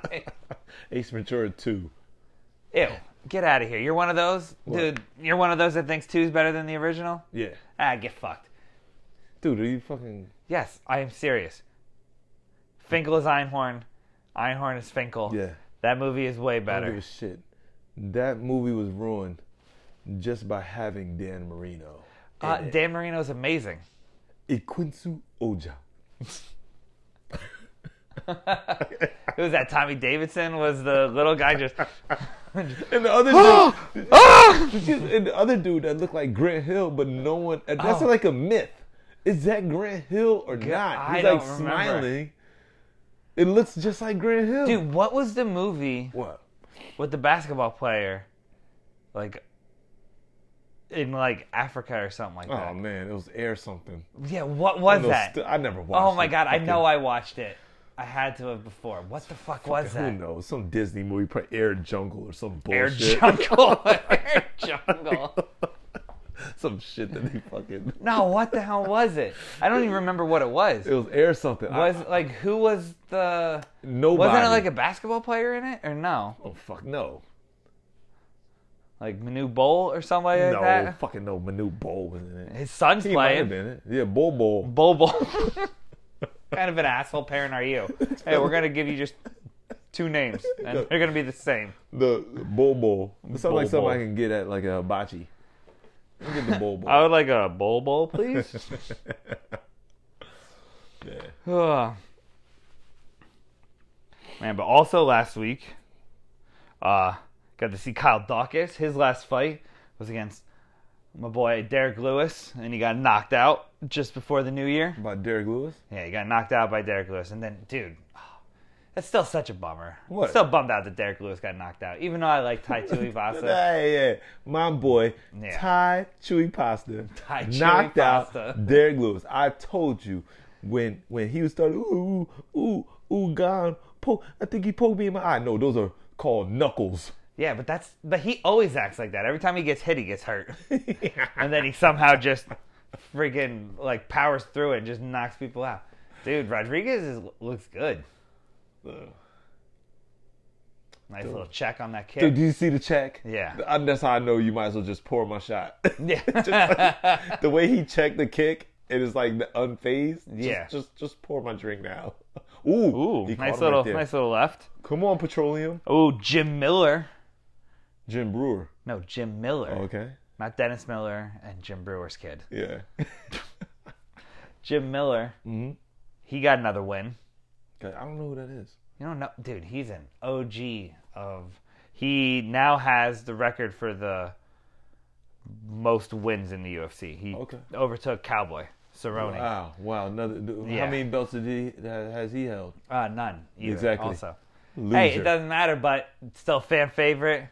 Speaker 1: Ace Ventura Two.
Speaker 3: Ew. Get out of here. You're one of those? Dude, you're one of those that thinks two's better than the original?
Speaker 1: Yeah,
Speaker 3: Ah, get fucked.
Speaker 1: dude, are you fucking?
Speaker 3: Yes, I am serious. Finkel is Einhorn. Einhorn is Finkel.
Speaker 1: Yeah,
Speaker 3: That movie is way
Speaker 1: I don't give
Speaker 3: better.
Speaker 1: a shit. That movie was ruined just by having Dan Marino.
Speaker 3: Uh, Dan Marino is amazing.
Speaker 1: Iquinsu Oja.
Speaker 3: It was that Tommy Davidson was the little guy just
Speaker 1: And the other dude,
Speaker 3: Ah!
Speaker 1: and the other dude that looked like Grant Hill, but no one. and That's
Speaker 3: Oh.
Speaker 1: like a myth. Is that Grant Hill or not?
Speaker 3: I
Speaker 1: He's like
Speaker 3: don't remember.
Speaker 1: smiling. It looks just like Grant Hill.
Speaker 3: Dude, what was the movie
Speaker 1: What?
Speaker 3: with the basketball player like in like Africa or something like
Speaker 1: Oh
Speaker 3: that?
Speaker 1: man, it was air something.
Speaker 3: Yeah, what was
Speaker 1: Those
Speaker 3: that?
Speaker 1: st- I never watched.
Speaker 3: oh my
Speaker 1: it.
Speaker 3: god, I
Speaker 1: Fucking-
Speaker 3: know I watched it. I had to have before. What the fuck was
Speaker 1: Who
Speaker 3: that?
Speaker 1: knows? Some Disney movie, put Air Jungle or some
Speaker 3: Air
Speaker 1: bullshit,
Speaker 3: Jungle. Air Jungle.
Speaker 1: some shit that they fucking.
Speaker 3: No, what the hell was it? I don't even remember what it was.
Speaker 1: It was Air something. I-
Speaker 3: was like who was the
Speaker 1: nobody?
Speaker 3: Wasn't it like a basketball player in it or no?
Speaker 1: Oh fuck no.
Speaker 3: Like Manu Bowl or somebody like
Speaker 1: no,
Speaker 3: that.
Speaker 1: fucking no. Manu Bol was in it.
Speaker 3: His son's
Speaker 1: He might have
Speaker 3: playing.
Speaker 1: been it. Yeah, Bol Bol.
Speaker 3: Bull Bull. kind of an asshole parent are you? Hey, we're gonna give you just two names, and they're gonna be the same.
Speaker 1: The Bol Bol. It sounds like
Speaker 3: Bol
Speaker 1: something I
Speaker 3: Bol.
Speaker 1: can get at like a hibachi. Let me get the Bol Bol.
Speaker 3: I would like a Bull Bull, please.
Speaker 1: yeah.
Speaker 3: Ugh. Man, but also last week, uh, got to see Kyle Dawkins. His last fight was against my boy Derek Lewis, and he got knocked out just before the new year.
Speaker 1: About Derek Lewis?
Speaker 3: Yeah, he got knocked out by Derek Lewis, and then, dude, that's still such a bummer. I'm
Speaker 1: What?
Speaker 3: Still bummed out that Derek Lewis got knocked out, even though I like Tai Tuivasa.
Speaker 1: Hey, yeah. My boy,
Speaker 3: Yeah.
Speaker 1: Thai Chewy Pasta,
Speaker 3: Thai Chewy
Speaker 1: knocked
Speaker 3: Pasta.
Speaker 1: out Derek Lewis. I told you when when he was starting, ooh, ooh, ooh, ooh, gone, poke. I think he poked me in my eye. No, those are called knuckles.
Speaker 3: yeah, but that's but he always acts like that. Every time he gets hit, he gets hurt, and then he somehow just freaking like powers through it, and just knocks people out. Dude, Rodriguez is, looks good. Nice little check on that kick.
Speaker 1: Dude, do you see the check?
Speaker 3: Yeah.
Speaker 1: I- that's how I know you might as well just pour my shot.
Speaker 3: yeah.
Speaker 1: the way he checked the kick, it is like the unfazed. Just-
Speaker 3: Yeah.
Speaker 1: Just, just pour my drink now. Ooh.
Speaker 3: Ooh,
Speaker 1: he caught him
Speaker 3: nice
Speaker 1: right
Speaker 3: little,
Speaker 1: there.
Speaker 3: nice little left.
Speaker 1: Come on, Petroleum.
Speaker 3: Oh, Jim Miller.
Speaker 1: Jim Brewer.
Speaker 3: No, Jim Miller,
Speaker 1: Okay.
Speaker 3: not Dennis Miller and Jim Brewer's kid.
Speaker 1: Yeah.
Speaker 3: Jim Miller,
Speaker 1: Mm-hmm.
Speaker 3: he got another win.
Speaker 1: Okay, I don't know who that is.
Speaker 3: You don't know, dude. He's an OG of. He now has the record for the most wins in the UFC. He
Speaker 1: Okay.
Speaker 3: overtook Cowboy Cerrone.
Speaker 1: Wow. Wow. Another. dude,
Speaker 3: Yeah.
Speaker 1: How many belts did he that has he held?
Speaker 3: Uh, none either.
Speaker 1: Exactly.
Speaker 3: Also,
Speaker 1: Loser.
Speaker 3: hey, it doesn't matter, but still fan favorite.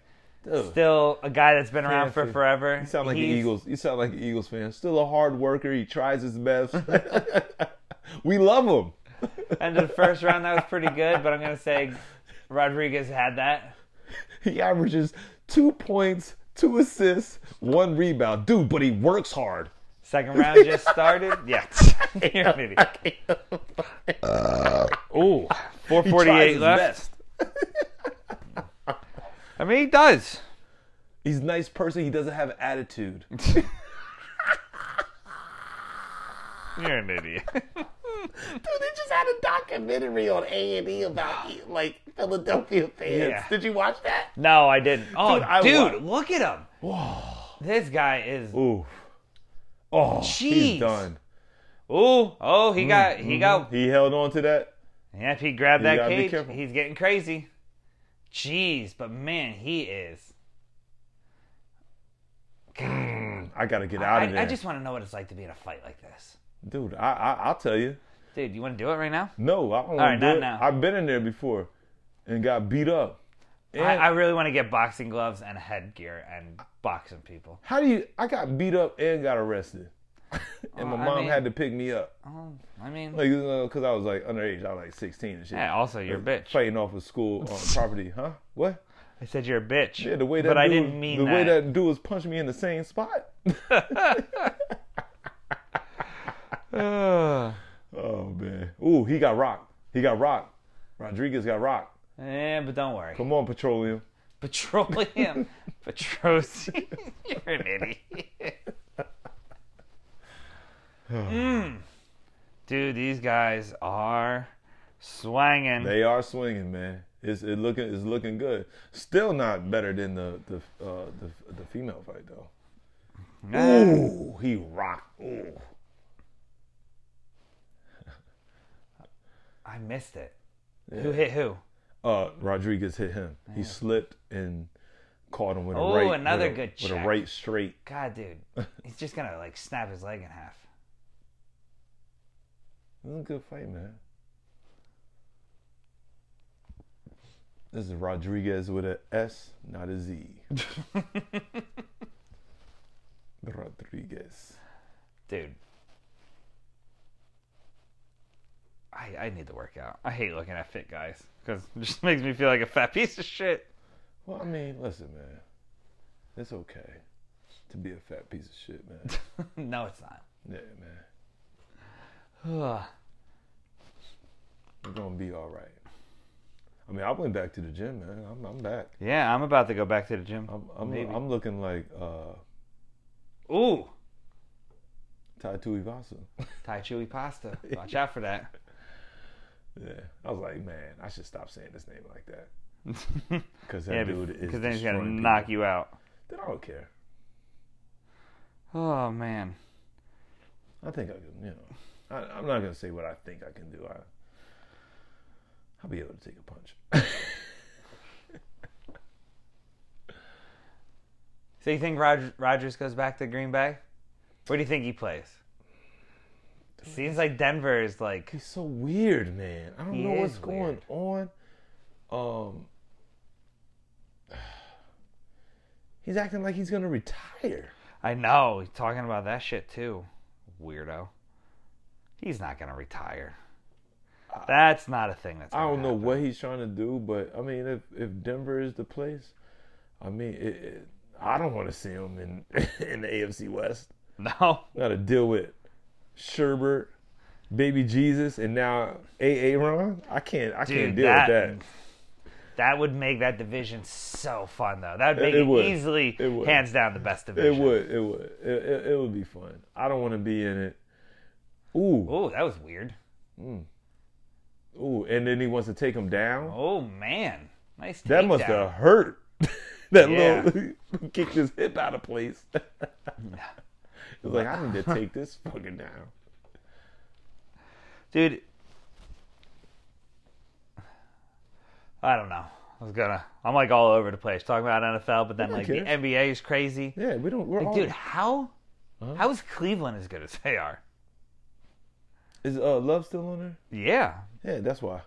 Speaker 1: Ugh.
Speaker 3: Still a guy that's been around
Speaker 1: Fan
Speaker 3: for
Speaker 1: favorite.
Speaker 3: forever.
Speaker 1: You sound like
Speaker 3: He's-
Speaker 1: an Eagles. You sound like an Eagles fan. Still a hard worker. He tries his best. we love him.
Speaker 3: And the first round that was pretty good, but I'm gonna say Rodriguez had that.
Speaker 1: He averages two points, two assists, one rebound. Dude, but he works hard.
Speaker 3: Second round just started. Yeah. You're an idiot. Uh, Ooh,
Speaker 1: He tries
Speaker 3: 448
Speaker 1: his
Speaker 3: left.
Speaker 1: best.
Speaker 3: I mean, he does.
Speaker 1: He's a nice person. He doesn't have attitude.
Speaker 3: You're an idiot.
Speaker 4: Dude, they just had a documentary on A and E about like Philadelphia fans.
Speaker 3: Yeah.
Speaker 4: Did you watch that?
Speaker 3: no, I didn't. Oh,
Speaker 1: Dude, I
Speaker 3: dude,
Speaker 1: wa-
Speaker 3: look at him. Whoa. This guy is. Ooh,
Speaker 1: Ooh. Oh,
Speaker 3: Jeez.
Speaker 1: he's done.
Speaker 3: oh,
Speaker 1: Mm,
Speaker 3: he got, he got.
Speaker 1: He held on to that.
Speaker 3: Yep, he grabbed
Speaker 1: You
Speaker 3: that
Speaker 1: gotta be
Speaker 3: cage.
Speaker 1: careful.
Speaker 3: He's getting crazy. Jeez, but man, he is.
Speaker 1: I gotta get out of
Speaker 3: I,
Speaker 1: there,
Speaker 3: I just want to know what it's like to be in a fight like this.
Speaker 1: dude. I, I I'll tell you.
Speaker 3: Dude, you want to do it right now?
Speaker 1: No, I don't want to
Speaker 3: right,
Speaker 1: do
Speaker 3: not
Speaker 1: it.
Speaker 3: now.
Speaker 1: I've been in there before, and got beat up. And
Speaker 3: I, I really want to get boxing gloves and headgear and boxing people.
Speaker 1: how do you? I got beat up and got arrested, and
Speaker 3: Well,
Speaker 1: my
Speaker 3: Oh, I
Speaker 1: mom
Speaker 3: mean-
Speaker 1: had to pick me up,
Speaker 3: Um, I mean,
Speaker 1: like because I was like underage. I was like sixteen and shit.
Speaker 3: yeah, also,
Speaker 1: uh,
Speaker 3: you're a bitch.
Speaker 1: Fighting off of school on property, huh? What?
Speaker 3: I said you're a bitch.
Speaker 1: Yeah, the way that
Speaker 3: but I
Speaker 1: dude-
Speaker 3: didn't mean
Speaker 1: the
Speaker 3: that.
Speaker 1: way that dude was punching me in the same spot.
Speaker 3: Ugh.
Speaker 1: Oh man. Ooh, he got rocked. He got rocked. Rodriguez got rocked.
Speaker 3: Eh, but don't worry.
Speaker 1: Come on, petroleum.
Speaker 3: Petroleum. Petrosi. You're an idiot. Mm. Dude, these guys are swanging.
Speaker 1: They are swinging, man. It's it looking it's looking good. Still not better than the the uh, the, the female fight though. Ooh, he rocked. Ooh,
Speaker 3: I missed it. Who hit who?
Speaker 1: uh, Rodriguez hit him. He slipped and caught him with a
Speaker 3: Ooh,
Speaker 1: right.
Speaker 3: Oh, another
Speaker 1: with a,
Speaker 3: good
Speaker 1: with
Speaker 3: check.
Speaker 1: a right straight.
Speaker 3: God, dude. He's just going to, like, snap his leg in half.
Speaker 1: This is a good fight, man. This is Rodriguez with a S, not a Z. Rodriguez.
Speaker 3: Dude. I, I need to work out. I hate looking at fit guys because it just makes me feel like a fat piece of shit.
Speaker 1: Well, I mean, listen, man. It's okay to be a fat piece of shit, man.
Speaker 3: no, it's not.
Speaker 1: yeah, man.
Speaker 3: Ugh.
Speaker 1: You're gonna be all right. I mean, I went back to the gym, man. I'm, I'm back.
Speaker 3: Yeah, I'm about to go back to the gym.
Speaker 1: I'm I'm,
Speaker 3: Maybe.
Speaker 1: I'm looking like uh,
Speaker 3: Ooh,
Speaker 1: Tattoo Ivasa.
Speaker 3: Thai chewy pasta. Watch out for that.
Speaker 1: yeah, I was like, man, I should stop saying this name like that because that
Speaker 3: yeah,
Speaker 1: dude is
Speaker 3: because then he's gonna
Speaker 1: destroying people.
Speaker 3: knock you out.
Speaker 1: Then I don't care.
Speaker 3: Oh man,
Speaker 1: I think I can, you know, I, I'm not gonna say what I think I can do. I, I'll be able to take a punch.
Speaker 3: so you think Roger, Rogers goes back to Green Bay? Where do you think he plays? Seems like Denver is like
Speaker 1: He's so weird, man. I don't
Speaker 3: He
Speaker 1: know what's
Speaker 3: is
Speaker 1: going on. Um, he's acting like he's gonna retire.
Speaker 3: I know. He's talking about that shit too. Weirdo. He's not gonna retire. That's not a thing that's.
Speaker 1: I
Speaker 3: gonna
Speaker 1: don't know
Speaker 3: happen.
Speaker 1: what he's trying to do, but I mean, if if Denver is the place, I mean, it, it, I don't want to see him in in the AFC West.
Speaker 3: No.
Speaker 1: Got to deal with Sherbert, Baby Jesus, and now AA Ron. I can't. I can't
Speaker 3: Dude,
Speaker 1: deal
Speaker 3: that-
Speaker 1: with that.
Speaker 3: That would make that division so fun, though. That would make
Speaker 1: It
Speaker 3: it,
Speaker 1: would.
Speaker 3: easily,
Speaker 1: It would.
Speaker 3: hands down, the best
Speaker 1: It
Speaker 3: division.
Speaker 1: would. It would. It, it, it would be fun. I don't want to be in it. Ooh,
Speaker 3: Oh, that was weird.
Speaker 1: ooh, and then he wants to take him down.
Speaker 3: Oh man, nice.
Speaker 1: that
Speaker 3: takedown.
Speaker 1: must uh, have hurt. that
Speaker 3: Yeah.
Speaker 1: little kicked his hip out of place. it was like I need to take this fucking down.
Speaker 3: dude. I don't know. I was gonna. I'm like all over the place talking about NFL, but then
Speaker 1: don't
Speaker 3: like
Speaker 1: care.
Speaker 3: the NBA is crazy.
Speaker 1: Yeah, we don't. We're
Speaker 3: Like,
Speaker 1: all,
Speaker 3: dude, how? How is Cleveland as good as they are?
Speaker 1: is uh, Love still on there?
Speaker 3: Yeah,
Speaker 1: Yeah, that's why.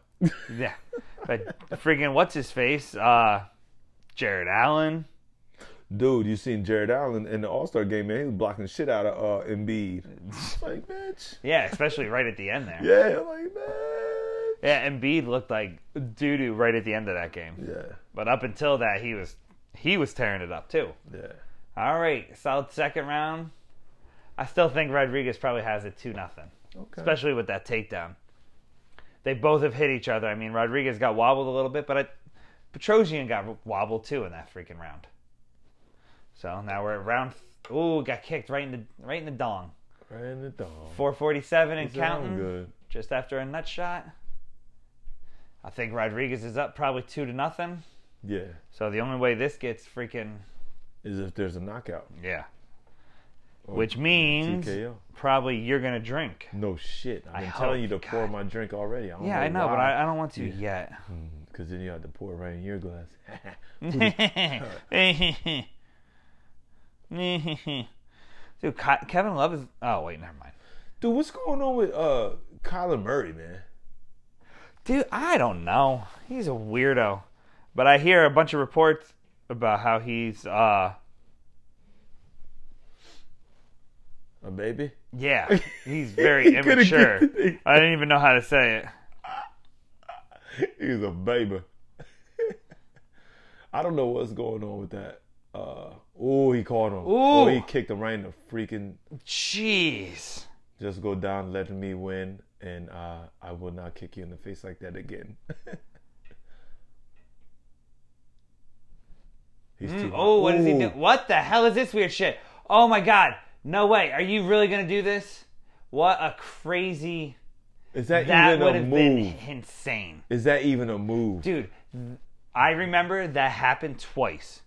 Speaker 3: yeah. But freaking what's his face? Uh, Jared Allen.
Speaker 1: Dude, you seen Jared Allen in the All Star game, man? He was blocking the shit out of uh, Embiid. It's like, bitch.
Speaker 3: Yeah, especially right at the end there. Yeah,
Speaker 1: Yeah, like, man.
Speaker 3: Embiid looked like doo doo right at the end of that game.
Speaker 1: Yeah,
Speaker 3: But up until that, he was he was tearing it up too.
Speaker 1: yeah.
Speaker 3: All right, solid second round. I still think Rodriguez probably has it two nothing,
Speaker 1: Okay.
Speaker 3: especially with that takedown. They both have hit each other. I mean, Rodriguez got wobbled a little bit, but I, Petrosian got wobbled too in that freaking round. So now we're at round. Ooh, got kicked right in the right in the dong.
Speaker 1: Right in the dog.
Speaker 3: 447 and
Speaker 1: Sound
Speaker 3: counting
Speaker 1: good.
Speaker 3: just after a nut shot. I think Rodriguez is up probably two to nothing.
Speaker 1: Yeah.
Speaker 3: So the only way this gets freaking
Speaker 1: Is if there's a knockout.
Speaker 3: yeah, which means
Speaker 1: TKO.
Speaker 3: probably you're gonna drink.
Speaker 1: No shit. I've been
Speaker 3: hope,
Speaker 1: telling you to pour
Speaker 3: God.
Speaker 1: my drink already. I don't
Speaker 3: Yeah, I know, but I, I don't want to
Speaker 1: Because then you have to pour it right in your glass.
Speaker 3: yet. Dude, Ki- Kevin Love is. Oh wait, never mind.
Speaker 1: Dude, what's going on with uh Kyler Murray, man?
Speaker 3: Dude, I don't know. He's a weirdo. But I hear a bunch of reports about how he's uh
Speaker 1: A baby?
Speaker 3: yeah, he's very
Speaker 1: He couldn't get
Speaker 3: immature.
Speaker 1: the thing.
Speaker 3: I didn't even know how to say it.
Speaker 1: He's a baby. I don't know what's going on with that. Uh, oh, he caught him. Oh,
Speaker 3: Ooh.
Speaker 1: he kicked him right in the freaking.
Speaker 3: Jeez.
Speaker 1: Just go down, let me win, and uh, I will not kick you in the face like that again. He's too.
Speaker 3: Oh, what is he
Speaker 1: Ooh.
Speaker 3: doing? What the hell is this weird shit? Oh my god. No way. Are you really going to do this? What a crazy
Speaker 1: Is that,
Speaker 3: That
Speaker 1: even
Speaker 3: would
Speaker 1: a
Speaker 3: have
Speaker 1: move?
Speaker 3: been insane.
Speaker 1: Is that even a move?
Speaker 3: Dude, I remember that happened twice.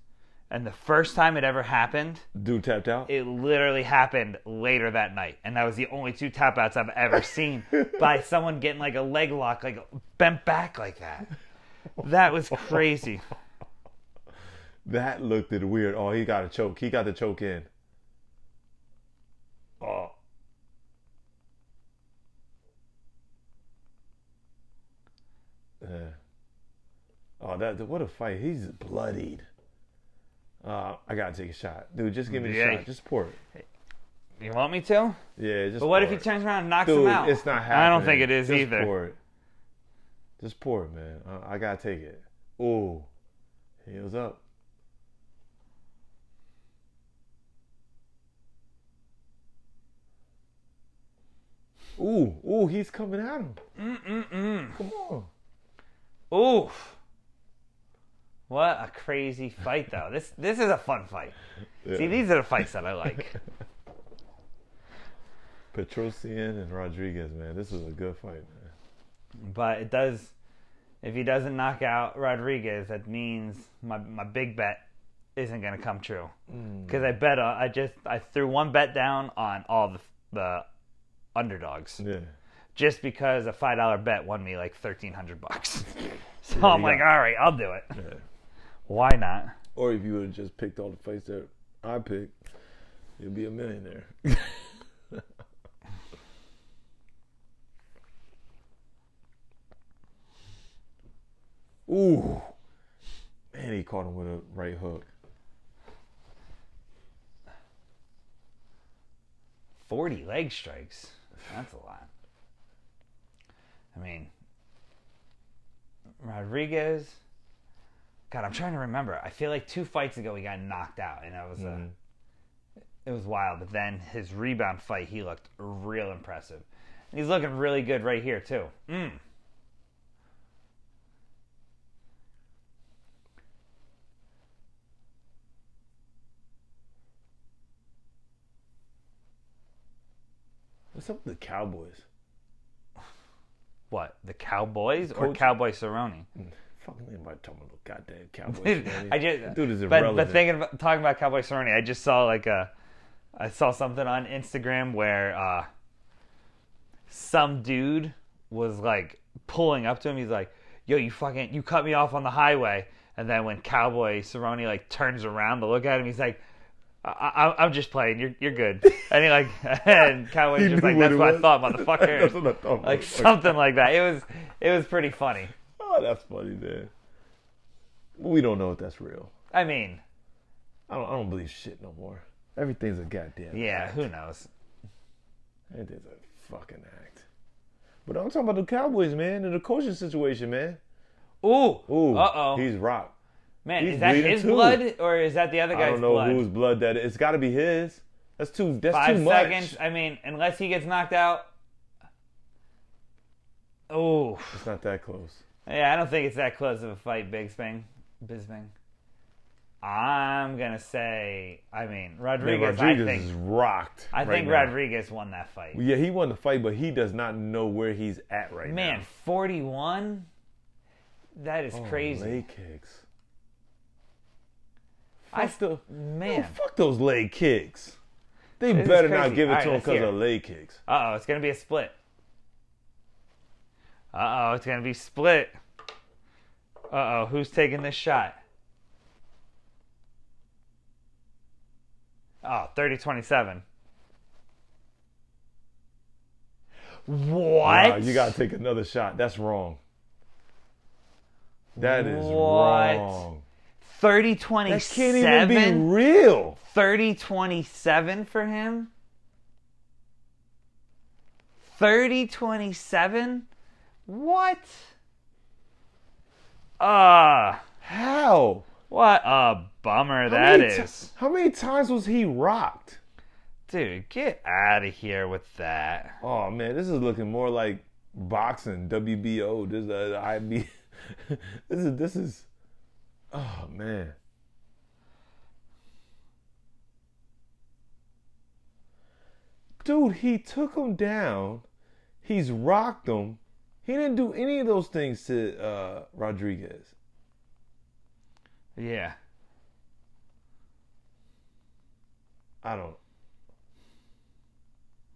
Speaker 3: And the first time it ever happened,
Speaker 1: Dude tapped out.
Speaker 3: it literally happened later that night, and that was the only two tap outs I've ever seen by someone getting like a leg lock, like bent back like that. That was crazy.
Speaker 1: That looked it weird. Oh, he got a choke. He got the choke in. Oh. Yeah. Uh. Oh, that what a fight. He's bloodied. Uh, I gotta take a shot, dude. Just give me the
Speaker 3: Yeah.
Speaker 1: shot. Just pour it.
Speaker 3: You want me to?
Speaker 1: Yeah. Just.
Speaker 3: But what if
Speaker 1: pour
Speaker 3: he
Speaker 1: it.
Speaker 3: turns around and knocks
Speaker 1: Dude,
Speaker 3: him out?
Speaker 1: it's not happening.
Speaker 3: I don't think it is
Speaker 1: Just
Speaker 3: either.
Speaker 1: Pour it. Just pour it, man. I, I gotta take it. Ooh, heels up. Ooh, ooh, he's coming at him. Mm mm mm. Come on.
Speaker 3: Oof. What a crazy fight, though. This this is a fun fight. See, these are the fights that I like.
Speaker 1: Petrosian and Rodriguez, man. This is a good fight, man.
Speaker 3: but it does. If he doesn't knock out Rodriguez, that means my my big bet isn't going to come true. Because I bet on, I just I threw one bet down on all the the underdogs
Speaker 1: Yeah.
Speaker 3: just because a five dollar bet won me like thirteen hundred bucks. so
Speaker 1: you
Speaker 3: I'm like,
Speaker 1: got-
Speaker 3: all right, I'll do it.
Speaker 1: Yeah.
Speaker 3: Why not?
Speaker 1: Or if you would have just picked all the fights that I picked, you'd be a millionaire. Ooh. Man, he caught him with a right hook.
Speaker 3: Forty leg strikes. That's a lot. I mean, Rodriguez. God, I'm trying to remember. I feel like two fights ago he got knocked out, and it was uh it was wild. But then his rebound fight, he looked real impressive, and he's looking really good right here too. Mm.
Speaker 1: What's up with the Cowboys?
Speaker 3: What the Cowboys or
Speaker 1: Coach-
Speaker 3: Cowboy Cerrone?
Speaker 1: Fucking anybody talking about no goddamn Cowboys.
Speaker 3: Dude,
Speaker 1: man.
Speaker 3: I just
Speaker 1: That dude is
Speaker 3: but,
Speaker 1: irrelevant.
Speaker 3: but thinking about, talking about Cowboy Cerrone, I just saw like a I saw something on Instagram where uh some dude was like pulling up to him. He's like, "Yo, you fucking you cut me off on the highway." And then when Cowboy Cerrone like turns around to look at him, he's like. I, I, I'm just playing. You're you're good. And he like and Cowboy's
Speaker 1: He
Speaker 3: just
Speaker 1: knew
Speaker 3: like
Speaker 1: what
Speaker 3: that's
Speaker 1: it
Speaker 3: what I
Speaker 1: was.
Speaker 3: thought, motherfucker.
Speaker 1: That's what I thought,
Speaker 3: Like
Speaker 1: motherfucker.
Speaker 3: something like that. It was it was pretty funny.
Speaker 1: oh, that's funny, man. We don't know if that's real.
Speaker 3: I mean,
Speaker 1: I don't, I don't believe shit no more. Everything's a goddamn
Speaker 3: yeah, who knows?
Speaker 1: It is a fucking act. But I'm talking about the Cowboys, man, and the coaching situation, man.
Speaker 3: Ooh.
Speaker 1: Ooh,
Speaker 3: Uh oh.
Speaker 1: he's rocked.
Speaker 3: Man,
Speaker 1: he's
Speaker 3: is that
Speaker 1: bleeding
Speaker 3: his
Speaker 1: too.
Speaker 3: blood or is that the other guy's
Speaker 1: I don't know
Speaker 3: blood?
Speaker 1: whose blood that is. It's got to be his. That's too. That's
Speaker 3: Five
Speaker 1: too much.
Speaker 3: seconds. I mean, unless he gets knocked out. Oh,
Speaker 1: It's not that close.
Speaker 3: yeah. I don't think it's that close of a fight, Bigsbing. Bisping. I'm gonna say. I mean,
Speaker 1: Man,
Speaker 3: Rodriguez.
Speaker 1: Rodriguez
Speaker 3: I think.
Speaker 1: is rocked.
Speaker 3: I
Speaker 1: right
Speaker 3: think
Speaker 1: now.
Speaker 3: Rodriguez won that fight.
Speaker 1: Yeah, he won the fight, but he does not know where he's at right
Speaker 3: Man,
Speaker 1: now.
Speaker 3: 41. That is crazy.
Speaker 1: Leg kicks.
Speaker 3: I
Speaker 1: Fuck the-
Speaker 3: man.
Speaker 1: Fuck those leg kicks. They
Speaker 3: is
Speaker 1: better not
Speaker 3: crazy.
Speaker 1: give it to
Speaker 3: All right,
Speaker 1: him
Speaker 3: let's
Speaker 1: because
Speaker 3: hear
Speaker 1: of
Speaker 3: it.
Speaker 1: leg kicks.
Speaker 3: Uh oh, it's gonna be a split. Uh oh, it's gonna be split. Uh oh, who's taking this shot? Oh, 30 27. What?
Speaker 1: Nah, you gotta take another shot. That's wrong. That is
Speaker 3: What?
Speaker 1: wrong.
Speaker 3: 30
Speaker 1: That can't even be real.
Speaker 3: 30 27 for him? 30 27? What? Ah,
Speaker 1: How?
Speaker 3: what a bummer that
Speaker 1: many
Speaker 3: is.
Speaker 1: ti- how many times was he rocked?
Speaker 3: Dude, get out of here with that.
Speaker 1: Oh man, this is looking more like boxing, WBO. This is uh, IB. this is this is. Oh man. Dude, he took him down. He's rocked him. He didn't do any of those things to uh, Rodriguez.
Speaker 3: Yeah.
Speaker 1: I don't.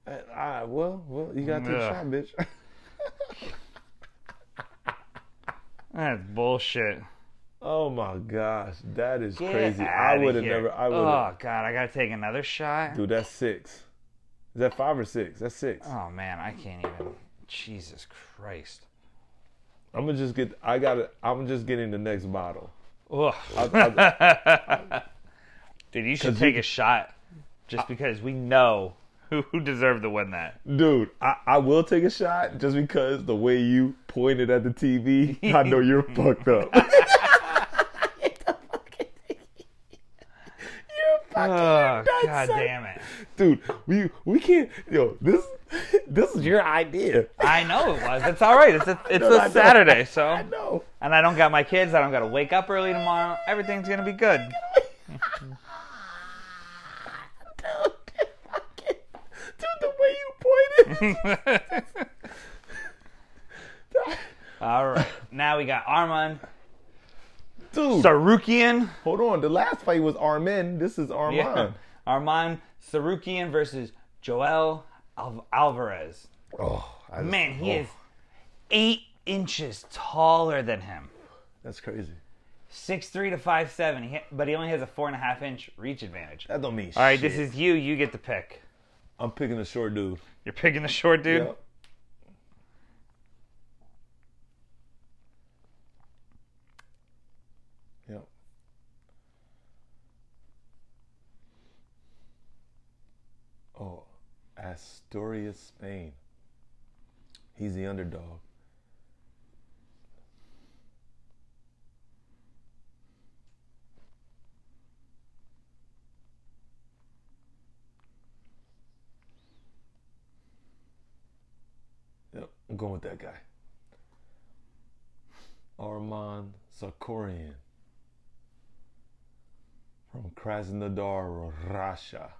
Speaker 1: I, I well, well, you gotta take a
Speaker 3: Ugh.
Speaker 1: shot, bitch.
Speaker 3: That's bullshit.
Speaker 1: Oh my gosh, that is
Speaker 3: Get
Speaker 1: crazy. I
Speaker 3: outta
Speaker 1: would have
Speaker 3: here.
Speaker 1: never. I would. have
Speaker 3: Oh, God, I gotta take another shot?
Speaker 1: Dude, that's six. Is that five or six? That's six.
Speaker 3: Oh, man, I can't even. Jesus Christ.
Speaker 1: I'm gonna just get. I got to I'm just getting the next bottle.
Speaker 3: Ugh.
Speaker 1: I-
Speaker 3: Dude, you should
Speaker 1: 'Cause Uh, you-
Speaker 3: take a shot just because we know who, who deserved to win that.
Speaker 1: Dude, I, I will take a shot just because the way you pointed at the TV, I know you're fucked up.
Speaker 3: Oh, God damn it.
Speaker 1: Dude, we we can't. Yo, this this is your idea.
Speaker 3: I know it was. It's all right. It's a, it's
Speaker 1: No, I
Speaker 3: a
Speaker 1: know.
Speaker 3: Saturday, so
Speaker 1: I know.
Speaker 3: and I don't got my kids. I don't got to wake up early tomorrow. Everything's gonna be good.
Speaker 4: Dude, fucking, dude, the way you pointed.
Speaker 3: All right, now we got Arman
Speaker 1: Dude,
Speaker 3: Sarukian.
Speaker 1: hold on. The last fight was Armin. This is Armand.
Speaker 3: Yeah. Arman Sarukian versus Joel Al- Alvarez.
Speaker 1: Oh, I just-
Speaker 3: Man, he
Speaker 1: oh,
Speaker 3: is eight inches taller than him.
Speaker 1: That's crazy.
Speaker 3: Six three to five seven, he, but he only has a four and a half inch reach advantage.
Speaker 1: That don't mean
Speaker 3: All right, this is you. You get the pick.
Speaker 1: I'm picking a short dude.
Speaker 3: You're picking the short dude.
Speaker 1: Yep. Yep. Oh, Asturias, Spain. He's the underdog. Yep, I'm going with that guy. Arman Sakorian from Krasnodar, Russia.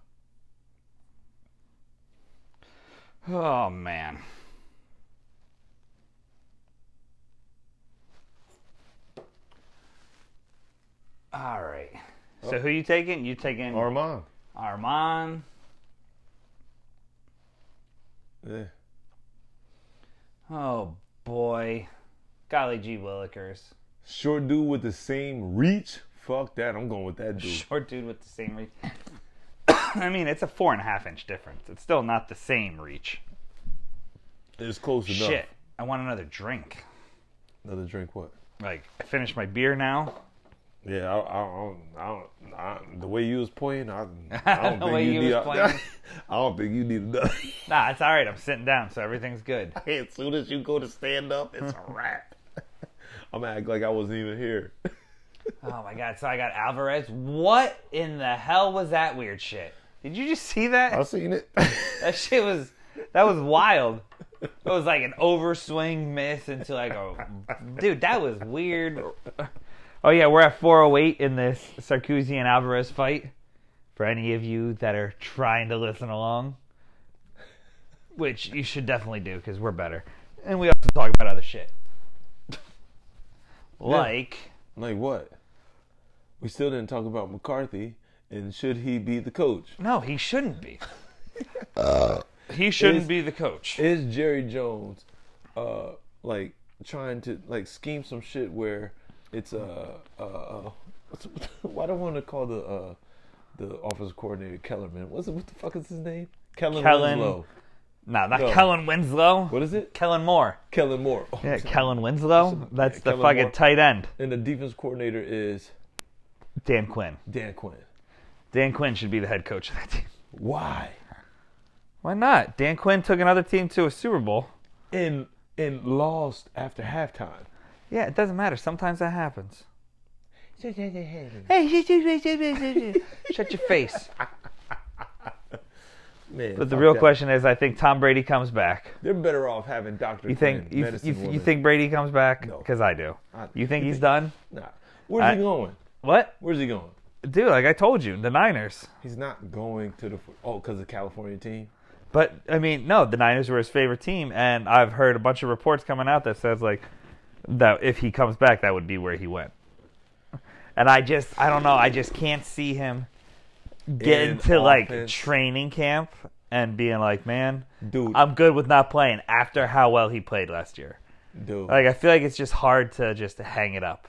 Speaker 3: Oh man. All right. So who you taking? You taking
Speaker 1: Arman.
Speaker 3: Armand?
Speaker 1: Yeah.
Speaker 3: Oh boy. Golly gee willikers.
Speaker 1: Short dude with the same reach. Fuck that. I'm going with that dude.
Speaker 3: Short dude with the same reach. I mean, it's a four and a half inch difference. It's still not the same reach.
Speaker 1: It's close enough.
Speaker 3: Shit. I want another drink.
Speaker 1: Another drink. What?
Speaker 3: Like, I finished my beer now.
Speaker 1: Yeah, I, I, don't- I, don't- I, don't- the way you was playing, I, I don't
Speaker 3: The
Speaker 1: think
Speaker 3: way
Speaker 1: you,
Speaker 3: you
Speaker 1: need.
Speaker 3: was playing.
Speaker 1: I don't think you need another.
Speaker 3: Nah, it's all right. I'm sitting down, so everything's good.
Speaker 4: As soon as you go to stand up, it's a wrap.
Speaker 1: I'm gonna act like I wasn't even here.
Speaker 3: Oh my god, so I got Alvarez. What in the hell was that weird shit? Did you just see
Speaker 1: I
Speaker 3: that?
Speaker 1: seen it.
Speaker 3: That shit was that was wild. It was like an overswing miss into like a dude, that was weird. Oh yeah, we're at 408 in this Sarkozy and Alvarez fight. For any of you that are trying to listen along, which you should definitely do because we're better, and we also talk about other shit, like
Speaker 1: like what? We still didn't talk about McCarthy and should he be the coach?
Speaker 3: No, he shouldn't be. he shouldn't
Speaker 1: Uh, is-
Speaker 3: be the coach.
Speaker 1: Is Jerry Jones, uh, like trying to like scheme some shit where it's uh, uh, what's, why do I want to call the uh, the offensive coordinator Kellerman? What's it? What the fuck is his name? Kellen,
Speaker 3: Kellen-
Speaker 1: Winslow.
Speaker 3: no, not
Speaker 1: no.
Speaker 3: Kellen Winslow.
Speaker 1: What is it?
Speaker 3: Kellen Moore.
Speaker 1: Kellen Moore. Oh,
Speaker 3: Yeah, Kellen Winslow. That's the
Speaker 1: Kellen
Speaker 3: fucking
Speaker 1: Moore.
Speaker 3: tight end.
Speaker 1: And the defense coordinator is
Speaker 3: Dan Quinn.
Speaker 1: Dan Quinn.
Speaker 3: Dan Quinn should be the head coach of that team.
Speaker 1: Why?
Speaker 3: Why not? Dan Quinn took another team to a Super Bowl.
Speaker 1: And and lost after halftime.
Speaker 3: Yeah, it doesn't matter. Sometimes that happens.
Speaker 1: Man,
Speaker 3: Hey, shut your face. But the
Speaker 1: fuck
Speaker 3: real
Speaker 1: that.
Speaker 3: question is, I think Tom Brady comes back.
Speaker 1: They're better off having Doctor.
Speaker 3: You think you,
Speaker 1: medicine
Speaker 3: you, you
Speaker 1: woman.
Speaker 3: think Brady comes back?
Speaker 1: No.
Speaker 3: Because I do.
Speaker 1: I-
Speaker 3: you think
Speaker 1: you
Speaker 3: he's
Speaker 1: think-
Speaker 3: done?
Speaker 1: Nah. Where's
Speaker 3: I-
Speaker 1: he going?
Speaker 3: What?
Speaker 1: Where's he going?
Speaker 3: Dude, like I told you, the Niners.
Speaker 1: He's not going to the oh, because the California team.
Speaker 3: But I mean, no, the Niners were his favorite team, and I've heard a bunch of reports coming out that says like that if he comes back, that would be where he went. And I just, I don't know, I just can't see him get
Speaker 1: In
Speaker 3: into like
Speaker 1: offense.
Speaker 3: training camp and being like, man,
Speaker 1: Dude.
Speaker 3: I'm good with not playing after how well he played last year.
Speaker 1: Dude,
Speaker 3: Like I feel like it's just hard to just hang it up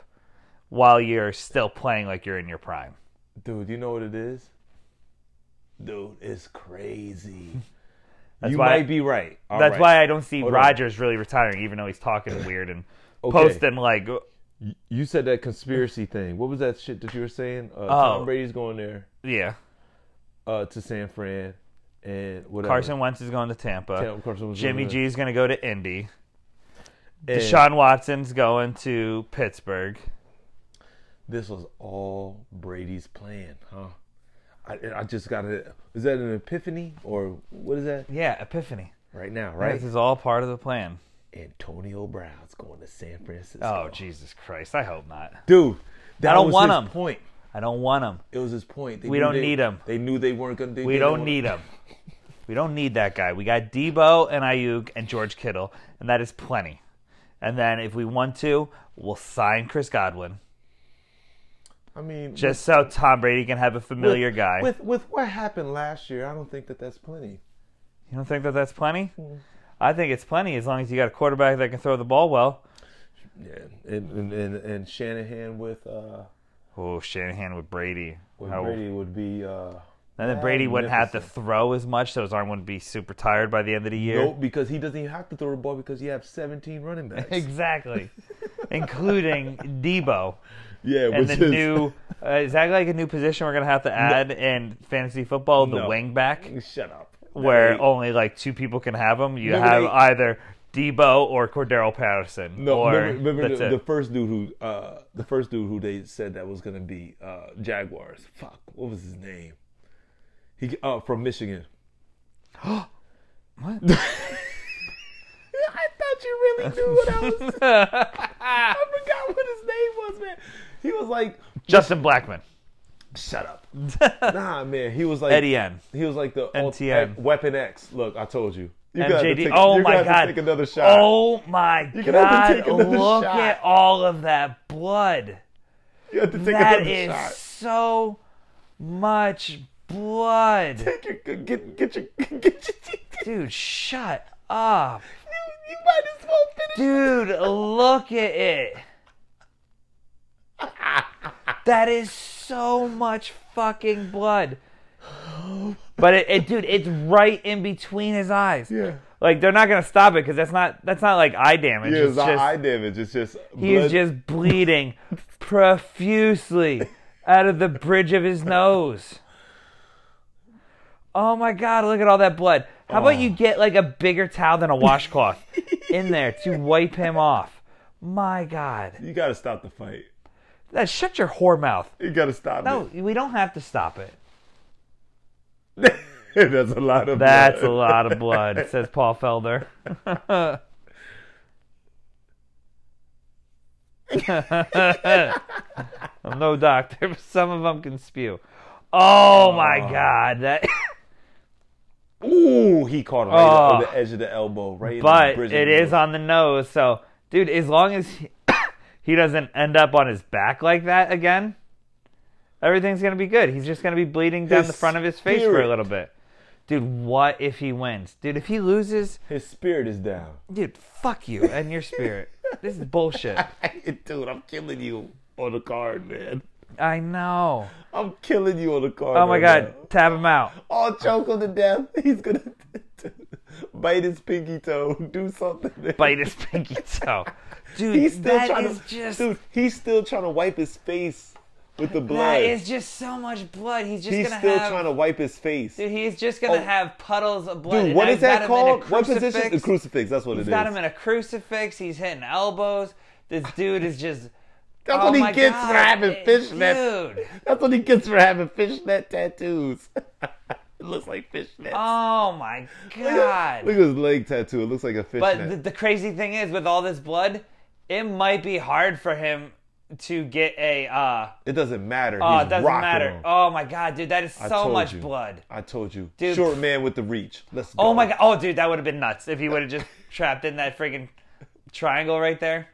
Speaker 3: while you're still playing like you're in your prime.
Speaker 1: dude, you know what it is? Dude, it's crazy.
Speaker 3: That's
Speaker 1: you
Speaker 3: why-
Speaker 1: might be right. All
Speaker 3: That's
Speaker 1: right.
Speaker 3: why I don't see
Speaker 1: on.
Speaker 3: Rogers really retiring, even though he's talking weird and
Speaker 1: Okay.
Speaker 3: posting like,
Speaker 1: you said that conspiracy thing. What was that shit that you were saying? Uh,
Speaker 3: Oh.
Speaker 1: Tom Brady's going there
Speaker 3: yeah,
Speaker 1: uh, to San Fran and whatever.
Speaker 3: Carson Wentz is going to Tampa.
Speaker 1: Yeah, Carson was
Speaker 3: Jimmy
Speaker 1: going
Speaker 3: G is going to go to Indy.
Speaker 1: And
Speaker 3: Deshaun Watson's going to Pittsburgh.
Speaker 1: This was all Brady's plan, huh? I, I just got a. Is that an epiphany or what is that?
Speaker 3: Yeah, epiphany.
Speaker 1: Right now, right?
Speaker 3: This is all part of the plan.
Speaker 4: Antonio Brown's going to San Francisco.
Speaker 3: Oh Jesus Christ! I hope not.
Speaker 1: dude. That
Speaker 3: I don't
Speaker 1: was
Speaker 3: want
Speaker 1: his
Speaker 3: 'em.
Speaker 1: point.
Speaker 3: I don't want him.
Speaker 1: It was his point. They
Speaker 3: We
Speaker 1: knew
Speaker 3: don't
Speaker 1: they-
Speaker 3: need 'em.
Speaker 1: They knew they weren't going to.
Speaker 3: We don't need him. We don't need that guy. We got Debo and Ayuk and George Kittle, and that is plenty. And then if we want to, we'll sign Chris Godwin
Speaker 1: I mean,
Speaker 3: just so Tom Brady can have a
Speaker 1: with-
Speaker 3: familiar guy.
Speaker 1: With with what happened last year, I don't think that that's plenty.
Speaker 3: you don't think that that's plenty?
Speaker 1: Hmm.
Speaker 3: I think it's plenty as long as you got a quarterback that can throw the ball well.
Speaker 1: Yeah, and and, and, and Shanahan with uh,
Speaker 3: Oh, Shanahan with Brady.
Speaker 1: with
Speaker 3: How-
Speaker 1: Brady would be. Uh,
Speaker 3: And then Brady wouldn't have to throw as much, so his arm wouldn't be super tired by the end of the year.
Speaker 1: Nope, because he doesn't even have to throw the ball because you have 17 running backs.
Speaker 3: Exactly. Including Debo.
Speaker 1: yeah,
Speaker 3: and
Speaker 1: which
Speaker 3: the
Speaker 1: is-
Speaker 3: new uh, is that like a new position we're gonna have to add in fantasy football the
Speaker 1: No.
Speaker 3: wing back
Speaker 1: Shut up.
Speaker 3: where
Speaker 1: Hey,
Speaker 3: only like two people can have them you
Speaker 1: Remember
Speaker 3: have
Speaker 1: they-
Speaker 3: either Debo or Cordero Patterson
Speaker 1: No,
Speaker 3: or
Speaker 1: remember, remember
Speaker 3: that's
Speaker 1: the, the
Speaker 3: it.
Speaker 1: first dude who uh, the first dude who they said that was gonna be uh, Jaguars. Fuck, what was his name? He uh, from Michigan.
Speaker 3: What?
Speaker 1: I thought you really knew what I was. I forgot what his name was, man. He was like,
Speaker 3: Justin Blackman
Speaker 1: shut up. nah, man. He was like
Speaker 3: Eddie N
Speaker 1: He was like the ult-
Speaker 3: MTN.
Speaker 1: like, Weapon X. Look, I told you. You gotta
Speaker 3: MJD
Speaker 1: take-
Speaker 3: oh
Speaker 1: you're gonna
Speaker 3: my
Speaker 1: have to
Speaker 3: god
Speaker 1: Take another shot.
Speaker 3: oh my
Speaker 1: gonna have to
Speaker 3: god
Speaker 1: take another
Speaker 3: look
Speaker 1: shot.
Speaker 3: at all of that blood
Speaker 1: you have to take
Speaker 3: that
Speaker 1: another
Speaker 3: is
Speaker 1: shot.
Speaker 3: so much blood
Speaker 1: Take your, get get your get your.
Speaker 3: dude shut up
Speaker 1: You might as well finish.
Speaker 3: Dude, look at it. That is so much fucking blood. But it, it dude, it's right in between his eyes.
Speaker 1: Yeah.
Speaker 3: Like they're not gonna stop it because that's not that's not like eye damage.
Speaker 1: Yeah, it's
Speaker 3: it's
Speaker 1: not
Speaker 3: just,
Speaker 1: eye damage. It's just
Speaker 3: he's
Speaker 1: blood.
Speaker 3: just bleeding profusely out of the bridge of his nose. Oh my god, look at all that blood. How about
Speaker 1: Oh.
Speaker 3: you get like a bigger towel than a washcloth in there to wipe him off? My god.
Speaker 1: You gotta stop the fight.
Speaker 3: That shut your whore mouth.
Speaker 1: You gotta stop
Speaker 3: No, we don't have to stop it.
Speaker 1: it. That's a lot of.
Speaker 3: That's a
Speaker 1: blood.
Speaker 3: lot of blood, says Paul Felder. I'm no doctor, but some of them can spew. Oh my god, that
Speaker 1: Ooh, he caught him right on
Speaker 3: Oh.
Speaker 1: the edge of the elbow, right. in the
Speaker 3: but
Speaker 1: bridge
Speaker 3: it is
Speaker 1: On-
Speaker 3: on the nose. So, dude, as long as he, he doesn't end up on his back like that again, everything's gonna be good. He's just gonna be bleeding down
Speaker 1: His
Speaker 3: the front of his face for
Speaker 1: spirit.
Speaker 3: a little bit. Dude, what if he wins? Dude, if he loses,
Speaker 1: His spirit is down.
Speaker 3: dude, fuck you and your spirit. this is bullshit.
Speaker 1: Dude, I'm killing you on the card, man.
Speaker 3: I know.
Speaker 1: I'm killing you on the card.
Speaker 3: Oh my
Speaker 1: right
Speaker 3: god,
Speaker 1: now.
Speaker 3: tap him out.
Speaker 1: I'll choke him to death. He's gonna bite his pinky toe, do something.
Speaker 3: Bite his pinky toe. Dude,
Speaker 1: He's still
Speaker 3: that
Speaker 1: trying
Speaker 3: is
Speaker 1: to,
Speaker 3: just
Speaker 1: dude. He's still trying to wipe his face with the blood.
Speaker 3: that is just so much blood. He's just
Speaker 1: he's
Speaker 3: gonna
Speaker 1: still
Speaker 3: have
Speaker 1: trying to wipe his face.
Speaker 3: Dude, he's just gonna
Speaker 1: Oh.
Speaker 3: have puddles of blood.
Speaker 1: Dude,
Speaker 3: And
Speaker 1: what
Speaker 3: I've
Speaker 1: is that
Speaker 3: got him in a
Speaker 1: called? What position? The
Speaker 3: crucifix.
Speaker 1: crucifix. That's what it
Speaker 3: He's
Speaker 1: is.
Speaker 3: got him in a crucifix. He's hitting elbows. This dude is just.
Speaker 1: That's
Speaker 3: oh
Speaker 1: what he
Speaker 3: my
Speaker 1: gets
Speaker 3: God.
Speaker 1: for having
Speaker 3: It-
Speaker 1: fishnets.
Speaker 3: Dude.
Speaker 1: That's what he gets for having fishnet tattoos. it looks like fishnet.
Speaker 3: Oh my
Speaker 1: Look at- Look
Speaker 3: god.
Speaker 1: at his leg tattoo. It looks like a
Speaker 3: But
Speaker 1: fishnet.
Speaker 3: the, the crazy thing is, with all this blood, it might be hard for him to get a. Uh,
Speaker 1: it doesn't matter.
Speaker 3: oh,
Speaker 1: He's
Speaker 3: it doesn't
Speaker 1: rocking
Speaker 3: matter.
Speaker 1: him.
Speaker 3: Oh my god, dude, that is
Speaker 1: I
Speaker 3: so
Speaker 1: told
Speaker 3: much
Speaker 1: you.
Speaker 3: blood.
Speaker 1: I told you.
Speaker 3: Dude.
Speaker 1: Short man with the reach. Let's go.
Speaker 3: Oh my god! Oh, dude, that would have been nuts if he would have just trapped in that friggin' triangle right there.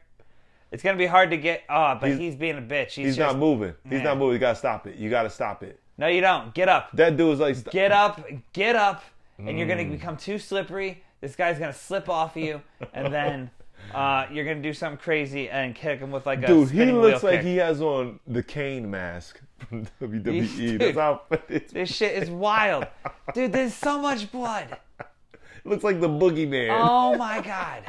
Speaker 3: It's gonna be hard to get. Oh, but he's,
Speaker 1: He's-
Speaker 3: being a bitch. He's,
Speaker 1: He's
Speaker 3: just,
Speaker 1: not moving. He's
Speaker 3: Man.
Speaker 1: not moving. You gotta stop it. You gotta stop it.
Speaker 3: No, you don't. Get up.
Speaker 1: That dude was like, st-
Speaker 3: Get up. Get up. And you're
Speaker 1: Mm.
Speaker 3: gonna become too slippery. This guy's gonna slip off of you, and then uh, you're gonna do something crazy and kick him with like a
Speaker 1: dude, he
Speaker 3: spinning
Speaker 1: looks
Speaker 3: wheel
Speaker 1: like
Speaker 3: kick.
Speaker 1: he has on the cane mask from WWE.
Speaker 3: Dude.
Speaker 1: That's how it
Speaker 3: This shit is wild, dude. There's so much blood.
Speaker 1: looks like the boogeyman.
Speaker 3: Oh my god.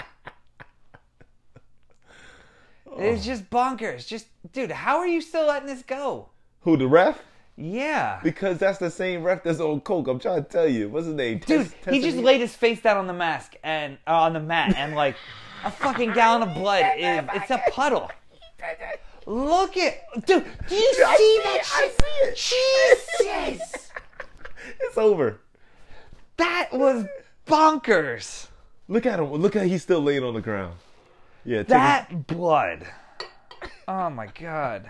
Speaker 3: It's just bonkers. Just dude, how are you still letting this go?
Speaker 1: Who the ref?
Speaker 3: Yeah.
Speaker 1: Because that's the same ref that's on coke. I'm trying to tell you. What's his name?
Speaker 3: Dude,
Speaker 1: Tess-
Speaker 3: he just
Speaker 1: Tessini-
Speaker 3: laid his face down on the mask and uh, on the mat and like a fucking gallon of blood is it's a puddle. Look at dude, do you see
Speaker 1: I see
Speaker 3: that
Speaker 1: it. I
Speaker 3: shit?
Speaker 1: see it.
Speaker 3: Jesus!
Speaker 1: It's over.
Speaker 3: That was bonkers.
Speaker 1: Look at him. Look at he's still laying on the ground. Yeah, take a-
Speaker 3: That blood. Oh my god.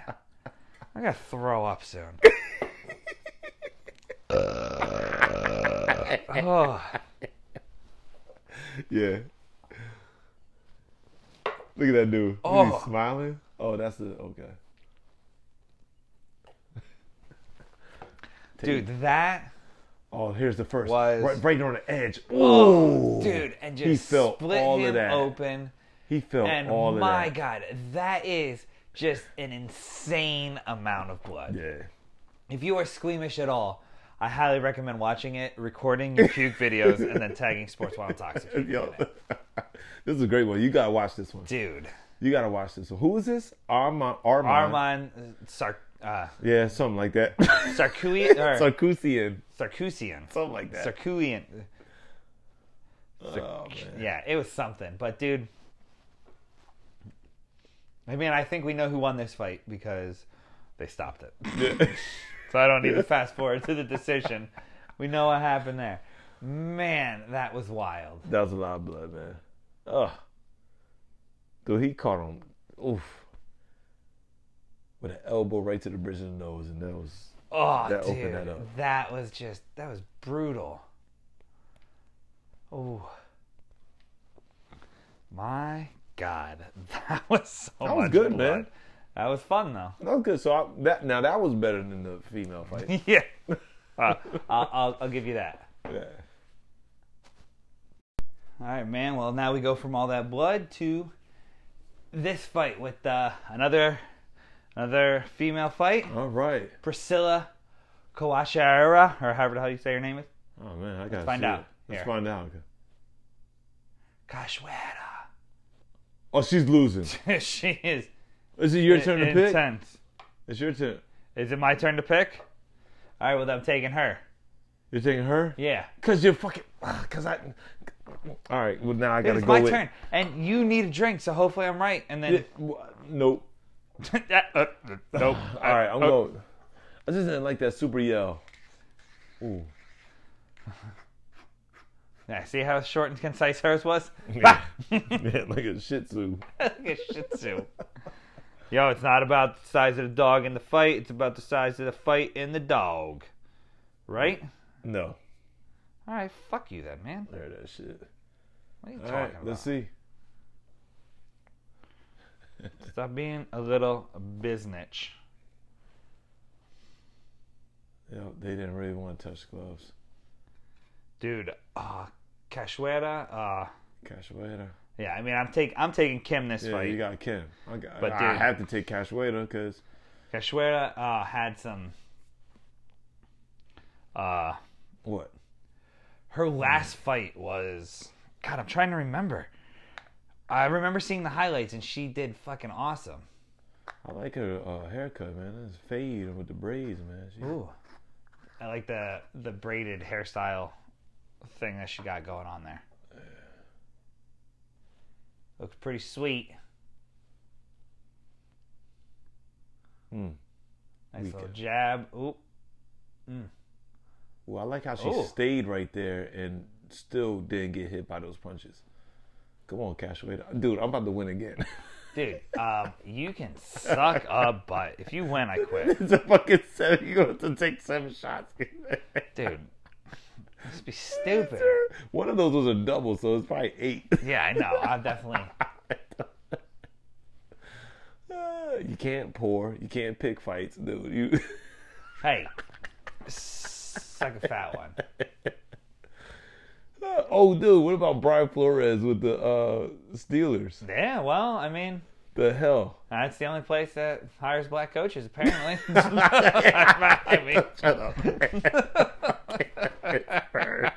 Speaker 3: I gotta throw up soon. oh,
Speaker 1: yeah. Look at that dude. Oh.
Speaker 3: Oh.
Speaker 1: He's smiling. Oh, that's the okay.
Speaker 3: dude, that
Speaker 1: Oh, here's the first.
Speaker 3: Was- Oh.
Speaker 1: Right, right on the edge. Ooh.
Speaker 3: dude, and just
Speaker 1: He felt
Speaker 3: split
Speaker 1: all of
Speaker 3: him
Speaker 1: that.
Speaker 3: open.
Speaker 1: He felt
Speaker 3: And
Speaker 1: all of
Speaker 3: my
Speaker 1: that.
Speaker 3: god, that is just an insane amount of blood.
Speaker 1: Yeah.
Speaker 3: If you are squeamish at all, I highly recommend watching it, recording your puke videos, and then tagging Sports Wild Toxic. if you
Speaker 1: Yo.
Speaker 3: can.
Speaker 1: this is a great one. You gotta watch this one.
Speaker 3: Dude,
Speaker 1: You gotta watch this one. Who is this? Armand. Armand.
Speaker 3: Armand Sar- uh,
Speaker 1: Yeah, something like that.
Speaker 3: Sarkui- or
Speaker 1: Sarkisian.
Speaker 3: Sarkisian.
Speaker 1: Something like that.
Speaker 3: Sarkuian.
Speaker 1: oh, man.
Speaker 3: Yeah, it was something. But dude, I mean, I think we know who won this fight because they stopped it. so I don't need to fast forward to the decision. We know what happened there. Man, that was wild.
Speaker 1: That was a lot of blood, man. Ugh. Dude, he caught him. Oof. With an elbow right to the bridge of the nose, and that was
Speaker 3: Oh,
Speaker 1: That opened
Speaker 3: dude,
Speaker 1: that up.
Speaker 3: that was just that was brutal. Oh, my God, that was so
Speaker 1: That was
Speaker 3: much
Speaker 1: good,
Speaker 3: blood.
Speaker 1: man.
Speaker 3: That was fun though.
Speaker 1: that was good. So I, that now that was better than the female fight.
Speaker 3: yeah. Uh, I'll, I'll, I'll give you that.
Speaker 1: yeah.
Speaker 3: All right, man. Well, now we go from all that blood to this fight with uh, another another female fight.
Speaker 1: All right.
Speaker 3: Priscilla Kawashara, or however the hell you say her name is.
Speaker 1: Oh man, I gotta
Speaker 3: find
Speaker 1: see
Speaker 3: out.
Speaker 1: it. Let's
Speaker 3: Here.
Speaker 1: find out.
Speaker 3: Kashwera.
Speaker 1: Oh, she's losing.
Speaker 3: she is
Speaker 1: Is it your turn to pick?
Speaker 3: intense.
Speaker 1: It's your turn.
Speaker 3: Is it my turn to pick? All right, well, I'm taking her.
Speaker 1: You're taking her?
Speaker 3: Yeah.
Speaker 1: Cause you're fucking. ah, Cause I. All right. Well, now I gotta
Speaker 3: It's
Speaker 1: go
Speaker 3: my
Speaker 1: with.
Speaker 3: turn. And you need a drink, so hopefully I'm right. And
Speaker 1: Yeah,
Speaker 3: then.
Speaker 1: wha- Nope.
Speaker 3: Uh, oh. nope.
Speaker 1: All right, I'm going. I just didn't like that super yell. Ooh.
Speaker 3: Yeah, see how short and concise hers was?
Speaker 1: Yeah, like a Shih Tzu.
Speaker 3: Like a Shih Tzu. Yo, it's not about the size of the dog in the fight. It's about the size of the fight in the dog, right?
Speaker 1: No,
Speaker 3: All right, fuck you then, man.
Speaker 1: there that shit.
Speaker 3: What are you
Speaker 1: All
Speaker 3: talking
Speaker 1: right,
Speaker 3: about?
Speaker 1: let's see.
Speaker 3: Stop being a little biznitch.
Speaker 1: Yo, they didn't really want to touch gloves.
Speaker 3: dude. Uh, Cachuera. Uh,
Speaker 1: Cachoeira.
Speaker 3: yeah, I mean, I'm take I'm taking Kim this
Speaker 1: Yeah,
Speaker 3: fight.
Speaker 1: you got Kim. I got.
Speaker 3: But
Speaker 1: I
Speaker 3: dude-
Speaker 1: have to take Cachoeira because
Speaker 3: Cachuera uh, had some. Uh,
Speaker 1: what?
Speaker 3: her last fight was God. I'm trying to remember. I remember seeing the highlights, and she did fucking awesome.
Speaker 1: I like her uh, haircut, man. That's fade with the braids, man. She,
Speaker 3: Ooh, I like the the braided hairstyle thing that she got going on there. Looks pretty sweet.
Speaker 1: Mm.
Speaker 3: Nice
Speaker 1: Weak.
Speaker 3: little jab. Ooh.
Speaker 1: Well, I like how she
Speaker 3: Ooh.
Speaker 1: stayed right there and still didn't get hit by those punches. Come on, Cachoeira, dude. I'm about to win again.
Speaker 3: Dude, um, you can suck a butt. If you win, I quit.
Speaker 1: It's a fucking seven. You have to take seven shots.
Speaker 3: Dude, this be stupid.
Speaker 1: One of those was a double, so it's probably eight.
Speaker 3: Yeah, I know. I definitely.
Speaker 1: you can't pour. You can't pick fights, dude. You
Speaker 3: Hey, suck a fat one.
Speaker 1: oh, dude. What about Brian Flores with the uh, Steelers?
Speaker 3: Yeah, well, I mean,
Speaker 1: The hell.
Speaker 3: that's the only place that hires black coaches, apparently. I mean,
Speaker 1: Oh,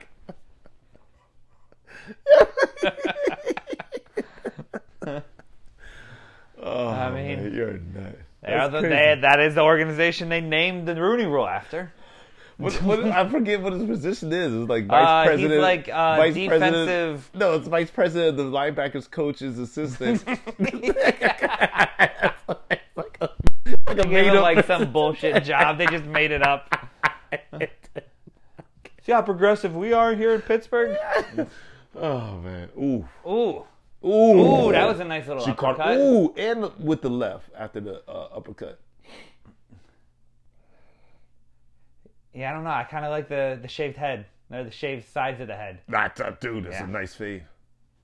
Speaker 1: Oh, I
Speaker 3: mean-
Speaker 1: mean, you're nuts.
Speaker 3: they are
Speaker 1: That's
Speaker 3: the,
Speaker 1: crazy.
Speaker 3: they, that is the organization they named the Rooney Rule after.
Speaker 1: What, what, I forget what his position is. It's like
Speaker 3: Uh,
Speaker 1: vice
Speaker 3: he's
Speaker 1: president.
Speaker 3: like, uh,
Speaker 1: vice
Speaker 3: defensive-
Speaker 1: President, no, it's vice president of the linebackers coach's assistant. like a, like a
Speaker 3: They gave
Speaker 1: made
Speaker 3: him
Speaker 1: up.
Speaker 3: like some bullshit job. They just made it up. See how progressive we are here in Pittsburgh?
Speaker 1: Oh man. Ooh.
Speaker 3: Ooh.
Speaker 1: Ooh.
Speaker 3: Ooh, that was a nice little
Speaker 1: She
Speaker 3: uppercut.
Speaker 1: caught. Ooh, and the- with the left after the uh, uppercut.
Speaker 3: Yeah, I don't know. I kind of like the, the shaved head, or the shaved sides of the head.
Speaker 1: That's up, dude. That's
Speaker 3: Yeah.
Speaker 1: a nice fade.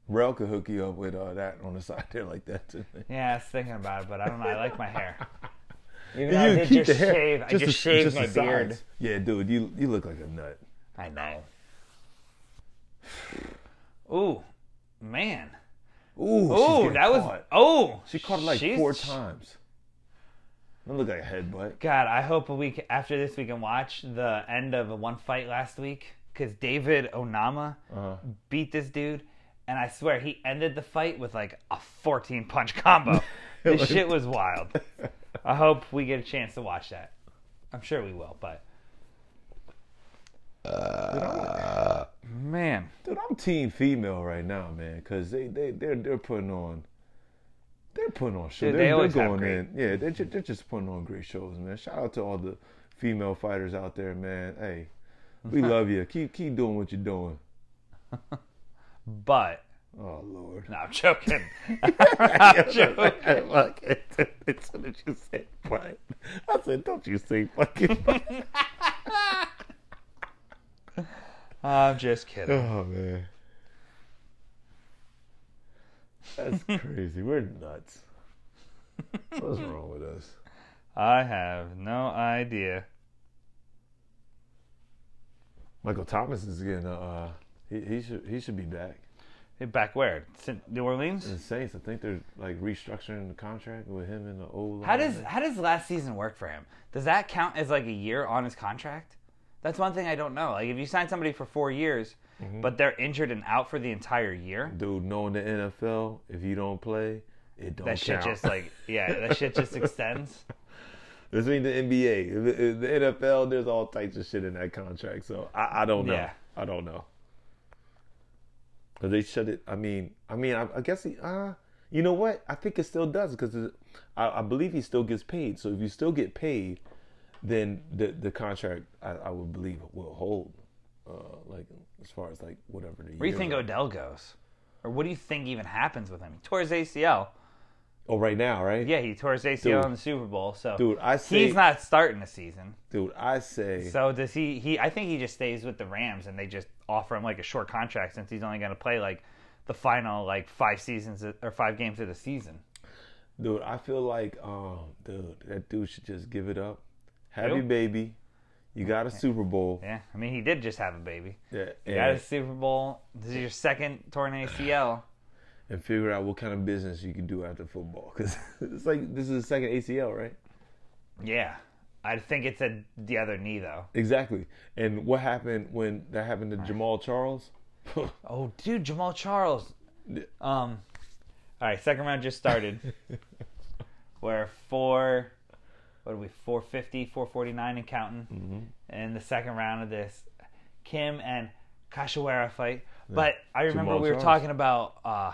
Speaker 1: Rel could hook you up with uh, that on the side there like that too.
Speaker 3: Yeah, I was thinking about it, but I don't know. I like my hair. Even
Speaker 1: You
Speaker 3: though I did
Speaker 1: keep
Speaker 3: just
Speaker 1: the hair-
Speaker 3: shave. I just
Speaker 1: the-
Speaker 3: shaved my
Speaker 1: the
Speaker 3: beard.
Speaker 1: sides. Yeah, dude, you you look like a nut.
Speaker 3: I know. Ooh, man.
Speaker 1: Ooh, she's
Speaker 3: Ooh,
Speaker 1: getting
Speaker 3: that was.
Speaker 1: caught.
Speaker 3: Oh,
Speaker 1: She caught it like
Speaker 3: she's-
Speaker 1: four times. That look like a headbutt.
Speaker 3: God, I hope we can, after this we can watch the end of one fight last week because David Onama
Speaker 1: Uh-huh.
Speaker 3: beat this dude, and I swear he ended the fight with like a 14 punch combo. this shit was wild. I hope we get a chance to watch that. I'm sure we will, but Uh, man,
Speaker 1: Dude, I'm team female right now, man, because they they they're they're putting on. They're putting on shows.
Speaker 3: Dude, they
Speaker 1: they're,
Speaker 3: always
Speaker 1: they're
Speaker 3: have
Speaker 1: going
Speaker 3: great-
Speaker 1: in. Yeah, they're just, they're just putting on great shows, man. Shout out to all the female fighters out there, man. Hey, we love you. Keep keep doing what you're doing.
Speaker 3: but
Speaker 1: Oh Lord.
Speaker 3: no, I'm joking.
Speaker 1: Look, it's what you said, but I said, don't you say fucking.
Speaker 3: I'm just kidding.
Speaker 1: Oh man, that's crazy. We're nuts. What's wrong with us?
Speaker 3: I have no idea.
Speaker 1: Michael Thomas is getting uh, he, he should he should be back.
Speaker 3: Back where? St- New Orleans?
Speaker 1: The Saints, I think they're like restructuring the contract with him and the old.
Speaker 3: How does how does last season work for him? Does that count as like a year on his contract? That's one thing I don't know. Like if you sign somebody for four years,
Speaker 1: Mm-hmm.
Speaker 3: but they're injured and out for the entire year,
Speaker 1: dude knowing the NFL? If you don't play, it don't
Speaker 3: that shit
Speaker 1: count.
Speaker 3: just like yeah, that shit just extends.
Speaker 1: This ain't the NBA. The- The NFL, there's all types of shit in that contract. So I, I don't know.
Speaker 3: Yeah.
Speaker 1: I don't know. Cause they shut it. I mean, I mean, I, I guess he. Uh, you know what? I think it still does because I, I believe he still gets paid. So if you still get paid, then the the contract I, I would believe will hold. Uh, like as far as like whatever the
Speaker 3: Where do you
Speaker 1: year-
Speaker 3: think Odell goes? Or what do you think even happens with him? He tore his ACL.
Speaker 1: Oh, right now, right?
Speaker 3: Yeah, he tore his ACL
Speaker 1: Dude.
Speaker 3: in the Super Bowl. So
Speaker 1: Dude, I say,
Speaker 3: he's not starting the season.
Speaker 1: dude, I say,
Speaker 3: So does he? He I think he just stays with the Rams, and they just offer him like a short contract since he's only going to play like the final like five seasons of- or five games of the season.
Speaker 1: Dude, I feel like, um, dude, that dude should just give it up. Have
Speaker 3: Yep.
Speaker 1: your baby. You got a Super Bowl.
Speaker 3: Yeah, I mean he did just have a baby.
Speaker 1: Yeah,
Speaker 3: You got a
Speaker 1: and,
Speaker 3: Super Bowl. This is your second torn ACL.
Speaker 1: and figure out what kind of business you can do after football. Because it's like, this is the second ACL, right?
Speaker 3: Yeah, I think it's a, the other knee though.
Speaker 1: Exactly. And what happened when that happened to Jamal Charles?
Speaker 3: Oh, dude, Jamal Charles. Um, all right, second round just started. We're four. What are we? 450, 449 and counting.
Speaker 1: Mm-hmm.
Speaker 3: In the second round of this, Kim and Cachoeira fight. But I remember
Speaker 1: Jamal
Speaker 3: we were
Speaker 1: Charles.
Speaker 3: talking about. uh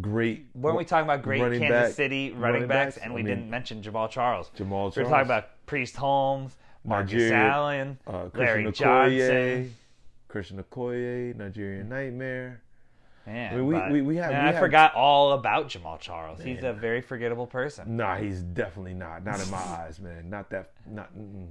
Speaker 1: Great.
Speaker 3: weren't we talking about great
Speaker 1: Running
Speaker 3: Kansas
Speaker 1: back-
Speaker 3: City running,
Speaker 1: running
Speaker 3: backs,
Speaker 1: backs?
Speaker 3: and
Speaker 1: I
Speaker 3: we
Speaker 1: mean,
Speaker 3: didn't mention Jamal Charles.
Speaker 1: Jamal
Speaker 3: We were
Speaker 1: Charles.
Speaker 3: talking about Priest Holmes, Marcus
Speaker 1: Nigeria,
Speaker 3: Allen,
Speaker 1: uh,
Speaker 3: Larry
Speaker 1: Christian Okoye,
Speaker 3: Johnson. Mm-hmm.
Speaker 1: Christian Okoye, Nigerian Nightmare.
Speaker 3: Yeah,
Speaker 1: We- we-
Speaker 3: but-
Speaker 1: we- we have-
Speaker 3: and
Speaker 1: we
Speaker 3: I
Speaker 1: have-
Speaker 3: forgot all about Jamal Charles. He's a very forgettable person.
Speaker 1: Nah, he's definitely not. Not in my eyes, man. Not that. Not. Mm-mm.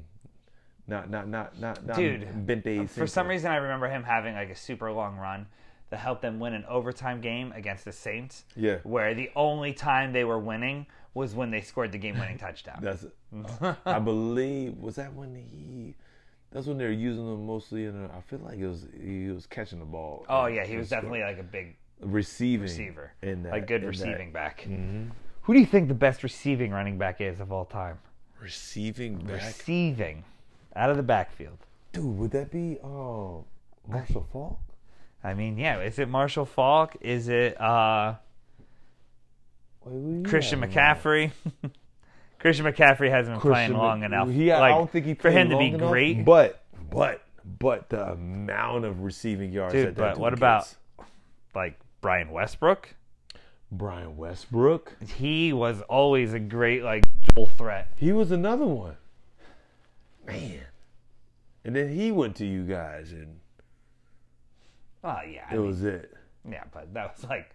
Speaker 1: Not. Not. Not. Not. not
Speaker 3: Dude, uh,
Speaker 1: Bente
Speaker 3: For some reason, I remember him having like a super long run that helped them win an overtime game against the Saints.
Speaker 1: Yeah.
Speaker 3: where the only time they were winning was when they scored the game-winning touchdown.
Speaker 1: That's it. I believe was that when he. That's when they were using him mostly in. A, I feel like it was he was catching the ball.
Speaker 3: Oh
Speaker 1: and-
Speaker 3: yeah, he
Speaker 1: and
Speaker 3: was
Speaker 1: scoring.
Speaker 3: definitely like a big
Speaker 1: receiving
Speaker 3: receiver,
Speaker 1: in that,
Speaker 3: like good
Speaker 1: in that. Mm-hmm.
Speaker 3: receiving back. Who do you think the best receiving running back is of all time?
Speaker 1: receiving back.
Speaker 3: Receiving out of the backfield.
Speaker 1: Dude, would that be um Marshall Falk?
Speaker 3: I mean, yeah, is it Marshall Falk? Is it uh,
Speaker 1: Wait, who you
Speaker 3: Christian
Speaker 1: having?
Speaker 3: McCaffrey? Christian McCaffrey hasn't been
Speaker 1: Christian
Speaker 3: playing long
Speaker 1: Mc-
Speaker 3: enough.
Speaker 1: He, I
Speaker 3: Like,
Speaker 1: don't think he
Speaker 3: for him
Speaker 1: played
Speaker 3: to be
Speaker 1: long enough,
Speaker 3: great.
Speaker 1: But but but the amount of receiving yards.
Speaker 3: Dude,
Speaker 1: that that
Speaker 3: but
Speaker 1: dude
Speaker 3: what about-
Speaker 1: gets.
Speaker 3: like Brian Westbrook,
Speaker 1: Brian Westbrook?
Speaker 3: he was always a great like dual threat.
Speaker 1: He was another one. Man. And then he went to you guys and
Speaker 3: Oh yeah, I
Speaker 1: That was it.
Speaker 3: mean, yeah, but that was like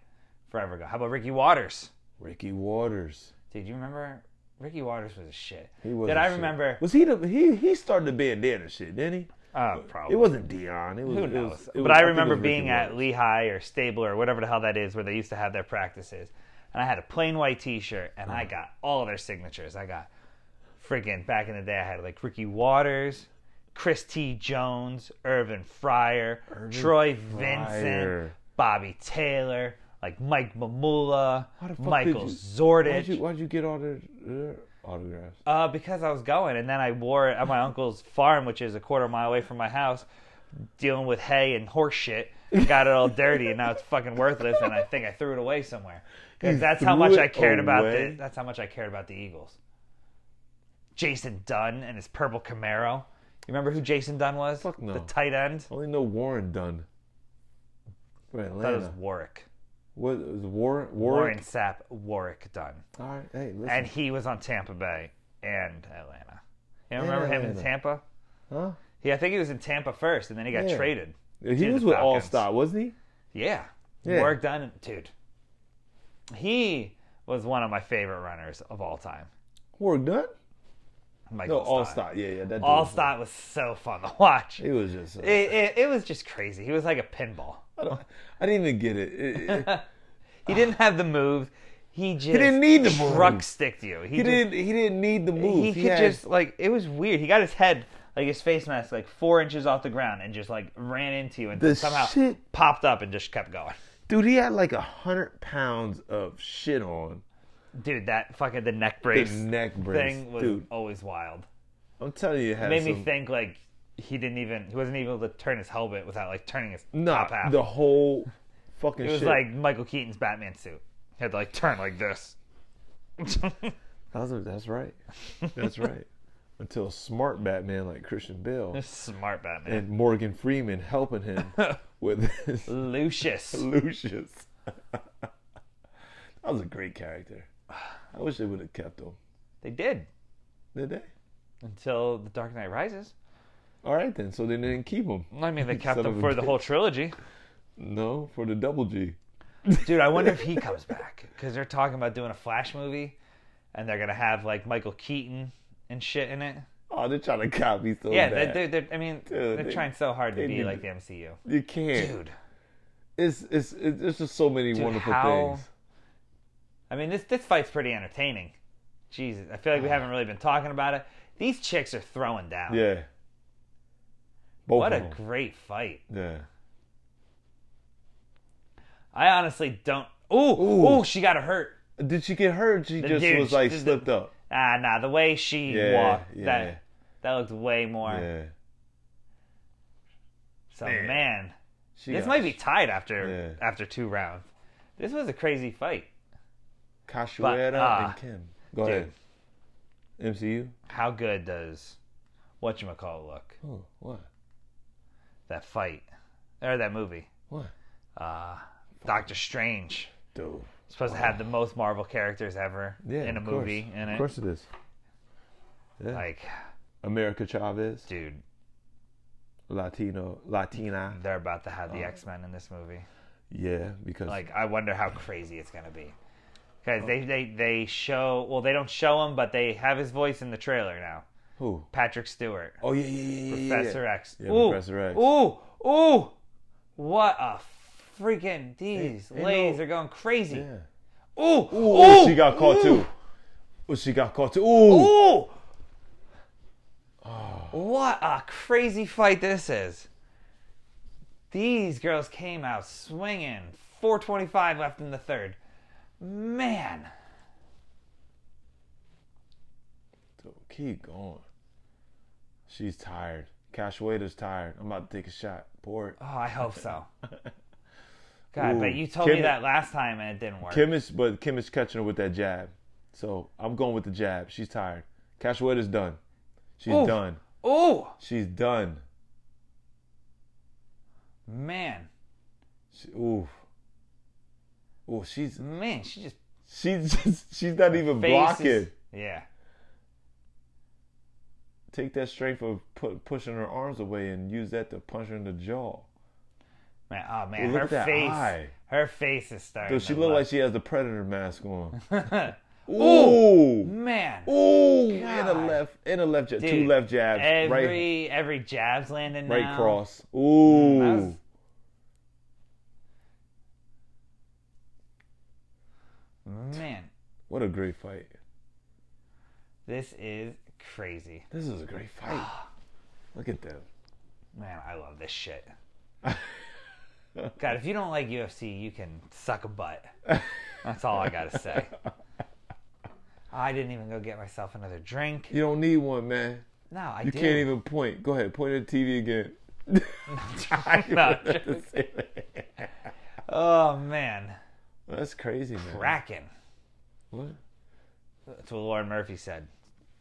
Speaker 3: forever ago. How about Ricky Waters?
Speaker 1: Ricky Waters.
Speaker 3: Dude, you remember Ricky Waters was a shit.
Speaker 1: He was.
Speaker 3: Did
Speaker 1: the
Speaker 3: I
Speaker 1: shit.
Speaker 3: remember?
Speaker 1: Was he the he he started the bandana shit? Didn't he?
Speaker 3: Uh,
Speaker 1: It
Speaker 3: probably.
Speaker 1: wasn't Dion. It was.
Speaker 3: Who
Speaker 1: it
Speaker 3: knows?
Speaker 1: was- it was-
Speaker 3: but I
Speaker 1: think it
Speaker 3: remember
Speaker 1: was Ricky
Speaker 3: being at
Speaker 1: Waters.
Speaker 3: Lehigh or Stabler or whatever the hell that is where they used to have their practices. And I had a plain white t shirt and
Speaker 1: Uh-huh.
Speaker 3: I got all their signatures. I got freaking back in the day, I had like Ricky Waters, Chris T. Jones, Irvin Fryer, Troy Vincent,
Speaker 1: Fryer.
Speaker 3: Bobby Taylor, like Mike Mamula,
Speaker 1: How the fuck
Speaker 3: Michael
Speaker 1: did you-
Speaker 3: Zordich.
Speaker 1: Why'd you, why'd you get all the the autographs?
Speaker 3: Uh, because I was going, and then I wore it at my uncle's farm, which is a quarter mile away from my house, dealing with hay and horse shit. Got it all dirty, and now it's fucking worthless. And I think I threw it away somewhere because
Speaker 1: You
Speaker 3: that's how
Speaker 1: threw
Speaker 3: much
Speaker 1: it
Speaker 3: I cared about the.
Speaker 1: away?
Speaker 3: That's how much I cared about the Eagles. Jason Dunn and his purple Camaro. You remember who Jason Dunn was?
Speaker 1: Fuck no.
Speaker 3: The tight end.
Speaker 1: I only know Warren Dunn. From
Speaker 3: That
Speaker 1: Atlanta.
Speaker 3: was Warwick.
Speaker 1: What it was Warren?
Speaker 3: Warren
Speaker 1: Warren.
Speaker 3: Sapp. Warwick Dunn,
Speaker 1: All right. Hey, listen.
Speaker 3: and he was on Tampa Bay and Atlanta. You remember him in
Speaker 1: Atlanta.
Speaker 3: Tampa?
Speaker 1: huh?
Speaker 3: Yeah, I think he was in Tampa first, and then he got
Speaker 1: Yeah.
Speaker 3: traded.
Speaker 1: He
Speaker 3: the
Speaker 1: was with All
Speaker 3: Falcons.
Speaker 1: Star, wasn't he?
Speaker 3: Yeah.
Speaker 1: Yeah.
Speaker 3: Work done, dude. He was one of my favorite runners of all time.
Speaker 1: Warren Dunn?
Speaker 3: Michael
Speaker 1: No, All
Speaker 3: Stott.
Speaker 1: Star. Yeah, yeah. That dude
Speaker 3: All
Speaker 1: was-
Speaker 3: Stott was so fun to watch.
Speaker 1: He was just. uh,
Speaker 3: It, it, it was just crazy. He was like a pinball.
Speaker 1: I, don't- I didn't even get it. It- it-
Speaker 3: He didn't have the moves. He just
Speaker 1: didn't need the move.
Speaker 3: truck sticked you. He,
Speaker 1: he
Speaker 3: just,
Speaker 1: didn't. He didn't need the move.
Speaker 3: He could
Speaker 1: had-
Speaker 3: just like it was weird. He got his head like his face mask like four inches off the ground and just like ran into you and
Speaker 1: The
Speaker 3: somehow
Speaker 1: shit-
Speaker 3: popped up and just kept going.
Speaker 1: Dude, he had like a hundred pounds of shit on.
Speaker 3: Dude, that fucking the neck
Speaker 1: The
Speaker 3: brace
Speaker 1: neck brace,
Speaker 3: thing was
Speaker 1: dude.
Speaker 3: always wild.
Speaker 1: I'm telling you, it had
Speaker 3: made me
Speaker 1: some-
Speaker 3: think like he didn't even he wasn't even able to turn his helmet without like turning his top
Speaker 1: Nah,
Speaker 3: half.
Speaker 1: the whole fucking.
Speaker 3: it was
Speaker 1: shit.
Speaker 3: like Michael Keaton's Batman suit. He had to like turn like this.
Speaker 1: That's, that's right. That's right. Until smart Batman like Christian Bale
Speaker 3: Smart Batman.
Speaker 1: and Morgan Freeman helping him with his
Speaker 3: Lucius.
Speaker 1: Lucius. that was a great character. I wish they would have kept him.
Speaker 3: They did
Speaker 1: Did they?
Speaker 3: until The Dark Knight Rises.
Speaker 1: All right then. So they didn't keep him.
Speaker 3: I mean, they kept
Speaker 1: Son
Speaker 3: him
Speaker 1: of a
Speaker 3: for the whole trilogy.
Speaker 1: No, for the double G.
Speaker 3: Dude, I wonder if he comes back because they're talking about doing a Flash movie, and they're gonna have like Michael Keaton and shit in it.
Speaker 1: Oh, they're trying to copy so
Speaker 3: Yeah,
Speaker 1: bad.
Speaker 3: they're, they're, I mean,
Speaker 1: Dude,
Speaker 3: they're
Speaker 1: they-
Speaker 3: trying so hard to
Speaker 1: they
Speaker 3: be
Speaker 1: need
Speaker 3: like
Speaker 1: to-
Speaker 3: the MCU.
Speaker 1: you can't.
Speaker 3: Dude,
Speaker 1: It's it's it's it's just so many
Speaker 3: Dude,
Speaker 1: wonderful
Speaker 3: how-
Speaker 1: things.
Speaker 3: I mean, this this fight's pretty entertaining. Jesus, I feel like we haven't really been talking about it. These chicks are throwing down.
Speaker 1: Yeah. Oh. Both
Speaker 3: what
Speaker 1: of
Speaker 3: a
Speaker 1: them.
Speaker 3: great fight.
Speaker 1: yeah.
Speaker 3: I honestly don't. Ooh, ooh,
Speaker 1: Ooh.
Speaker 3: she got hurt.
Speaker 1: Did she get hurt? She just
Speaker 3: dude,
Speaker 1: was like
Speaker 3: the- the-
Speaker 1: slipped up.
Speaker 3: Ah, nah, the way she
Speaker 1: Yeah,
Speaker 3: walked,
Speaker 1: yeah.
Speaker 3: that that looked way more.
Speaker 1: Yeah.
Speaker 3: So man,
Speaker 1: She
Speaker 3: this
Speaker 1: got
Speaker 3: might be tied after
Speaker 1: Yeah.
Speaker 3: after two rounds. This was a crazy fight.
Speaker 1: Cachoeira
Speaker 3: ah,
Speaker 1: and Kim. Go
Speaker 3: Dude,
Speaker 1: ahead. MCU.
Speaker 3: how good does what you call look?
Speaker 1: Oh, what?
Speaker 3: That fight or that movie?
Speaker 1: What?
Speaker 3: Doctor Strange.
Speaker 1: Dude.
Speaker 3: supposed to have the most Marvel characters ever
Speaker 1: Yeah.
Speaker 3: in a
Speaker 1: of course.
Speaker 3: movie in
Speaker 1: Of
Speaker 3: it.
Speaker 1: course it is.
Speaker 3: Like,
Speaker 1: America Chavez,
Speaker 3: dude,
Speaker 1: Latino, Latina.
Speaker 3: they're about to have the
Speaker 1: Oh.
Speaker 3: X Men in this movie.
Speaker 1: Yeah, because
Speaker 3: Like, I wonder how crazy it's gonna be. Because
Speaker 1: Oh.
Speaker 3: they, they they show well, they don't show him, but they have his voice in the trailer now.
Speaker 1: who?
Speaker 3: Patrick Stewart,
Speaker 1: Oh yeah, yeah, yeah, yeah, yeah.
Speaker 3: Professor
Speaker 1: yeah.
Speaker 3: X.
Speaker 1: Yeah,
Speaker 3: ooh,
Speaker 1: Professor X.
Speaker 3: Ooh, ooh, what a freaking these
Speaker 1: ain't
Speaker 3: ladies
Speaker 1: no-
Speaker 3: are going crazy.
Speaker 1: Yeah.
Speaker 3: Ooh,
Speaker 1: Oh,
Speaker 3: ooh,
Speaker 1: she got caught
Speaker 3: ooh,
Speaker 1: too. Oh, she got caught too. Ooh.
Speaker 3: Ooh. Oh. What a crazy fight this is. These girls came out swinging. 425 left in the third. Man.
Speaker 1: Dude, keep going. She's tired. Cachoeira's tired. I'm about to take a shot. Pour it.
Speaker 3: Oh, I hope so. God,
Speaker 1: Ooh,
Speaker 3: but you told me
Speaker 1: Kim-
Speaker 3: that last time and it didn't work.
Speaker 1: Kim is, but Kim is catching her with that jab. So I'm going with the jab. She's tired. Cachoeira's done. She's
Speaker 3: Ooh.
Speaker 1: done.
Speaker 3: Ooh,
Speaker 1: She's done.
Speaker 3: man.
Speaker 1: She, oof. Oh, she's
Speaker 3: Man, she just
Speaker 1: she's just she's not even
Speaker 3: faces.
Speaker 1: blocking.
Speaker 3: Yeah.
Speaker 1: Take that strength of pu- pushing her arms away and use that to punch her in the jaw.
Speaker 3: Man, oh man,
Speaker 1: Ooh, look
Speaker 3: her
Speaker 1: at that
Speaker 3: face,
Speaker 1: eye.
Speaker 3: her face is starting.
Speaker 1: Does she
Speaker 3: to
Speaker 1: look like
Speaker 3: look-
Speaker 1: she has the predator mask on? Ooh,
Speaker 3: man?
Speaker 1: ooh, and a
Speaker 3: God.
Speaker 1: left, and a left jab, two
Speaker 3: Dude,
Speaker 1: left jabs, right,
Speaker 3: Every every jab's landing
Speaker 1: right
Speaker 3: now. Mm,
Speaker 1: cross. Ooh,
Speaker 3: that was- Man,
Speaker 1: what a great fight!
Speaker 3: this is crazy.
Speaker 1: This is a great fight. Look at them.
Speaker 3: Man, I love this shit. God, if you don't like UFC, you can suck a butt. That's all I gotta say. I didn't even go get myself another drink.
Speaker 1: You don't need one, man.
Speaker 3: No, I
Speaker 1: You
Speaker 3: do.
Speaker 1: can't even point. Go ahead, point at the TV again. I
Speaker 3: not
Speaker 1: wanted to say that.
Speaker 3: Oh man,
Speaker 1: That's crazy, man.
Speaker 3: cracking.
Speaker 1: What?
Speaker 3: That's what Lauren Murphy said.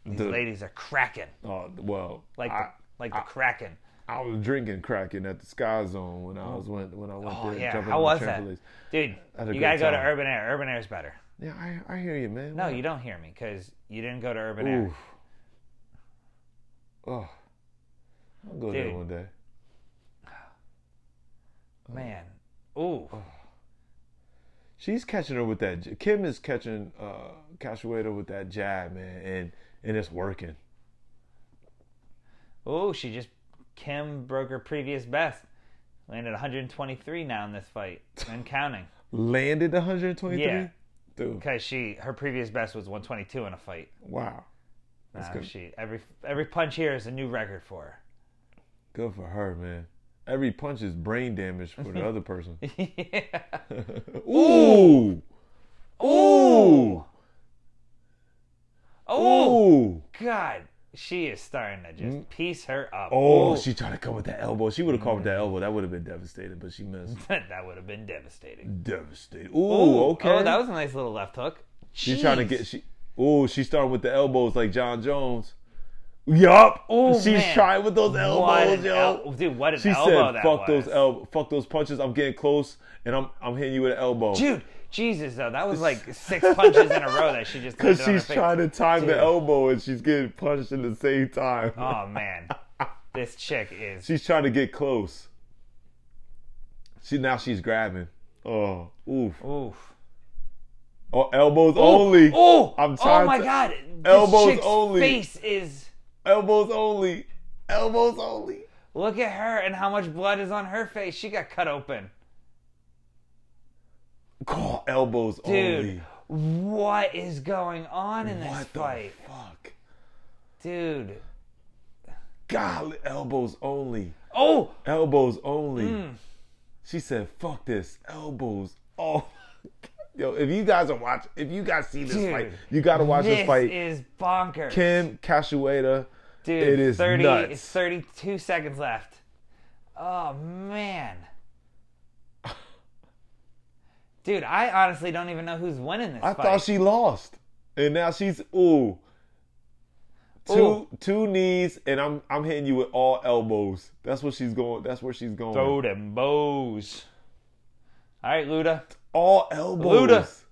Speaker 3: These
Speaker 1: The-
Speaker 3: ladies are cracking,
Speaker 1: Oh well,
Speaker 3: like
Speaker 1: I,
Speaker 3: the, like the cracking.
Speaker 1: I was drinking cracking at the Sky Zone when I was went when I went
Speaker 3: Oh
Speaker 1: there.
Speaker 3: yeah,
Speaker 1: jumping
Speaker 3: how
Speaker 1: on
Speaker 3: was
Speaker 1: the
Speaker 3: that,
Speaker 1: trampolines.
Speaker 3: dude?
Speaker 1: Had a good
Speaker 3: You gotta go to
Speaker 1: time.
Speaker 3: Urban Air. Urban Air's better.
Speaker 1: Yeah, I, I hear you, man.
Speaker 3: No,
Speaker 1: What?
Speaker 3: you don't hear me because you didn't go to Urban Air.
Speaker 1: Oof. Oh, I'll go there
Speaker 3: Dude.
Speaker 1: one day.
Speaker 3: Man, ooh,
Speaker 1: Oh. She's catching her with that. j- Kim is catching uh, Cachoeira with that jab, man, and and it's working.
Speaker 3: ooh, she just Kim broke her previous best. Landed 123 now in this fight and counting
Speaker 1: Landed 123.
Speaker 3: Yeah.
Speaker 1: Dude,
Speaker 3: because she her previous best was 122 in a fight.
Speaker 1: wow. That's
Speaker 3: Now
Speaker 1: good.
Speaker 3: she every every punch here is a new record for
Speaker 1: Good for her, man. Every punch is brain damage for the other person.
Speaker 3: her. yeah.
Speaker 1: Ooh. Ooh.
Speaker 3: Oh
Speaker 1: Ooh. Mm.
Speaker 3: God, she is starting to just piece her up.
Speaker 1: Oh,
Speaker 3: Ooh. Mm-hmm.
Speaker 1: she tried to come with that elbow. She would have caught with that elbow. That would have been devastating, but she missed.
Speaker 3: that would have been devastating.
Speaker 1: Devastating.
Speaker 3: Ooh,
Speaker 1: Ooh, okay.
Speaker 3: Oh, that was a nice little left hook.
Speaker 1: She's trying to get she. Ooh, she started with the elbows like John Jones. Yup.
Speaker 3: Ooh,
Speaker 1: she's
Speaker 3: man.
Speaker 1: trying with those
Speaker 3: What
Speaker 1: elbows,
Speaker 3: an
Speaker 1: yo.
Speaker 3: el- dude, what an
Speaker 1: she
Speaker 3: elbow
Speaker 1: said,
Speaker 3: that
Speaker 1: "Fuck
Speaker 3: was.
Speaker 1: those elbow, fuck those punches. I'm getting close, and I'm I'm hitting you with an elbow."
Speaker 3: Dude, Jesus though, that was like six punches in a row that she just
Speaker 1: Because
Speaker 3: landed on her
Speaker 1: she's
Speaker 3: face.
Speaker 1: trying to time
Speaker 3: Dude.
Speaker 1: the elbow, and she's getting punched at the same time.
Speaker 3: Oh man, this chick is.
Speaker 1: She's trying to get close. She now she's grabbing. Oh, oof.
Speaker 3: oof.
Speaker 1: Oh, elbows only.
Speaker 3: Oh,
Speaker 1: I'm
Speaker 3: oh
Speaker 1: trying
Speaker 3: my
Speaker 1: to-
Speaker 3: God! This
Speaker 1: Elbows
Speaker 3: chick's
Speaker 1: only.
Speaker 3: Face is.
Speaker 1: Elbows only. Elbows only.
Speaker 3: Look at her and how much blood is on her face. She got cut open.
Speaker 1: God, elbows
Speaker 3: Dude,
Speaker 1: only.
Speaker 3: what is going on in this
Speaker 1: What the
Speaker 3: fight?
Speaker 1: fuck?
Speaker 3: Dude.
Speaker 1: Golly, elbows only.
Speaker 3: Oh,
Speaker 1: Elbows only.
Speaker 3: Hmm.
Speaker 1: She said, "Fuck this, elbows." Oh, yo, if you guys are watching, if you guys see this
Speaker 3: Dude,
Speaker 1: fight, you gotta watch this,
Speaker 3: this
Speaker 1: fight.
Speaker 3: is bonkers.
Speaker 1: Kim Cachoeira.
Speaker 3: Dude,
Speaker 1: it is
Speaker 3: 30,
Speaker 1: nuts.
Speaker 3: It's 32 seconds left. Oh, man. Dude, I honestly don't even know who's winning this
Speaker 1: I
Speaker 3: fight.
Speaker 1: thought she lost, and now she's ooh. Two
Speaker 3: Ooh.
Speaker 1: two knees, and I'm I'm hitting you with all elbows. That's what she's going. That's where she's going.
Speaker 3: Throw them bows. All right, Luda.
Speaker 1: all elbows.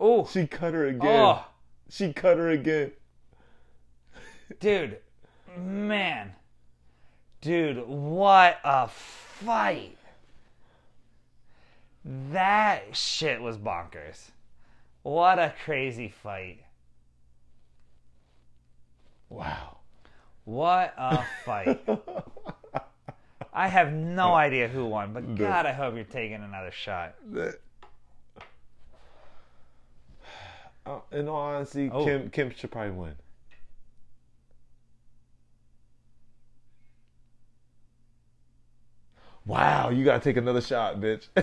Speaker 3: Luda. Ooh.
Speaker 1: She cut her again.
Speaker 3: Oh,
Speaker 1: She cut her again.
Speaker 3: dude. Man. Dude, what a fight. That shit was bonkers. What a crazy fight.
Speaker 1: Wow. Uh,
Speaker 3: What a fight. I have
Speaker 1: Oh.
Speaker 3: no idea who won, but God, I hope you're taking another shot.
Speaker 1: That- Uh, in all honesty,
Speaker 3: Oh.
Speaker 1: Kim Kim should probably win. Wow, you gotta take another shot, bitch.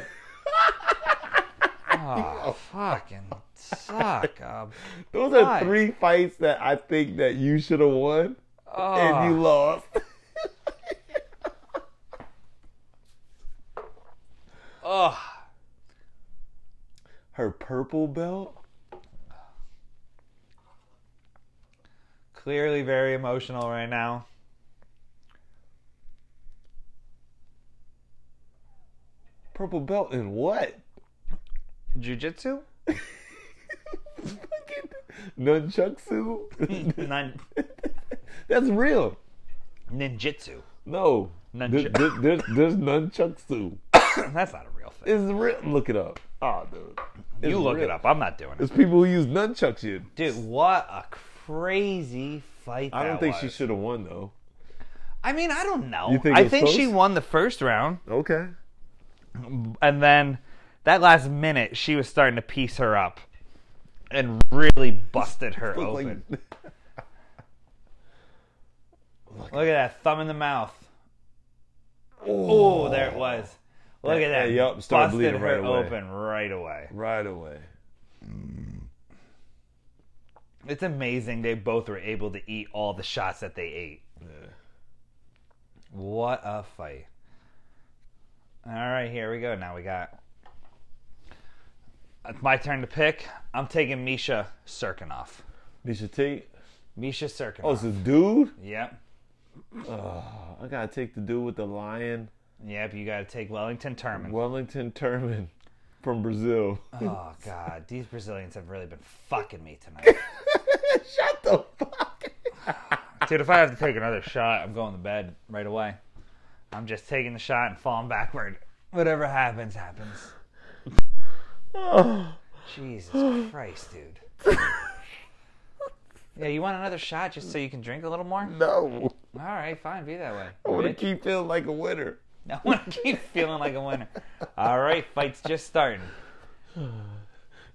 Speaker 3: Oh, fucking suck. Um,
Speaker 1: Those
Speaker 3: Why?
Speaker 1: are three fights that I think that you should have won
Speaker 3: oh,
Speaker 1: and you lost.
Speaker 3: oh.
Speaker 1: Her purple belt.
Speaker 3: Clearly very emotional right now.
Speaker 1: Purple belt in what?
Speaker 3: Jiu-jitsu?
Speaker 1: Nunchuksu?
Speaker 3: Nin-
Speaker 1: That's real.
Speaker 3: ninjitsu.
Speaker 1: No, This,
Speaker 3: Nunchuck.
Speaker 1: this, this, this nunchuck soup
Speaker 3: That's not a real thing.
Speaker 1: is real. Look it up. Oh, dude. It's
Speaker 3: Ah, You look
Speaker 1: real.
Speaker 3: it up. I'm not doing it.
Speaker 1: There's people who use nunchuck shit.
Speaker 3: Dude, what a crazy fight
Speaker 1: I don't
Speaker 3: that
Speaker 1: think she
Speaker 3: was.
Speaker 1: should have won though.
Speaker 3: I mean, I don't know.
Speaker 1: You think it
Speaker 3: I
Speaker 1: was
Speaker 3: think she
Speaker 1: close?
Speaker 3: won the first round,
Speaker 1: Okay.
Speaker 3: and then that last minute, she was starting to piece her up, and really busted her
Speaker 1: Like,
Speaker 3: open. Look at that thumb in the mouth. Oh, there it was. Look at that.
Speaker 1: Yeah, yup, started
Speaker 3: busted
Speaker 1: bleeding
Speaker 3: her
Speaker 1: right away.
Speaker 3: open right away.
Speaker 1: right away.
Speaker 3: It's amazing they both were able to eat all the shots that they ate. What a fight. All right, here we go. Now we got. It's my turn to pick. I'm taking Misha Serkinov.
Speaker 1: Misha Tate.
Speaker 3: Misha Serkinov.
Speaker 1: Oh, it's a dude.
Speaker 3: Yep.
Speaker 1: I gotta take the dude with the lion,
Speaker 3: Yep, you got to take Wellington Terman.
Speaker 1: Wellington Turman from Brazil.
Speaker 3: Oh, God. These Brazilians have really been fucking me tonight.
Speaker 1: Shut the fuck.
Speaker 3: Dude, if I have to take another shot, I'm going to bed right away. I'm just taking the shot and falling backward. Whatever happens, happens. Jesus Christ, dude. yeah, you want another shot just so you can drink a little more?
Speaker 1: No,
Speaker 3: All right, fine, be that way.
Speaker 1: I want to
Speaker 3: bitch.
Speaker 1: keep feeling like a winner.
Speaker 3: I want to keep feeling like a winner. All right, fight's just starting.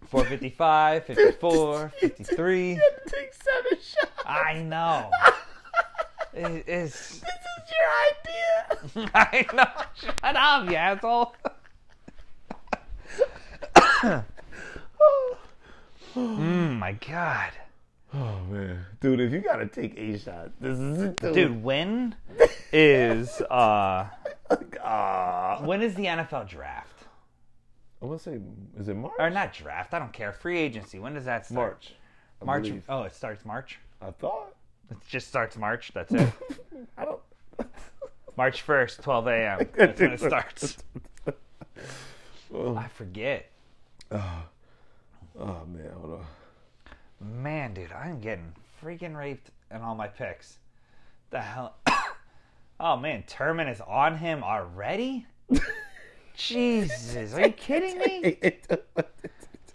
Speaker 3: 455, 54, 53.
Speaker 1: Take seven shots.
Speaker 3: I know. It is.
Speaker 1: This is your idea.
Speaker 3: I know. Shut up, you asshole. mm, my God.
Speaker 1: Oh man, dude, if you gotta take eight shots, this is it, dude.
Speaker 3: Dude, when is uh
Speaker 1: Ah.
Speaker 3: when is the NFL draft?
Speaker 1: I want to say, is it March?
Speaker 3: Or not draft, I don't care. Free agency. When does that start?
Speaker 1: March. I
Speaker 3: March.
Speaker 1: believe.
Speaker 3: Oh, it starts March.
Speaker 1: I thought.
Speaker 3: It just starts March. That's it.
Speaker 1: I don't.
Speaker 3: March 1st, 12 a.m. That's when it starts. I forget.
Speaker 1: Oh man, hold on.
Speaker 3: Man, dude, I'm getting freaking raped in all my picks. The hell? oh man, Terman is on him already. Jesus, are you kidding me,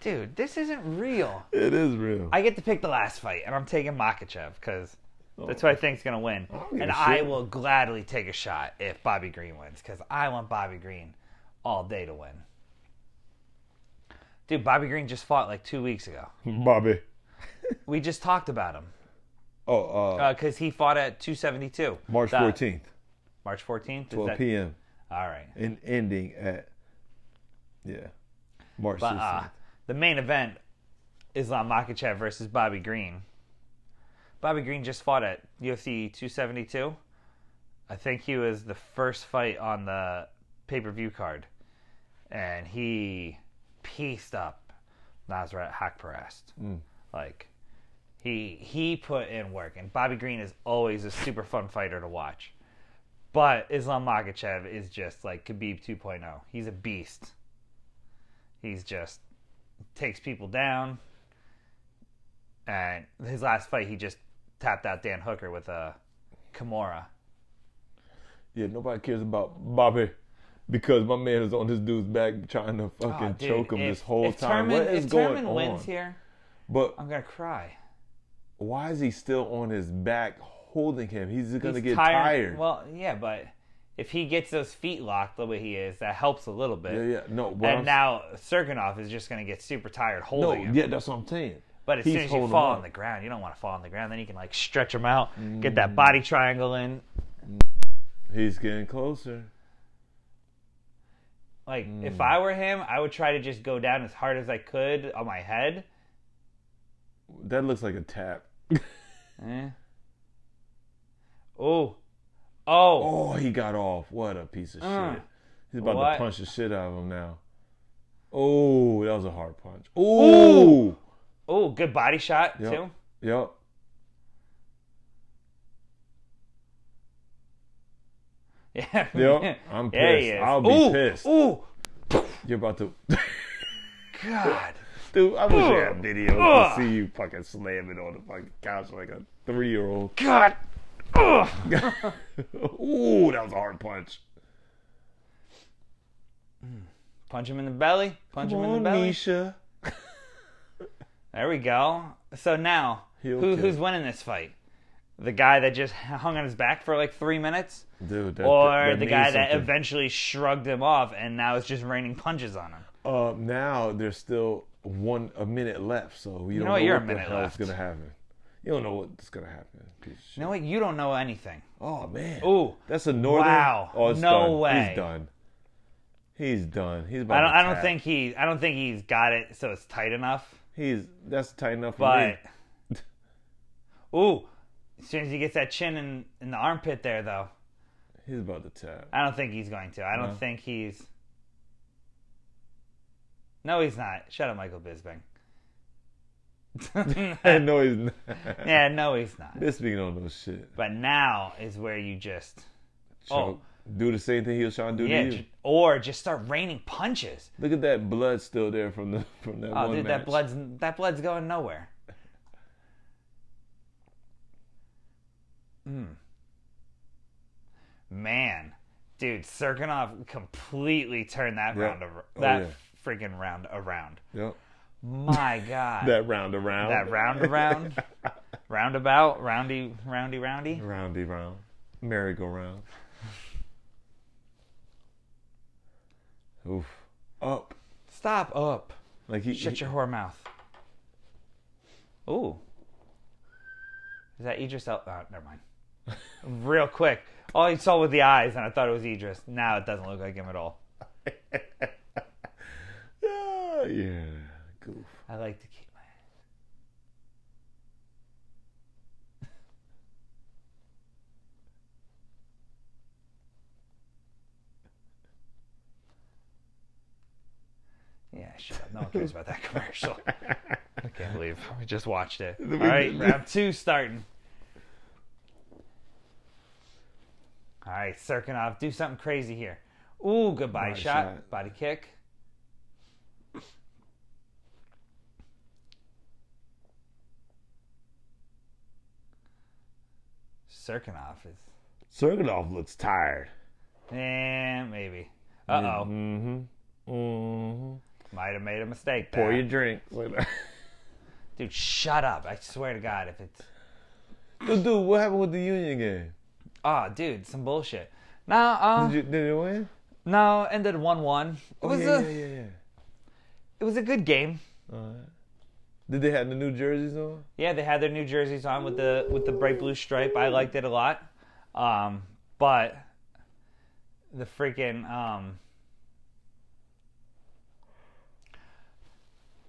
Speaker 3: dude? This isn't real.
Speaker 1: It is real.
Speaker 3: I get to pick the last fight, and I'm taking Makachev because that's who I think's gonna win,
Speaker 1: Oh. don't give
Speaker 3: and
Speaker 1: a
Speaker 3: I
Speaker 1: shit.
Speaker 3: will gladly take a shot if Bobby Green wins because I want Bobby Green all day to win. Dude, Bobby Green just fought like two weeks ago.
Speaker 1: Bobby.
Speaker 3: We just talked about him.
Speaker 1: Oh, uh,
Speaker 3: because he fought at 272.
Speaker 1: March
Speaker 3: That-
Speaker 1: fourteenth,
Speaker 3: March 14th. Is
Speaker 1: twelve
Speaker 3: that-
Speaker 1: p.m.
Speaker 3: All right.
Speaker 1: and ending at yeah, March
Speaker 3: But
Speaker 1: sixteenth.
Speaker 3: uh, the main event, Islam Makhachev versus Bobby Green. Bobby Green just fought at UFC 272. I think he was the first fight on the pay-per-view card, and he pieced up Nasrat Hakparast. Like he he put in work, and Bobby Green is always a super fun fighter to watch. But Islam Makhachev is just like Khabib 2.0. He's a beast. He's just takes people down. And his last fight, he just tapped out Dan Hooker with a Kimura.
Speaker 1: yeah, nobody cares about Bobby because my man is on this dude's back trying to fucking
Speaker 3: Ah, dude,
Speaker 1: choke him
Speaker 3: if-
Speaker 1: this whole
Speaker 3: if
Speaker 1: time.
Speaker 3: Terman-
Speaker 1: what is
Speaker 3: if
Speaker 1: going
Speaker 3: Terman
Speaker 1: on?
Speaker 3: wins here,
Speaker 1: But
Speaker 3: I'm gonna cry.
Speaker 1: why is he still on his back holding him? He's just gonna
Speaker 3: He's
Speaker 1: get tired.
Speaker 3: Well, yeah, but if he gets those feet locked the way he is, that helps a little bit.
Speaker 1: yeah, yeah, no. What
Speaker 3: And
Speaker 1: I'm-
Speaker 3: now Serkinov is just gonna get super tired
Speaker 1: no,
Speaker 3: holding him.
Speaker 1: yeah, that's what I'm saying.
Speaker 3: But as
Speaker 1: He's
Speaker 3: soon as you
Speaker 1: holding
Speaker 3: fall
Speaker 1: up.
Speaker 3: on the ground, you don't want to fall on the ground. Then you can like stretch him out, get
Speaker 1: Mm.
Speaker 3: that body triangle in.
Speaker 1: He's getting closer.
Speaker 3: Like
Speaker 1: Hmm.
Speaker 3: if I were him, I would try to just go down as hard as I could on my head.
Speaker 1: That looks like a tap.
Speaker 3: Eh. Oh, oh,
Speaker 1: Oh, he got off. What a piece of
Speaker 3: Mm.
Speaker 1: shit. He's about
Speaker 3: What?
Speaker 1: to punch the shit out of him now. Oh, that was a hard punch. Oh,
Speaker 3: oh, good body shot
Speaker 1: Yep.
Speaker 3: too.
Speaker 1: yep.
Speaker 3: Yeah,
Speaker 1: Yep. I'm
Speaker 3: There he
Speaker 1: pissed.
Speaker 3: is.
Speaker 1: I'll be
Speaker 3: Ooh,
Speaker 1: pissed.
Speaker 3: Ooh,
Speaker 1: You're about to.
Speaker 3: God.
Speaker 1: Dude, I wish I had
Speaker 3: Ugh.
Speaker 1: video
Speaker 3: Ugh.
Speaker 1: to see you fucking slamming on the fucking couch like a three year old.
Speaker 3: God. Ugh.
Speaker 1: Ooh, that was a hard punch.
Speaker 3: Punch him in the belly. Punch him in the
Speaker 1: on,
Speaker 3: belly.
Speaker 1: Misha.
Speaker 3: There we go. So now,
Speaker 1: Heel
Speaker 3: who,
Speaker 1: kick.
Speaker 3: who's winning this fight? The guy that just hung on his back for like three minutes,
Speaker 1: Dude, that,
Speaker 3: or
Speaker 1: that
Speaker 3: the
Speaker 1: means
Speaker 3: guy that
Speaker 1: something.
Speaker 3: eventually shrugged him off and now it's just raining punches on him?
Speaker 1: Uh, now there's still one a minute left, so you, don't
Speaker 3: know
Speaker 1: know,
Speaker 3: what, you're a
Speaker 1: what the
Speaker 3: minute
Speaker 1: hell
Speaker 3: left.
Speaker 1: is gonna happen. You don't know what's gonna happen. Piece of shit.
Speaker 3: You know what? You don't know anything.
Speaker 1: Oh man.
Speaker 3: Ooh.
Speaker 1: that's a northern.
Speaker 3: Wow.
Speaker 1: Oh, it's
Speaker 3: No
Speaker 1: done.
Speaker 3: way.
Speaker 1: He's done. He's done. He's about.
Speaker 3: I don't.
Speaker 1: to
Speaker 3: I don't
Speaker 1: tap.
Speaker 3: think he. I don't think he's got it. So it's tight enough.
Speaker 1: he's that's tight enough. For
Speaker 3: But
Speaker 1: me.
Speaker 3: ooh, as soon as he gets that chin in in the armpit there, though,
Speaker 1: he's about to tap.
Speaker 3: I don't think he's going to. I don't
Speaker 1: No?
Speaker 3: think he's. No, he's not. Shut up, Michael
Speaker 1: I
Speaker 3: Bisping.
Speaker 1: know he's not.
Speaker 3: yeah, no, he's not.
Speaker 1: This nigga don't know shit.
Speaker 3: But now is where you just
Speaker 1: Tryna do the same thing he was trying to do
Speaker 3: Oh. yeah,
Speaker 1: to you.
Speaker 3: ju- or just start raining punches.
Speaker 1: Look at that blood still there from the from that
Speaker 3: Oh,
Speaker 1: one
Speaker 3: dude,
Speaker 1: match.
Speaker 3: that blood's that blood's going nowhere. Mm. Hmm. Man, dude, Serkinov completely turned that
Speaker 1: Yeah.
Speaker 3: round ar-
Speaker 1: Oh,
Speaker 3: that
Speaker 1: yeah.
Speaker 3: freaking round around.
Speaker 1: Yep.
Speaker 3: My God,
Speaker 1: That
Speaker 3: that,
Speaker 1: round around.
Speaker 3: round around, roundabout, roundy, roundy, roundy.
Speaker 1: Roundy round. Merry go round. Oof. Up.
Speaker 3: Stop up.
Speaker 1: Like he,
Speaker 3: Shut your whore mouth. Ooh. Is that Idris El- oh, never mind. Real quick. All he saw was the eyes and I thought it was Idris. Now it doesn't look like him at all.
Speaker 1: Yeah, yeah. Goof.
Speaker 3: I like to keep my eyes. Yeah, shut up. No one cares about that commercial. I can't believe we just watched it. All right, round two starting. All right, Serkinov, do something crazy here. Ooh, goodbye
Speaker 1: Body
Speaker 3: shot,
Speaker 1: shot.
Speaker 3: body kick. Serkinov is.
Speaker 1: Sergadov looks tired.
Speaker 3: Eh, maybe. Uh oh.
Speaker 1: Mm-hmm. Mm-hmm.
Speaker 3: Might have made a mistake there.
Speaker 1: Pour your drinks.
Speaker 3: Dude, shut up. I swear to God, if it's.
Speaker 1: Dude, dude, what happened with the union game?
Speaker 3: Oh, dude, some bullshit. No, uh,
Speaker 1: Did, you, did it win?
Speaker 3: no, ended one one. It
Speaker 1: Oh,
Speaker 3: was
Speaker 1: yeah,
Speaker 3: a,
Speaker 1: yeah, yeah, yeah.
Speaker 3: it was a good game.
Speaker 1: Did they have the new jerseys on?
Speaker 3: Yeah, they had their new jerseys on with the with the bright blue stripe. I liked it a lot, um, but the freaking um,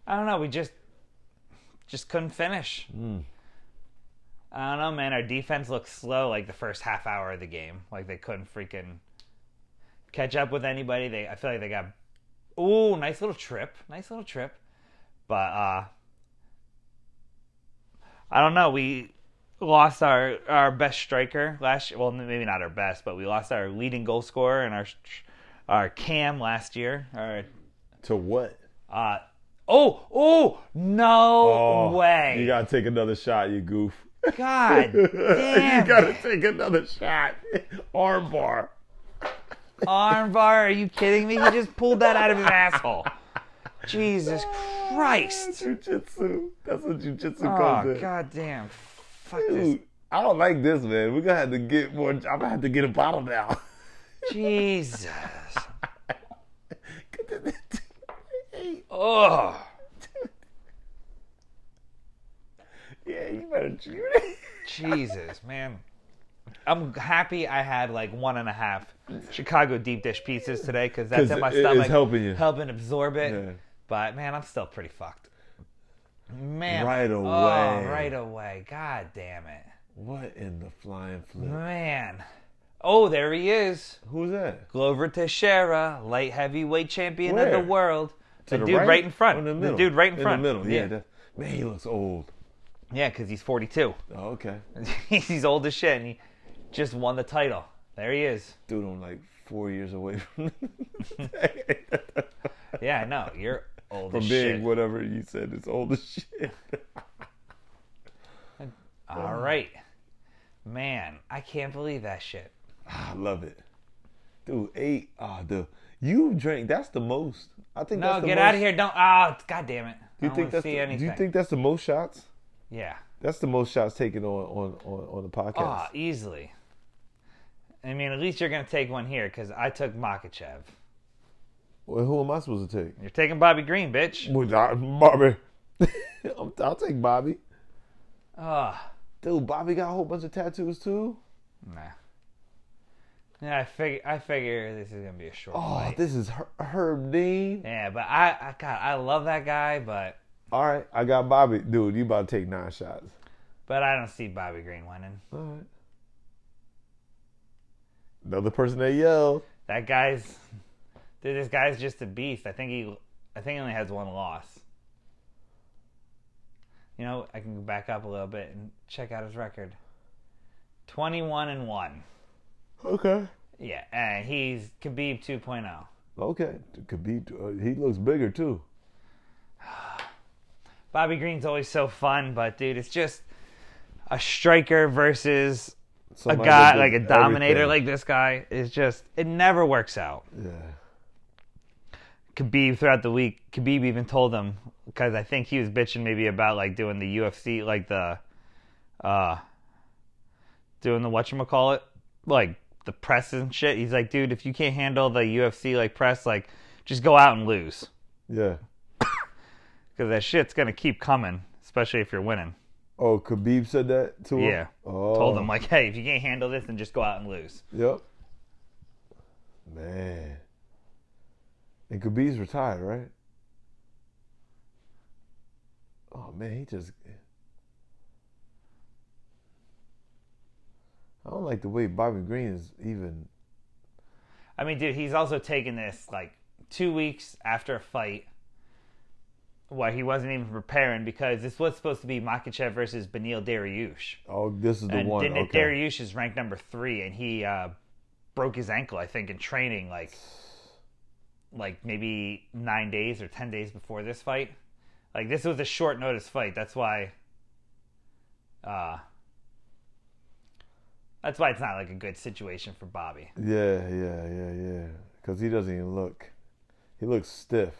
Speaker 3: I don't know. We just just couldn't finish. I don't know, man. Our defense looked slow like the first half hour of the game. Like they couldn't freaking catch up with anybody. They I feel like they got ooh nice little trip, nice little trip, but uh. I don't know. We lost our our best striker last year. Well, maybe not our best, but we lost our leading goal scorer and our our cam last year. Our
Speaker 1: To what?
Speaker 3: uh oh oh no way!
Speaker 1: Oh, You gotta take another shot, you goof.
Speaker 3: God damn!
Speaker 1: you gotta take another shot. Armbar.
Speaker 3: Armbar? Are you kidding me? He just pulled that out of his asshole. Jesus Christ!
Speaker 1: Jujitsu. That's what jujitsu comes
Speaker 3: Oh
Speaker 1: in.
Speaker 3: god damn! Fuck this!
Speaker 1: Dude, I don't like this, man. We're gonna have to get more. I'm gonna have to get a bottle now.
Speaker 3: Jesus!
Speaker 1: Get that-
Speaker 3: Oh.
Speaker 1: yeah, you better chew it.
Speaker 3: Jesus, man. I'm happy I had like one and a half Chicago deep dish pizzas today because that's
Speaker 1: 'Cause
Speaker 3: in my
Speaker 1: it- it's
Speaker 3: stomach.
Speaker 1: helping you.
Speaker 3: Helping absorb it.
Speaker 1: Yeah.
Speaker 3: But man, I'm still pretty fucked. Man.
Speaker 1: Right
Speaker 3: oh,
Speaker 1: away.
Speaker 3: right away. God damn it.
Speaker 1: What in the flying flip?
Speaker 3: Man. Oh, there he is.
Speaker 1: Who's that?
Speaker 3: Glover Teixeira, light heavyweight champion
Speaker 1: Where?
Speaker 3: of the world.
Speaker 1: To
Speaker 3: the, dude right, in front.
Speaker 1: Or in the, middle?
Speaker 3: dude right in,
Speaker 1: In
Speaker 3: front.
Speaker 1: the middle. Yeah.
Speaker 3: Yeah,
Speaker 1: that- man, he looks old.
Speaker 3: yeah, because he's 42.
Speaker 1: Oh, okay.
Speaker 3: he's old as shit and he just won the title. There he is.
Speaker 1: Dude, I'm like four years away from
Speaker 3: Yeah, I know. You're old
Speaker 1: from
Speaker 3: as
Speaker 1: being
Speaker 3: shit.
Speaker 1: whatever you said. It's old as shit.
Speaker 3: All right. Man, I can't believe that shit.
Speaker 1: I love it, dude. Eight. Ah, the you drink. That's the most. I think.
Speaker 3: No,
Speaker 1: that's the
Speaker 3: get
Speaker 1: most,
Speaker 3: out of here. Don't. Oh, God damn it.
Speaker 1: Do you
Speaker 3: I don't
Speaker 1: think
Speaker 3: want to
Speaker 1: that's
Speaker 3: see
Speaker 1: the,
Speaker 3: anything.
Speaker 1: Do you think that's the most shots?
Speaker 3: Yeah.
Speaker 1: That's the most shots taken on on on, on the podcast.
Speaker 3: Ah, easily. I mean, at least you're going to take one here because I took Makachev.
Speaker 1: well, who am I supposed to take?
Speaker 3: You're taking Bobby Green, bitch.
Speaker 1: Well, I- Bobby. I'm- I'll take Bobby.
Speaker 3: Ugh.
Speaker 1: Dude, Bobby got a whole bunch of tattoos too.
Speaker 3: Nah. Yeah, I figure I figure this is gonna be a short.
Speaker 1: Oh,
Speaker 3: fight.
Speaker 1: this is Her- Herb Dean.
Speaker 3: Yeah, but I, I God, I love that guy, but
Speaker 1: All right, I got Bobby. Dude, you about to take nine shots.
Speaker 3: but I don't see Bobby Green winning.
Speaker 1: All right. Another person that yelled.
Speaker 3: That guy's, dude, this guy's just a beast. I think he, I think he only has one loss. You know, I can go back up a little bit and check out his record. Twenty-one and one.
Speaker 1: Okay.
Speaker 3: Yeah, and he's Khabib oh. 2.0.
Speaker 1: Okay. Khabib, uh, he looks bigger too.
Speaker 3: Bobby Green's always so fun, but dude, it's just a striker versus a
Speaker 1: Somebody
Speaker 3: guy
Speaker 1: that
Speaker 3: like a
Speaker 1: did
Speaker 3: dominator
Speaker 1: everything.
Speaker 3: like this guy is just it never works out.
Speaker 1: Yeah.
Speaker 3: Khabib throughout the week, Khabib even told him because I think he was bitching maybe about like doing the UFC like the uh doing the whatchamacallit like the press and shit. He's like, dude, if you can't handle the UFC like press, like just go out and lose
Speaker 1: Yeah.
Speaker 3: because that shit's gonna keep coming, especially if you're winning.
Speaker 1: Oh, Khabib said that to him?
Speaker 3: Yeah.
Speaker 1: Oh.
Speaker 3: Told him like, hey, if you can't handle this, then just go out and lose.
Speaker 1: Yep. Man. And Khabib's retired, right? Oh man, he just. I don't like the way Bobby Green is even.
Speaker 3: I mean, dude, he's also taken this like two weeks after a fight where he wasn't even preparing because this was supposed to be Makachev versus Benil Dariush.
Speaker 1: Oh, this is the
Speaker 3: And
Speaker 1: one.
Speaker 3: then
Speaker 1: okay.
Speaker 3: Dariush is ranked number three, and he uh, broke his ankle, I think, in training like like maybe nine days or ten days before this fight. Like this was a short notice fight. That's why. Uh, that's why it's not like a good situation for Bobby.
Speaker 1: Yeah, yeah, yeah, yeah. Because he doesn't even look. He looks stiff.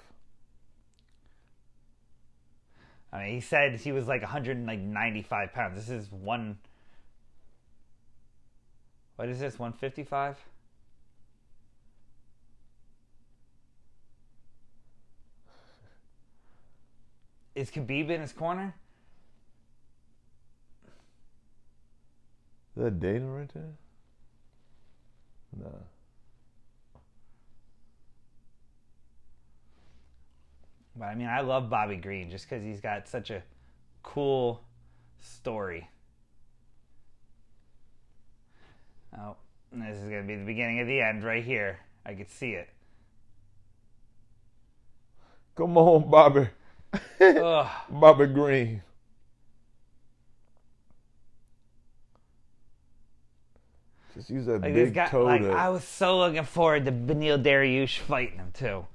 Speaker 3: I mean, he said he was like 195 pounds. This is one. What is this? 155? Is Khabib in his corner?
Speaker 1: Is that Dana right there? Nah.
Speaker 3: But I mean, I love Bobby Green just because he's got such a cool story. Oh, this is going to be the beginning of the end right here. I could see it.
Speaker 1: Come on, Bobby.
Speaker 3: Ugh.
Speaker 1: Bobby Green. Just use that
Speaker 3: Like this
Speaker 1: big
Speaker 3: guy,
Speaker 1: toe
Speaker 3: like
Speaker 1: to.
Speaker 3: I was so looking forward to Benil Dariush fighting him too.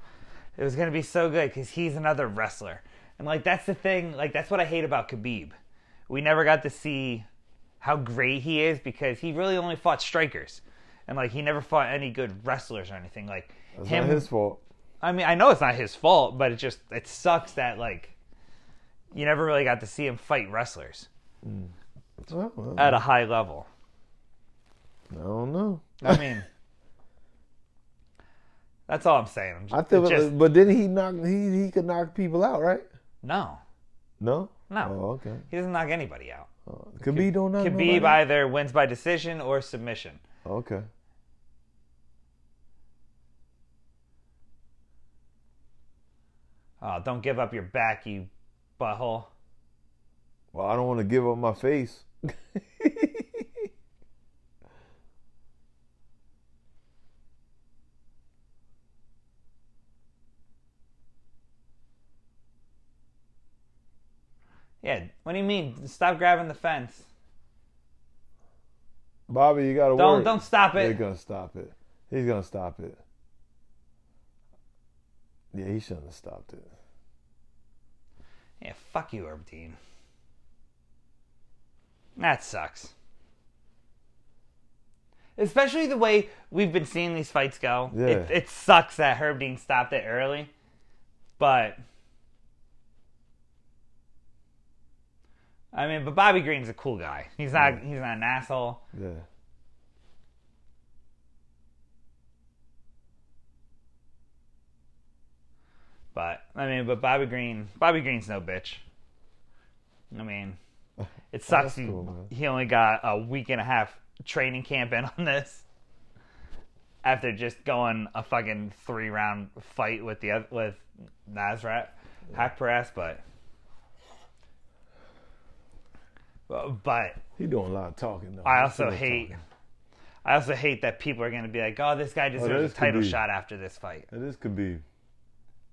Speaker 3: It was gonna be so good because he's another wrestler, and like that's the thing. Like that's what I hate about Khabib. We never got to see how great he is because he really only fought strikers, and like he never fought any good wrestlers or anything. Like
Speaker 1: It's
Speaker 3: him,
Speaker 1: not his fault.
Speaker 3: I mean, I know it's not his fault, but it just it sucks that like you never really got to see him fight wrestlers
Speaker 1: Well, well,
Speaker 3: at a high level.
Speaker 1: I don't know.
Speaker 3: I mean, that's all I'm saying. I'm just,
Speaker 1: I feel,
Speaker 3: it just-
Speaker 1: like, but then he knock he he could knock people out, right?
Speaker 3: no,
Speaker 1: No.
Speaker 3: no.
Speaker 1: Oh, okay. Oh,
Speaker 3: He doesn't knock anybody out.
Speaker 1: Khabib don't knock
Speaker 3: Khabib
Speaker 1: nobody out?
Speaker 3: either wins by decision or submission.
Speaker 1: Okay.
Speaker 3: Oh, don't give up your back, you butthole.
Speaker 1: Well, I don't want to give up my face.
Speaker 3: Yeah, what do you mean? Stop grabbing the fence.
Speaker 1: Bobby, you gotta
Speaker 3: Don't
Speaker 1: work.
Speaker 3: don't stop
Speaker 1: They're
Speaker 3: it.
Speaker 1: gonna stop it. He's gonna stop it. Yeah, he shouldn't have stopped it.
Speaker 3: Yeah, fuck you, Herb Dean. That sucks. especially the way we've been seeing these fights go.
Speaker 1: Yeah.
Speaker 3: It, it sucks that Herb Dean stopped it early, but I mean, but Bobby Green's a cool guy. He's not. He's not an asshole.
Speaker 1: Yeah.
Speaker 3: But I mean, but Bobby Green, Bobby Green's no bitch. I mean, it sucks. he-
Speaker 1: cool, man.
Speaker 3: he only got a week and a half training camp in on this after just going a fucking three round fight with the oth- with Nasrat Hack Press, but. But
Speaker 1: He doing a lot of talking though.
Speaker 3: I
Speaker 1: He
Speaker 3: also
Speaker 1: still
Speaker 3: hate,
Speaker 1: talking.
Speaker 3: I also hate that people are going to be like, "Oh, this guy deserves
Speaker 1: this
Speaker 3: a
Speaker 1: could
Speaker 3: title
Speaker 1: be-
Speaker 3: shot after this fight."
Speaker 1: And this could be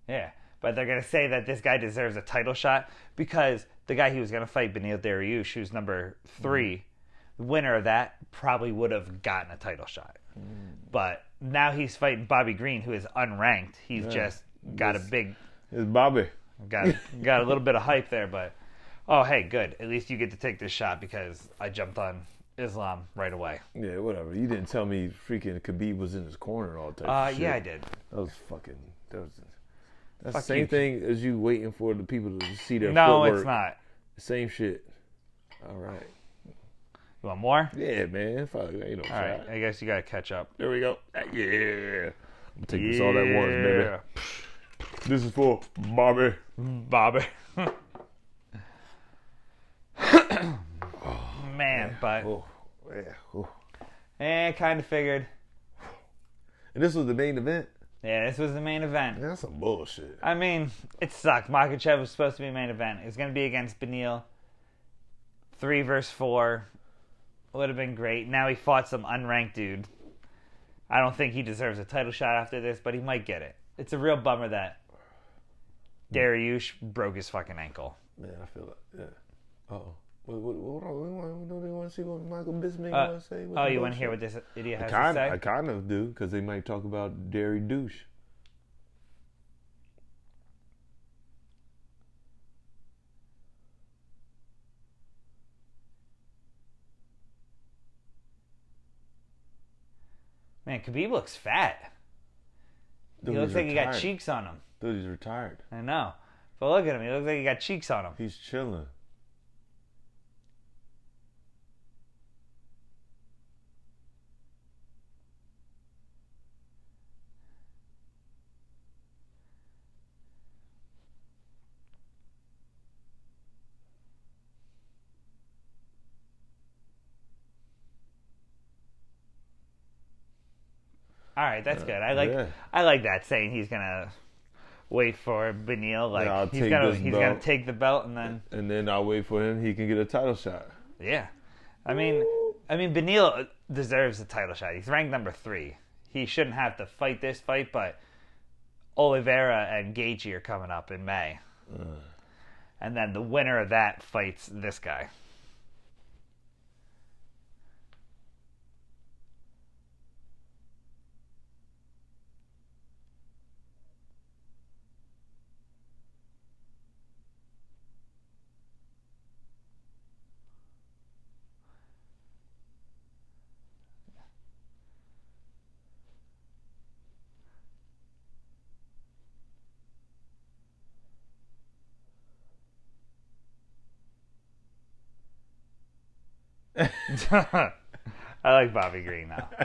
Speaker 3: Yeah, but they're gonna say that this guy deserves a title shot because the guy he was gonna fight, Benil Dariush, who's number three, the winner of that probably would have gotten a title shot.
Speaker 1: Mm.
Speaker 3: But now he's fighting Bobby Green, who is unranked. He's just got a big,
Speaker 1: it's Bobby.
Speaker 3: got got a little bit of hype there. But oh, hey, good. At least you get to take this shot because I jumped on Islam right away.
Speaker 1: Yeah, whatever. You didn't tell me freaking Khabib was in his corner and all that.
Speaker 3: Uh,
Speaker 1: Oh, shit.
Speaker 3: yeah, I did.
Speaker 1: That was fucking. That was. That's
Speaker 3: Fuck
Speaker 1: the same
Speaker 3: you.
Speaker 1: thing as you waiting for the people to see their
Speaker 3: No,
Speaker 1: footwork.
Speaker 3: it's not.
Speaker 1: Same shit. All right.
Speaker 3: You want more?
Speaker 1: Yeah, man. Fuck. Ain't no
Speaker 3: All
Speaker 1: shot.
Speaker 3: right, I guess you gotta catch up.
Speaker 1: There we go. Ah, Yeah. I'm taking this all at once, baby.
Speaker 3: Yeah.
Speaker 1: This is for Bobby.
Speaker 3: Bobby.
Speaker 1: Oh,
Speaker 3: Man, but
Speaker 1: Oh, yeah. Oh.
Speaker 3: eh, kind of figured.
Speaker 1: And this was the main event.
Speaker 3: Yeah, this was the main event.
Speaker 1: That's some bullshit.
Speaker 3: I mean, it sucked. Makachev was supposed to be main event. It was going to be against Benil. Three versus four would have been great. Now he fought some unranked dude. I don't think he deserves a title shot after this, but he might get it. It's a real bummer that Dariush broke his fucking ankle.
Speaker 1: Man, I feel it. Yeah. Oh. Wait, what, what, what, what, do they want to see what Michael Bisping
Speaker 3: Uh,
Speaker 1: want to say?
Speaker 3: oh, you want to hear what this idiot has to
Speaker 1: Kind,
Speaker 3: say?
Speaker 1: I kind of do because they might talk about Dairy Douche.
Speaker 3: Man, Khabib looks fat.
Speaker 1: Dude,
Speaker 3: he looks
Speaker 1: he's
Speaker 3: like he got
Speaker 1: retired.
Speaker 3: cheeks on him.
Speaker 1: Dude, he's retired.
Speaker 3: I know. But look at him. He looks like he got cheeks on him.
Speaker 1: He's chilling.
Speaker 3: All right, that's good. I like
Speaker 1: Uh, yeah.
Speaker 3: I like that saying he's going to wait for Benil like
Speaker 1: I'll
Speaker 3: he's
Speaker 1: take
Speaker 3: going to
Speaker 1: this
Speaker 3: he's going to
Speaker 1: belt.
Speaker 3: take the belt and then
Speaker 1: And then I'll wait for him. He can get a title shot.
Speaker 3: yeah. I mean, I mean Benil deserves a title shot. He's ranked number 3. He shouldn't have to fight this fight, but Oliveira and Gaethje are coming up in May.
Speaker 1: Uh.
Speaker 3: And then the winner of that fights this guy. I like Bobby Green now.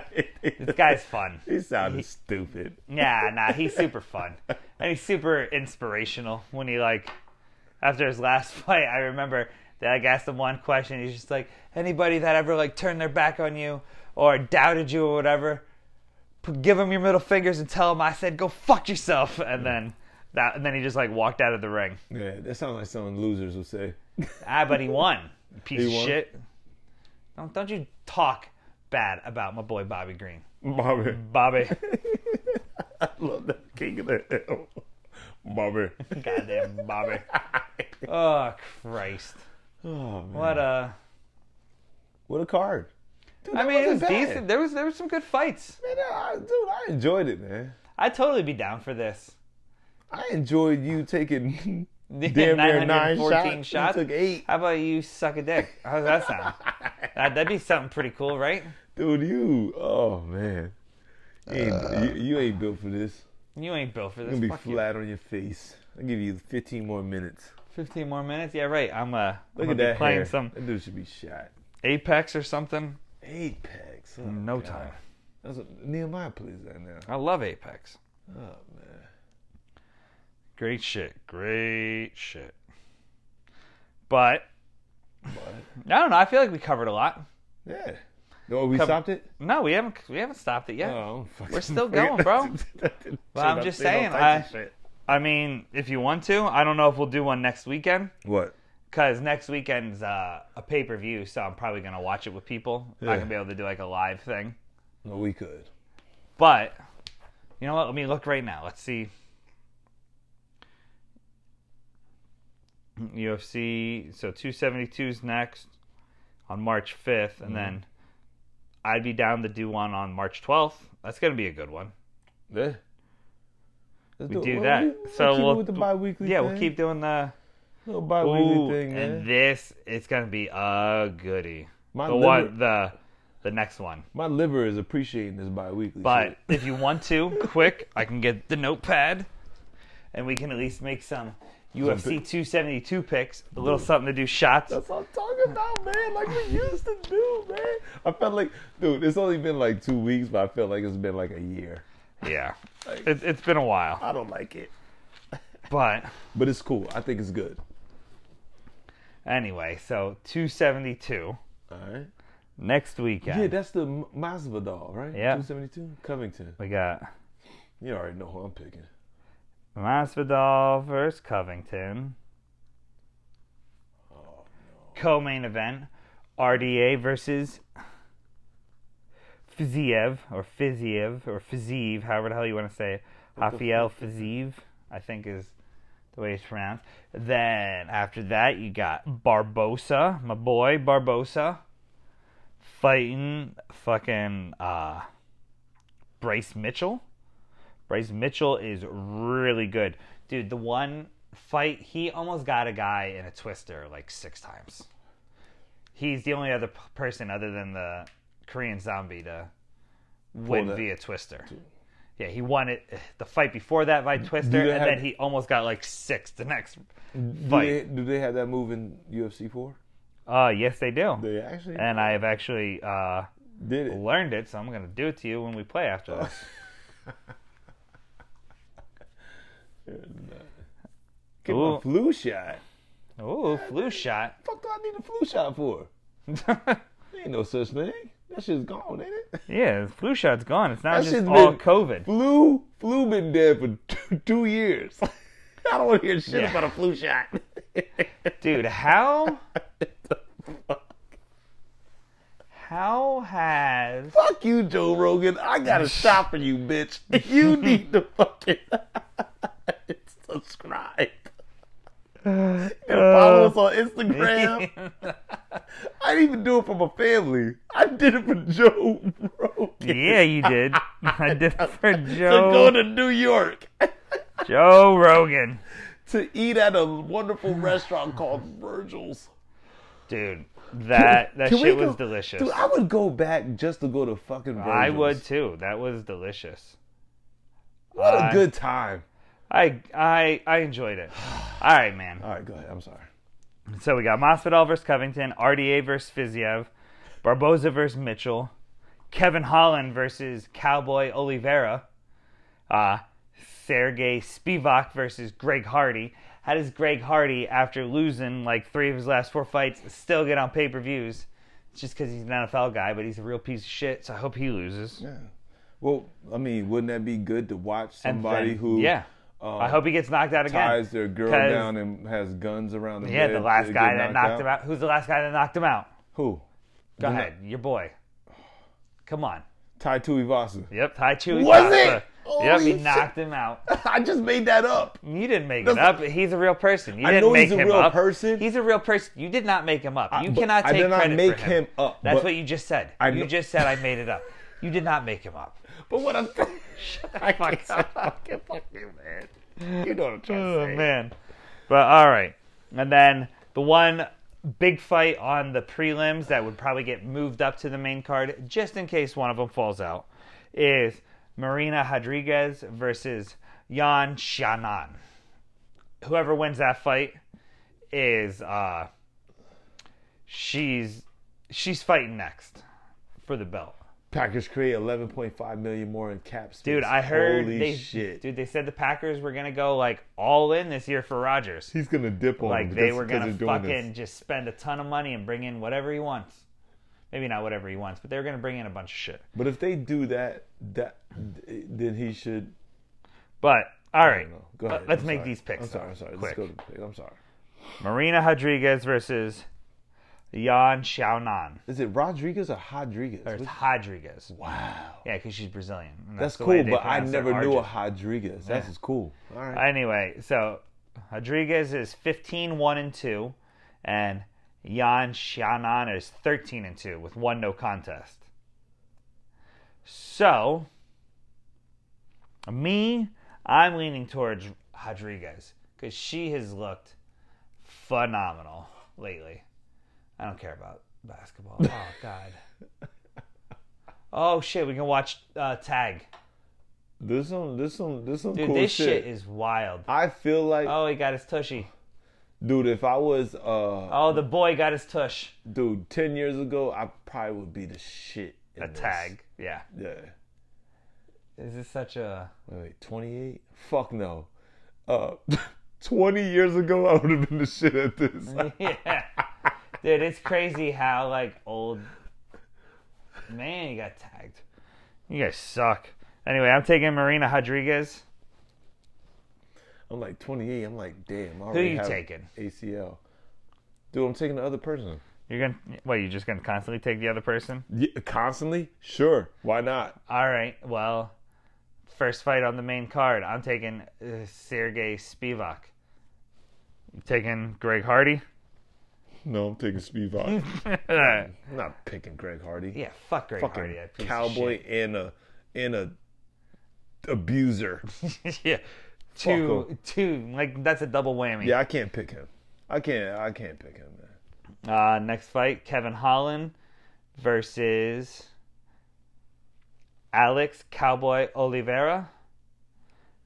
Speaker 3: This guy's fun.
Speaker 1: He sounded stupid.
Speaker 3: Nah, nah, he's super fun. And he's super inspirational when he like after his last fight, I remember that I asked him one question, he's just like, anybody that ever like turned their back on you or doubted you or whatever, p- give them your middle fingers and tell them I said go fuck yourself and then that and then he just like walked out of the ring.
Speaker 1: Yeah, that sounds like something losers would say.
Speaker 3: Ah, but he won. you Piece
Speaker 1: He
Speaker 3: of
Speaker 1: won?
Speaker 3: shit. Don't don't you talk bad about my boy Bobby Green.
Speaker 1: Bobby.
Speaker 3: Bobby,
Speaker 1: Love that king of the hill. Bobby.
Speaker 3: goddamn Bobby. Oh Christ. uh,
Speaker 1: Oh, man.
Speaker 3: What a
Speaker 1: What a card. Dude,
Speaker 3: I
Speaker 1: that
Speaker 3: mean, it was
Speaker 1: wasn't bad.
Speaker 3: decent. There was there was some good fights.
Speaker 1: Man, I, dude, I enjoyed it, man.
Speaker 3: I'd totally be down for this.
Speaker 1: I enjoyed you taking damn near nine
Speaker 3: 914
Speaker 1: shots. You took eight.
Speaker 3: How about you suck a dick? How does that sound? that, that'd be something pretty cool, right?
Speaker 1: dude, you. Oh man, you ain't, you, you ain't built for this.
Speaker 3: You ain't built for
Speaker 1: You're
Speaker 3: this.
Speaker 1: gonna be
Speaker 3: Uh, Fuck you.
Speaker 1: flat on your face. I'll give you 15 more minutes.
Speaker 3: Fifteen more minutes. Yeah, right. I'm uh,
Speaker 1: Look
Speaker 3: I'm
Speaker 1: at
Speaker 3: gonna be
Speaker 1: that
Speaker 3: playing
Speaker 1: hair.
Speaker 3: some
Speaker 1: That dude should be shot.
Speaker 3: Apex or something.
Speaker 1: Apex. Oh,
Speaker 3: No
Speaker 1: God.
Speaker 3: time.
Speaker 1: That's what Nehemiah plays that now.
Speaker 3: I love Apex.
Speaker 1: Oh man.
Speaker 3: Great shit. Great shit. But
Speaker 1: But
Speaker 3: I don't know. I feel like we covered a lot.
Speaker 1: yeah. No, Oh, we
Speaker 3: Come-
Speaker 1: stopped it.
Speaker 3: No, we haven't. We haven't stopped it yet.
Speaker 1: Oh, I'm fucking-
Speaker 3: We're still going, bro. Well, I'm just saying, I- I mean, if you want to, I don't know if we'll do one next weekend
Speaker 1: What?
Speaker 3: because next weekend's uh, a pay per view, so I'm probably gonna watch it with people. I'm not
Speaker 1: Yeah.
Speaker 3: gonna be able to do like a live thing.
Speaker 1: No, we could.
Speaker 3: But you know what? Let me look right now. Let's see. UFC. So 272's next on March 5th,
Speaker 1: Mm-hmm.
Speaker 3: and then I'd be down to do one on March 12th. That's gonna be a good one.
Speaker 1: Yeah. Let's
Speaker 3: We
Speaker 1: it.
Speaker 3: do
Speaker 1: Well,
Speaker 3: that.
Speaker 1: we- we'll
Speaker 3: So
Speaker 1: keep it
Speaker 3: we'll-
Speaker 1: with the bi-weekly
Speaker 3: Yeah,
Speaker 1: thing.
Speaker 3: we'll keep doing the
Speaker 1: little bi-weekly
Speaker 3: ooh,
Speaker 1: thing, man.
Speaker 3: and this it's gonna be a goodie.
Speaker 1: my
Speaker 3: the
Speaker 1: liver,
Speaker 3: one the the next one.
Speaker 1: my liver is appreciating this bi-weekly.
Speaker 3: But
Speaker 1: shit.
Speaker 3: if you want to, quick, I can get the notepad, and we can at least make some UFC 272 picks. A little something to do shots.
Speaker 1: That's what I'm talking about, man. Like we used to do, man. I felt like, dude, it's only been like two weeks, but I felt like it's been like a year.
Speaker 3: Yeah, it, it's been a while,
Speaker 1: I don't like it,
Speaker 3: but
Speaker 1: but it's cool. I think it's good.
Speaker 3: anyway, so 272
Speaker 1: All right.
Speaker 3: next
Speaker 1: Yeah,
Speaker 3: weekend.
Speaker 1: that's the M- Masvidal, right?
Speaker 3: Yeah.
Speaker 1: 272? Covington.
Speaker 3: we got
Speaker 1: You already know who I'm picking.
Speaker 3: Masvidal versus Covington. Co-main event: RDA versus Fiziev or Fiziev or Fiziev, however the hell you want to say it. Rafael Fiziev, I think is the way it's pronounced. Then after that, you got Barbosa, my boy Barbosa, fighting fucking uh, Bryce Mitchell. Bryce Mitchell is really good. Dude, the one fight, he almost got a guy in a twister like six times. He's the only other p- person other than the Korean zombie to win
Speaker 1: that-
Speaker 3: via twister. Yeah, he won it eh, the fight before that by twister,
Speaker 1: they
Speaker 3: and
Speaker 1: have-
Speaker 3: then he almost got like six the next
Speaker 1: Do they,
Speaker 3: fight.
Speaker 1: do they have that move in UFC 4?
Speaker 3: Uh, yes, they do.
Speaker 1: They actually
Speaker 3: and I have actually uh,
Speaker 1: did it.
Speaker 3: learned it, so I'm going to do it to you when we play after this.
Speaker 1: Get
Speaker 3: Ooh.
Speaker 1: my flu shot. Oh.
Speaker 3: Ooh, flu shot.
Speaker 1: Fuck do I need a flu shot for? Ain't no such thing. That shit's gone, ain't it?
Speaker 3: yeah, the flu shot's gone. It's not
Speaker 1: That
Speaker 3: just
Speaker 1: shit's
Speaker 3: all
Speaker 1: been-
Speaker 3: COVID.
Speaker 1: Flu, flu been dead for two, two years. I don't want to hear shit
Speaker 3: Yeah.
Speaker 1: about a flu shot.
Speaker 3: Dude, how how has
Speaker 1: Fuck you, Joe Rogan. I got to stop for you, bitch. You need to fucking subscribe. And
Speaker 3: Uh,
Speaker 1: follow us on Instagram. I didn't even do it for my family. I did it for Joe Rogan.
Speaker 3: Yeah, you did. I did it for
Speaker 1: To go
Speaker 3: Joe
Speaker 1: to New York
Speaker 3: Joe Rogan.
Speaker 1: to eat at a wonderful restaurant called Virgil's.
Speaker 3: Dude, that that
Speaker 1: Can we
Speaker 3: shit was
Speaker 1: go-
Speaker 3: delicious.
Speaker 1: Dude, I would go back just to go to fucking Virgil's.
Speaker 3: I would too. That was delicious.
Speaker 1: What a
Speaker 3: I-
Speaker 1: good time.
Speaker 3: I I I enjoyed it. All right, man.
Speaker 1: All right, go ahead. I'm sorry.
Speaker 3: So we got Masvidal versus Covington, RDA versus Fiziev, Barboza versus Mitchell, Kevin Holland versus Cowboy Oliveira, uh, Sergey Spivak versus Greg Hardy. How does Greg Hardy, after losing like three of his last four fights, still get on pay per views? It's just because he's an NFL guy, but he's a real piece of shit. So I hope he loses.
Speaker 1: Yeah. Well, I mean, wouldn't that be good to watch
Speaker 3: And
Speaker 1: somebody
Speaker 3: then-
Speaker 1: who
Speaker 3: yeah,
Speaker 1: um,
Speaker 3: I hope he gets knocked out again.
Speaker 1: ties their girl
Speaker 3: 'Cause-
Speaker 1: down and has guns around the
Speaker 3: Yeah,
Speaker 1: head
Speaker 3: the
Speaker 1: to
Speaker 3: last guy
Speaker 1: get
Speaker 3: that knocked him out. Who's the last guy that knocked him out?
Speaker 1: Who?
Speaker 3: Go
Speaker 1: The-
Speaker 3: ahead, your boy. Come on.
Speaker 1: Tai Tuivasa.
Speaker 3: Yep, Tai Chu.
Speaker 1: Was
Speaker 3: knocked
Speaker 1: it?
Speaker 3: the-
Speaker 1: Holy
Speaker 3: yep, he
Speaker 1: shit.
Speaker 3: knocked him out.
Speaker 1: I just made that up.
Speaker 3: You didn't make it
Speaker 1: That's-
Speaker 3: up. He's a real person. You
Speaker 1: I
Speaker 3: didn't
Speaker 1: know
Speaker 3: make
Speaker 1: he's a
Speaker 3: him
Speaker 1: real
Speaker 3: up.
Speaker 1: person.
Speaker 3: He's a real person. You did not make him up. You
Speaker 1: but
Speaker 3: cannot
Speaker 1: I
Speaker 3: take
Speaker 1: did not
Speaker 3: credit
Speaker 1: make
Speaker 3: for him.
Speaker 1: him up,
Speaker 3: That's
Speaker 1: but
Speaker 3: what you just said.
Speaker 1: I
Speaker 3: you
Speaker 1: kn-
Speaker 3: just said I made it up. You did not make him up.
Speaker 1: But what I'm
Speaker 3: I fucked
Speaker 1: fucking fuck you, man. You know what I'm trying
Speaker 3: Oh man. But all right. And then the one big fight on the prelims that would probably get moved up to the main card just in case one of them falls out is Marina Rodriguez versus Yan Shannon. Whoever wins that fight is uh she's she's fighting next for the belt.
Speaker 1: Packers create 11.5 million more in cap space.
Speaker 3: Dude, I heard
Speaker 1: Holy
Speaker 3: they
Speaker 1: shit.
Speaker 3: dude they said the Packers were going to go like all in this year for Rodgers.
Speaker 1: He's gonna dip on
Speaker 3: like
Speaker 1: him
Speaker 3: they
Speaker 1: because-
Speaker 3: were
Speaker 1: because
Speaker 3: gonna
Speaker 1: he's doing
Speaker 3: fucking
Speaker 1: this.
Speaker 3: just spend a ton of money and bring in whatever he wants. Maybe not whatever he wants, but they were gonna bring in a bunch of shit.
Speaker 1: But if they do that, that then he should.
Speaker 3: But all
Speaker 1: I
Speaker 3: right,
Speaker 1: don't know. Go
Speaker 3: let-
Speaker 1: ahead.
Speaker 3: let's
Speaker 1: I'm
Speaker 3: make
Speaker 1: sorry.
Speaker 3: these picks.
Speaker 1: I'm sorry.
Speaker 3: though,
Speaker 1: I'm sorry. Let's
Speaker 3: Quick.
Speaker 1: go to the pick. I'm sorry.
Speaker 3: Marina Rodriguez versus Yan Xiaonan.
Speaker 1: Is it Rodriguez or Rodriguez?
Speaker 3: Or it's
Speaker 1: Which-
Speaker 3: Rodriguez.
Speaker 1: Wow.
Speaker 3: Yeah, because she's Brazilian. and
Speaker 1: That's,
Speaker 3: the way
Speaker 1: cool,
Speaker 3: they
Speaker 1: but I
Speaker 3: pronounce their
Speaker 1: never knew a
Speaker 3: origin.
Speaker 1: Rodriguez. That's just cool. All right.
Speaker 3: Anyway, so Rodriguez is 15 1 and 2, and Yan Shannon is 13 and 2 with one no contest. So, me, I'm leaning towards Rodriguez because she has looked phenomenal lately. I don't care about basketball. Oh, God. Oh, shit. We can watch uh, Tag.
Speaker 1: This some this some this some
Speaker 3: Dude,
Speaker 1: cool
Speaker 3: this
Speaker 1: shit.
Speaker 3: shit is wild.
Speaker 1: I feel like,
Speaker 3: Oh, he got his tushy.
Speaker 1: dude, if I was uh,
Speaker 3: Oh, the boy got his tush.
Speaker 1: dude, ten years ago, I probably would be the shit. in
Speaker 3: A
Speaker 1: this.
Speaker 3: tag. Yeah.
Speaker 1: Yeah.
Speaker 3: Is this such a.
Speaker 1: Wait, wait, twenty eight? Fuck no. Uh, twenty years ago, I would have been the shit at this.
Speaker 3: Yeah. Dude, it's crazy how, like, old. Man, he got tagged. You guys suck. Anyway, I'm taking Marina Rodriguez.
Speaker 1: I'm like 28. I'm like, damn. I
Speaker 3: Who
Speaker 1: already
Speaker 3: you
Speaker 1: have
Speaker 3: taking?
Speaker 1: ACL. Dude, I'm taking the other person.
Speaker 3: You're gonna. What, you're just gonna constantly take the other person?
Speaker 1: Yeah, constantly? Sure. Why not?
Speaker 3: All right, well, first fight on the main card. I'm taking uh, Sergey Spivak. You taking Greg Hardy?
Speaker 1: No, I'm taking Spivak.
Speaker 3: All right.
Speaker 1: I'm not picking Greg Hardy.
Speaker 3: Yeah, fuck Greg
Speaker 1: Fucking
Speaker 3: Hardy. that piece of
Speaker 1: cowboy and a and a abuser.
Speaker 3: shit. yeah. Two,
Speaker 1: him.
Speaker 3: two, like that's a double whammy.
Speaker 1: yeah, I can't pick him. I can't. I can't pick him. Man.
Speaker 3: Uh, next fight, Kevin Holland versus Alex Cowboy Oliveira.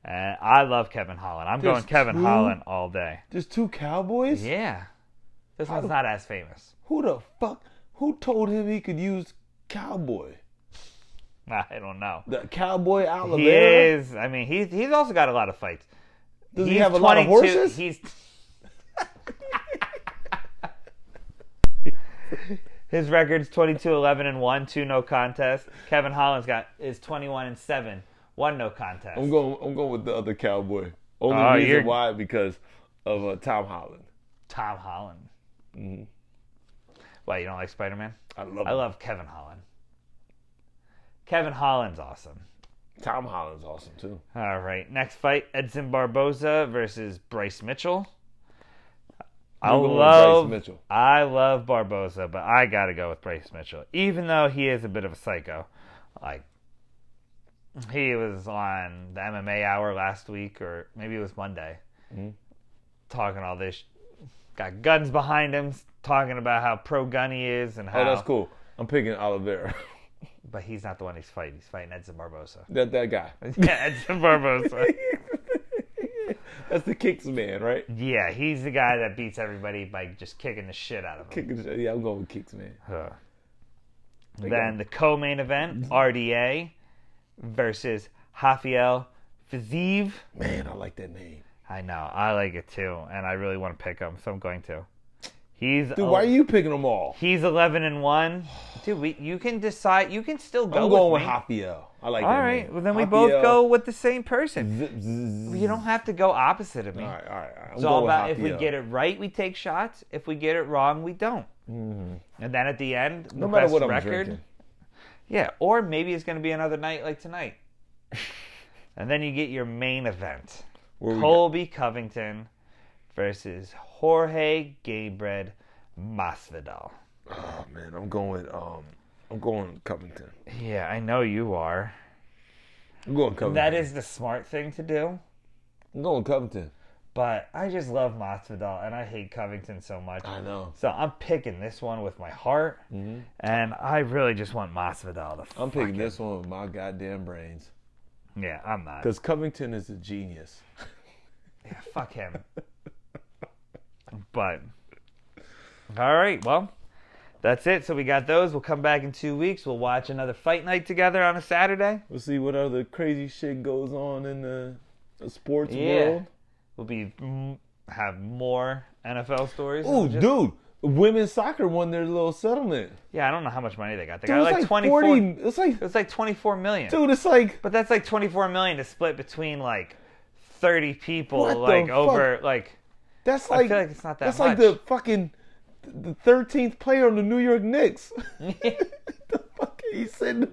Speaker 3: And I love Kevin Holland. I'm
Speaker 1: There's
Speaker 3: going Kevin
Speaker 1: two?
Speaker 3: Holland all day.
Speaker 1: There's two cowboys.
Speaker 3: Yeah. This one's not as famous.
Speaker 1: Who the fuck? Who told him he could use cowboy?
Speaker 3: I don't know.
Speaker 1: The cowboy
Speaker 3: He
Speaker 1: Oliveira.
Speaker 3: is. I mean, he's he's also got a lot of fights.
Speaker 1: Does he
Speaker 3: He's
Speaker 1: have a lot of
Speaker 3: 22
Speaker 1: horses?
Speaker 3: He's His record's 22 11 and 1, 2 no contest. Kevin Holland's got is 21 and 7, 1 no contest.
Speaker 1: I'm going. I'm going with the other cowboy. Only
Speaker 3: Oh,
Speaker 1: reason
Speaker 3: you're-
Speaker 1: why because of uh, Tom Holland.
Speaker 3: Tom Holland.
Speaker 1: Mm-hmm.
Speaker 3: Why you don't like Spider-Man?
Speaker 1: I love.
Speaker 3: I love Kevin Holland. Kevin Holland's awesome.
Speaker 1: Tom Holland's awesome too.
Speaker 3: All right, next fight: Edson Barboza versus Bryce Mitchell. I
Speaker 1: I'm going with
Speaker 3: love
Speaker 1: Bryce Mitchell.
Speaker 3: I love Barboza, but I gotta go with Bryce Mitchell, even though he is a bit of a psycho. Like he was on the MMA Hour last week, or maybe it was Monday,
Speaker 1: Mm-hmm.
Speaker 3: talking all this. Got guns behind him, talking about how pro gun he is and how.
Speaker 1: Oh, that's cool. I'm picking Oliveira.
Speaker 3: But he's not the one he's fighting. He's fighting Edson Barboza.
Speaker 1: that that guy.
Speaker 3: yeah, Edson Barboza.
Speaker 1: That's the kicks man, right?
Speaker 3: Yeah, he's the guy that beats everybody by just kicking the shit out of him.
Speaker 1: Kicking. Yeah, I'm going with kicks man.
Speaker 3: Huh. Then the co-main
Speaker 1: Mm-hmm.
Speaker 3: event, RDA versus Rafael Fiziev.
Speaker 1: Man, I like that name.
Speaker 3: I know, I like it too, and I really want to pick him, so I'm going to. He's
Speaker 1: Dude, why are you picking them all?
Speaker 3: he's 11 and one. Dude, we, you can decide. You can still go
Speaker 1: I'm going with
Speaker 3: me.
Speaker 1: Rafael. I like that
Speaker 3: All right,
Speaker 1: name.
Speaker 3: well then we
Speaker 1: Rafael.
Speaker 3: both go with the same person.
Speaker 1: Zip, zzz.
Speaker 3: You don't have to go opposite of me.
Speaker 1: All right, all right. all right. I'm
Speaker 3: It's
Speaker 1: going
Speaker 3: all
Speaker 1: with
Speaker 3: about if we
Speaker 1: Rafael.
Speaker 3: get it right, we take shots. If we get it wrong, we don't. And then at the end,
Speaker 1: Mm-hmm. No
Speaker 3: the
Speaker 1: matter
Speaker 3: best
Speaker 1: what I'm
Speaker 3: record.
Speaker 1: drinking.
Speaker 3: Yeah, or maybe it's going to be another night like tonight. and then you get your main event
Speaker 1: Where we
Speaker 3: Colby Covington versus Jorge Gaybred Masvidal.
Speaker 1: got- Oh man, I'm going. Um, I'm going Covington.
Speaker 3: Yeah, I know you are.
Speaker 1: I'm going Covington.
Speaker 3: That is the smart thing to do.
Speaker 1: I'm going Covington.
Speaker 3: But I just love Masvidal, and I hate Covington so much.
Speaker 1: I know.
Speaker 3: So I'm picking this one with my heart, and I really just want Masvidal to. F-
Speaker 1: I'm picking this one with my goddamn brains.
Speaker 3: yeah, I'm not.
Speaker 1: Because Covington is a genius.
Speaker 3: Yeah, fuck him. but all right, well, that's it. So we got those. We'll come back in two weeks. We'll watch another fight night together on a Saturday.
Speaker 1: We'll see what other crazy shit goes on in the, the sports
Speaker 3: Yeah.
Speaker 1: world.
Speaker 3: We'll be mm, have more NFL stories.
Speaker 1: Oh,
Speaker 3: Just-
Speaker 1: dude, women's soccer won their little settlement.
Speaker 3: Yeah, I don't know how much money they got. They
Speaker 1: Dude,
Speaker 3: got
Speaker 1: it's
Speaker 3: like,
Speaker 1: like
Speaker 3: 24.
Speaker 1: 40
Speaker 3: It
Speaker 1: It's like,
Speaker 3: was like 24 million.
Speaker 1: dude, it's like
Speaker 3: But that's like 24 million to split between like 30 people
Speaker 1: What the
Speaker 3: like
Speaker 1: fuck?
Speaker 3: over like
Speaker 1: that's
Speaker 3: I
Speaker 1: like,
Speaker 3: feel like it's not that
Speaker 1: that's
Speaker 3: much.
Speaker 1: like the fucking the thirteenth player on the New York Knicks. the fuck he said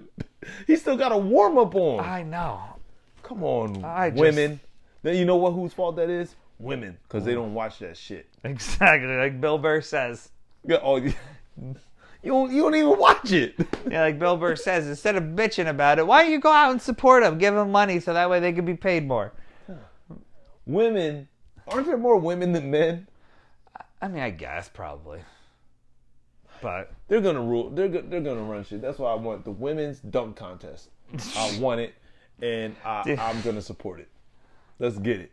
Speaker 1: he still got a warm up on.
Speaker 3: I know.
Speaker 1: Come on,
Speaker 3: I just-
Speaker 1: women. Then you know what? Whose fault that is? Women, because they don't watch that shit.
Speaker 3: Exactly. Like Bill Burr says.
Speaker 1: Yeah, oh, yeah. you don't, you don't even watch it.
Speaker 3: Yeah, like Bill Burr says, instead of bitching about it, why don't you go out and support them, give them money so that way they can be paid more?
Speaker 1: women, aren't there more women than men?
Speaker 3: I mean, I guess probably. But
Speaker 1: They're gonna rule. They're go- they're gonna run shit. That's why I want the women's dunk contest. I want it, and I,
Speaker 3: Dude.
Speaker 1: I'm gonna support it. Let's get it.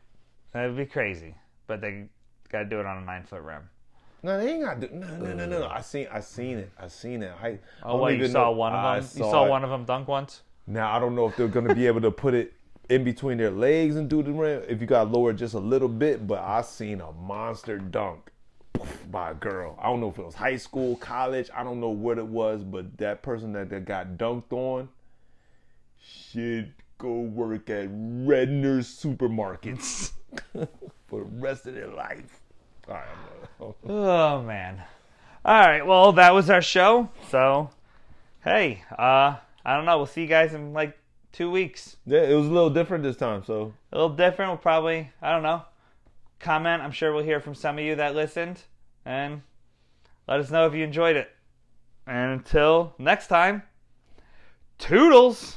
Speaker 3: that'd be crazy. But they got to do it on a nine foot rim.
Speaker 1: No, they ain't got. to- No, no, no, no, no. I seen, I seen it. I seen it. I,
Speaker 3: Uh. Oh, what? You saw one of them? you saw one of them dunk once?
Speaker 1: Now I don't know if they're gonna be able to put it in between their legs and do the rim. If you got to lower it just a little bit, but I seen a monster dunk poof, by a girl. I don't know if it was high school, college. I don't know what it was, but that person that, that got dunked on, should go work at Redner's supermarkets for the rest of their life. All right, I'm done.
Speaker 3: Oh, man. All right. Well, that was our show. So, hey, uh, I don't know. We'll see you guys in like two weeks.
Speaker 1: yeah, it was a little different this time, so
Speaker 3: a little different. We'll probably, I don't know, comment. I'm sure we'll hear from some of you that listened. And let us know if you enjoyed it. And until next time, Toodles!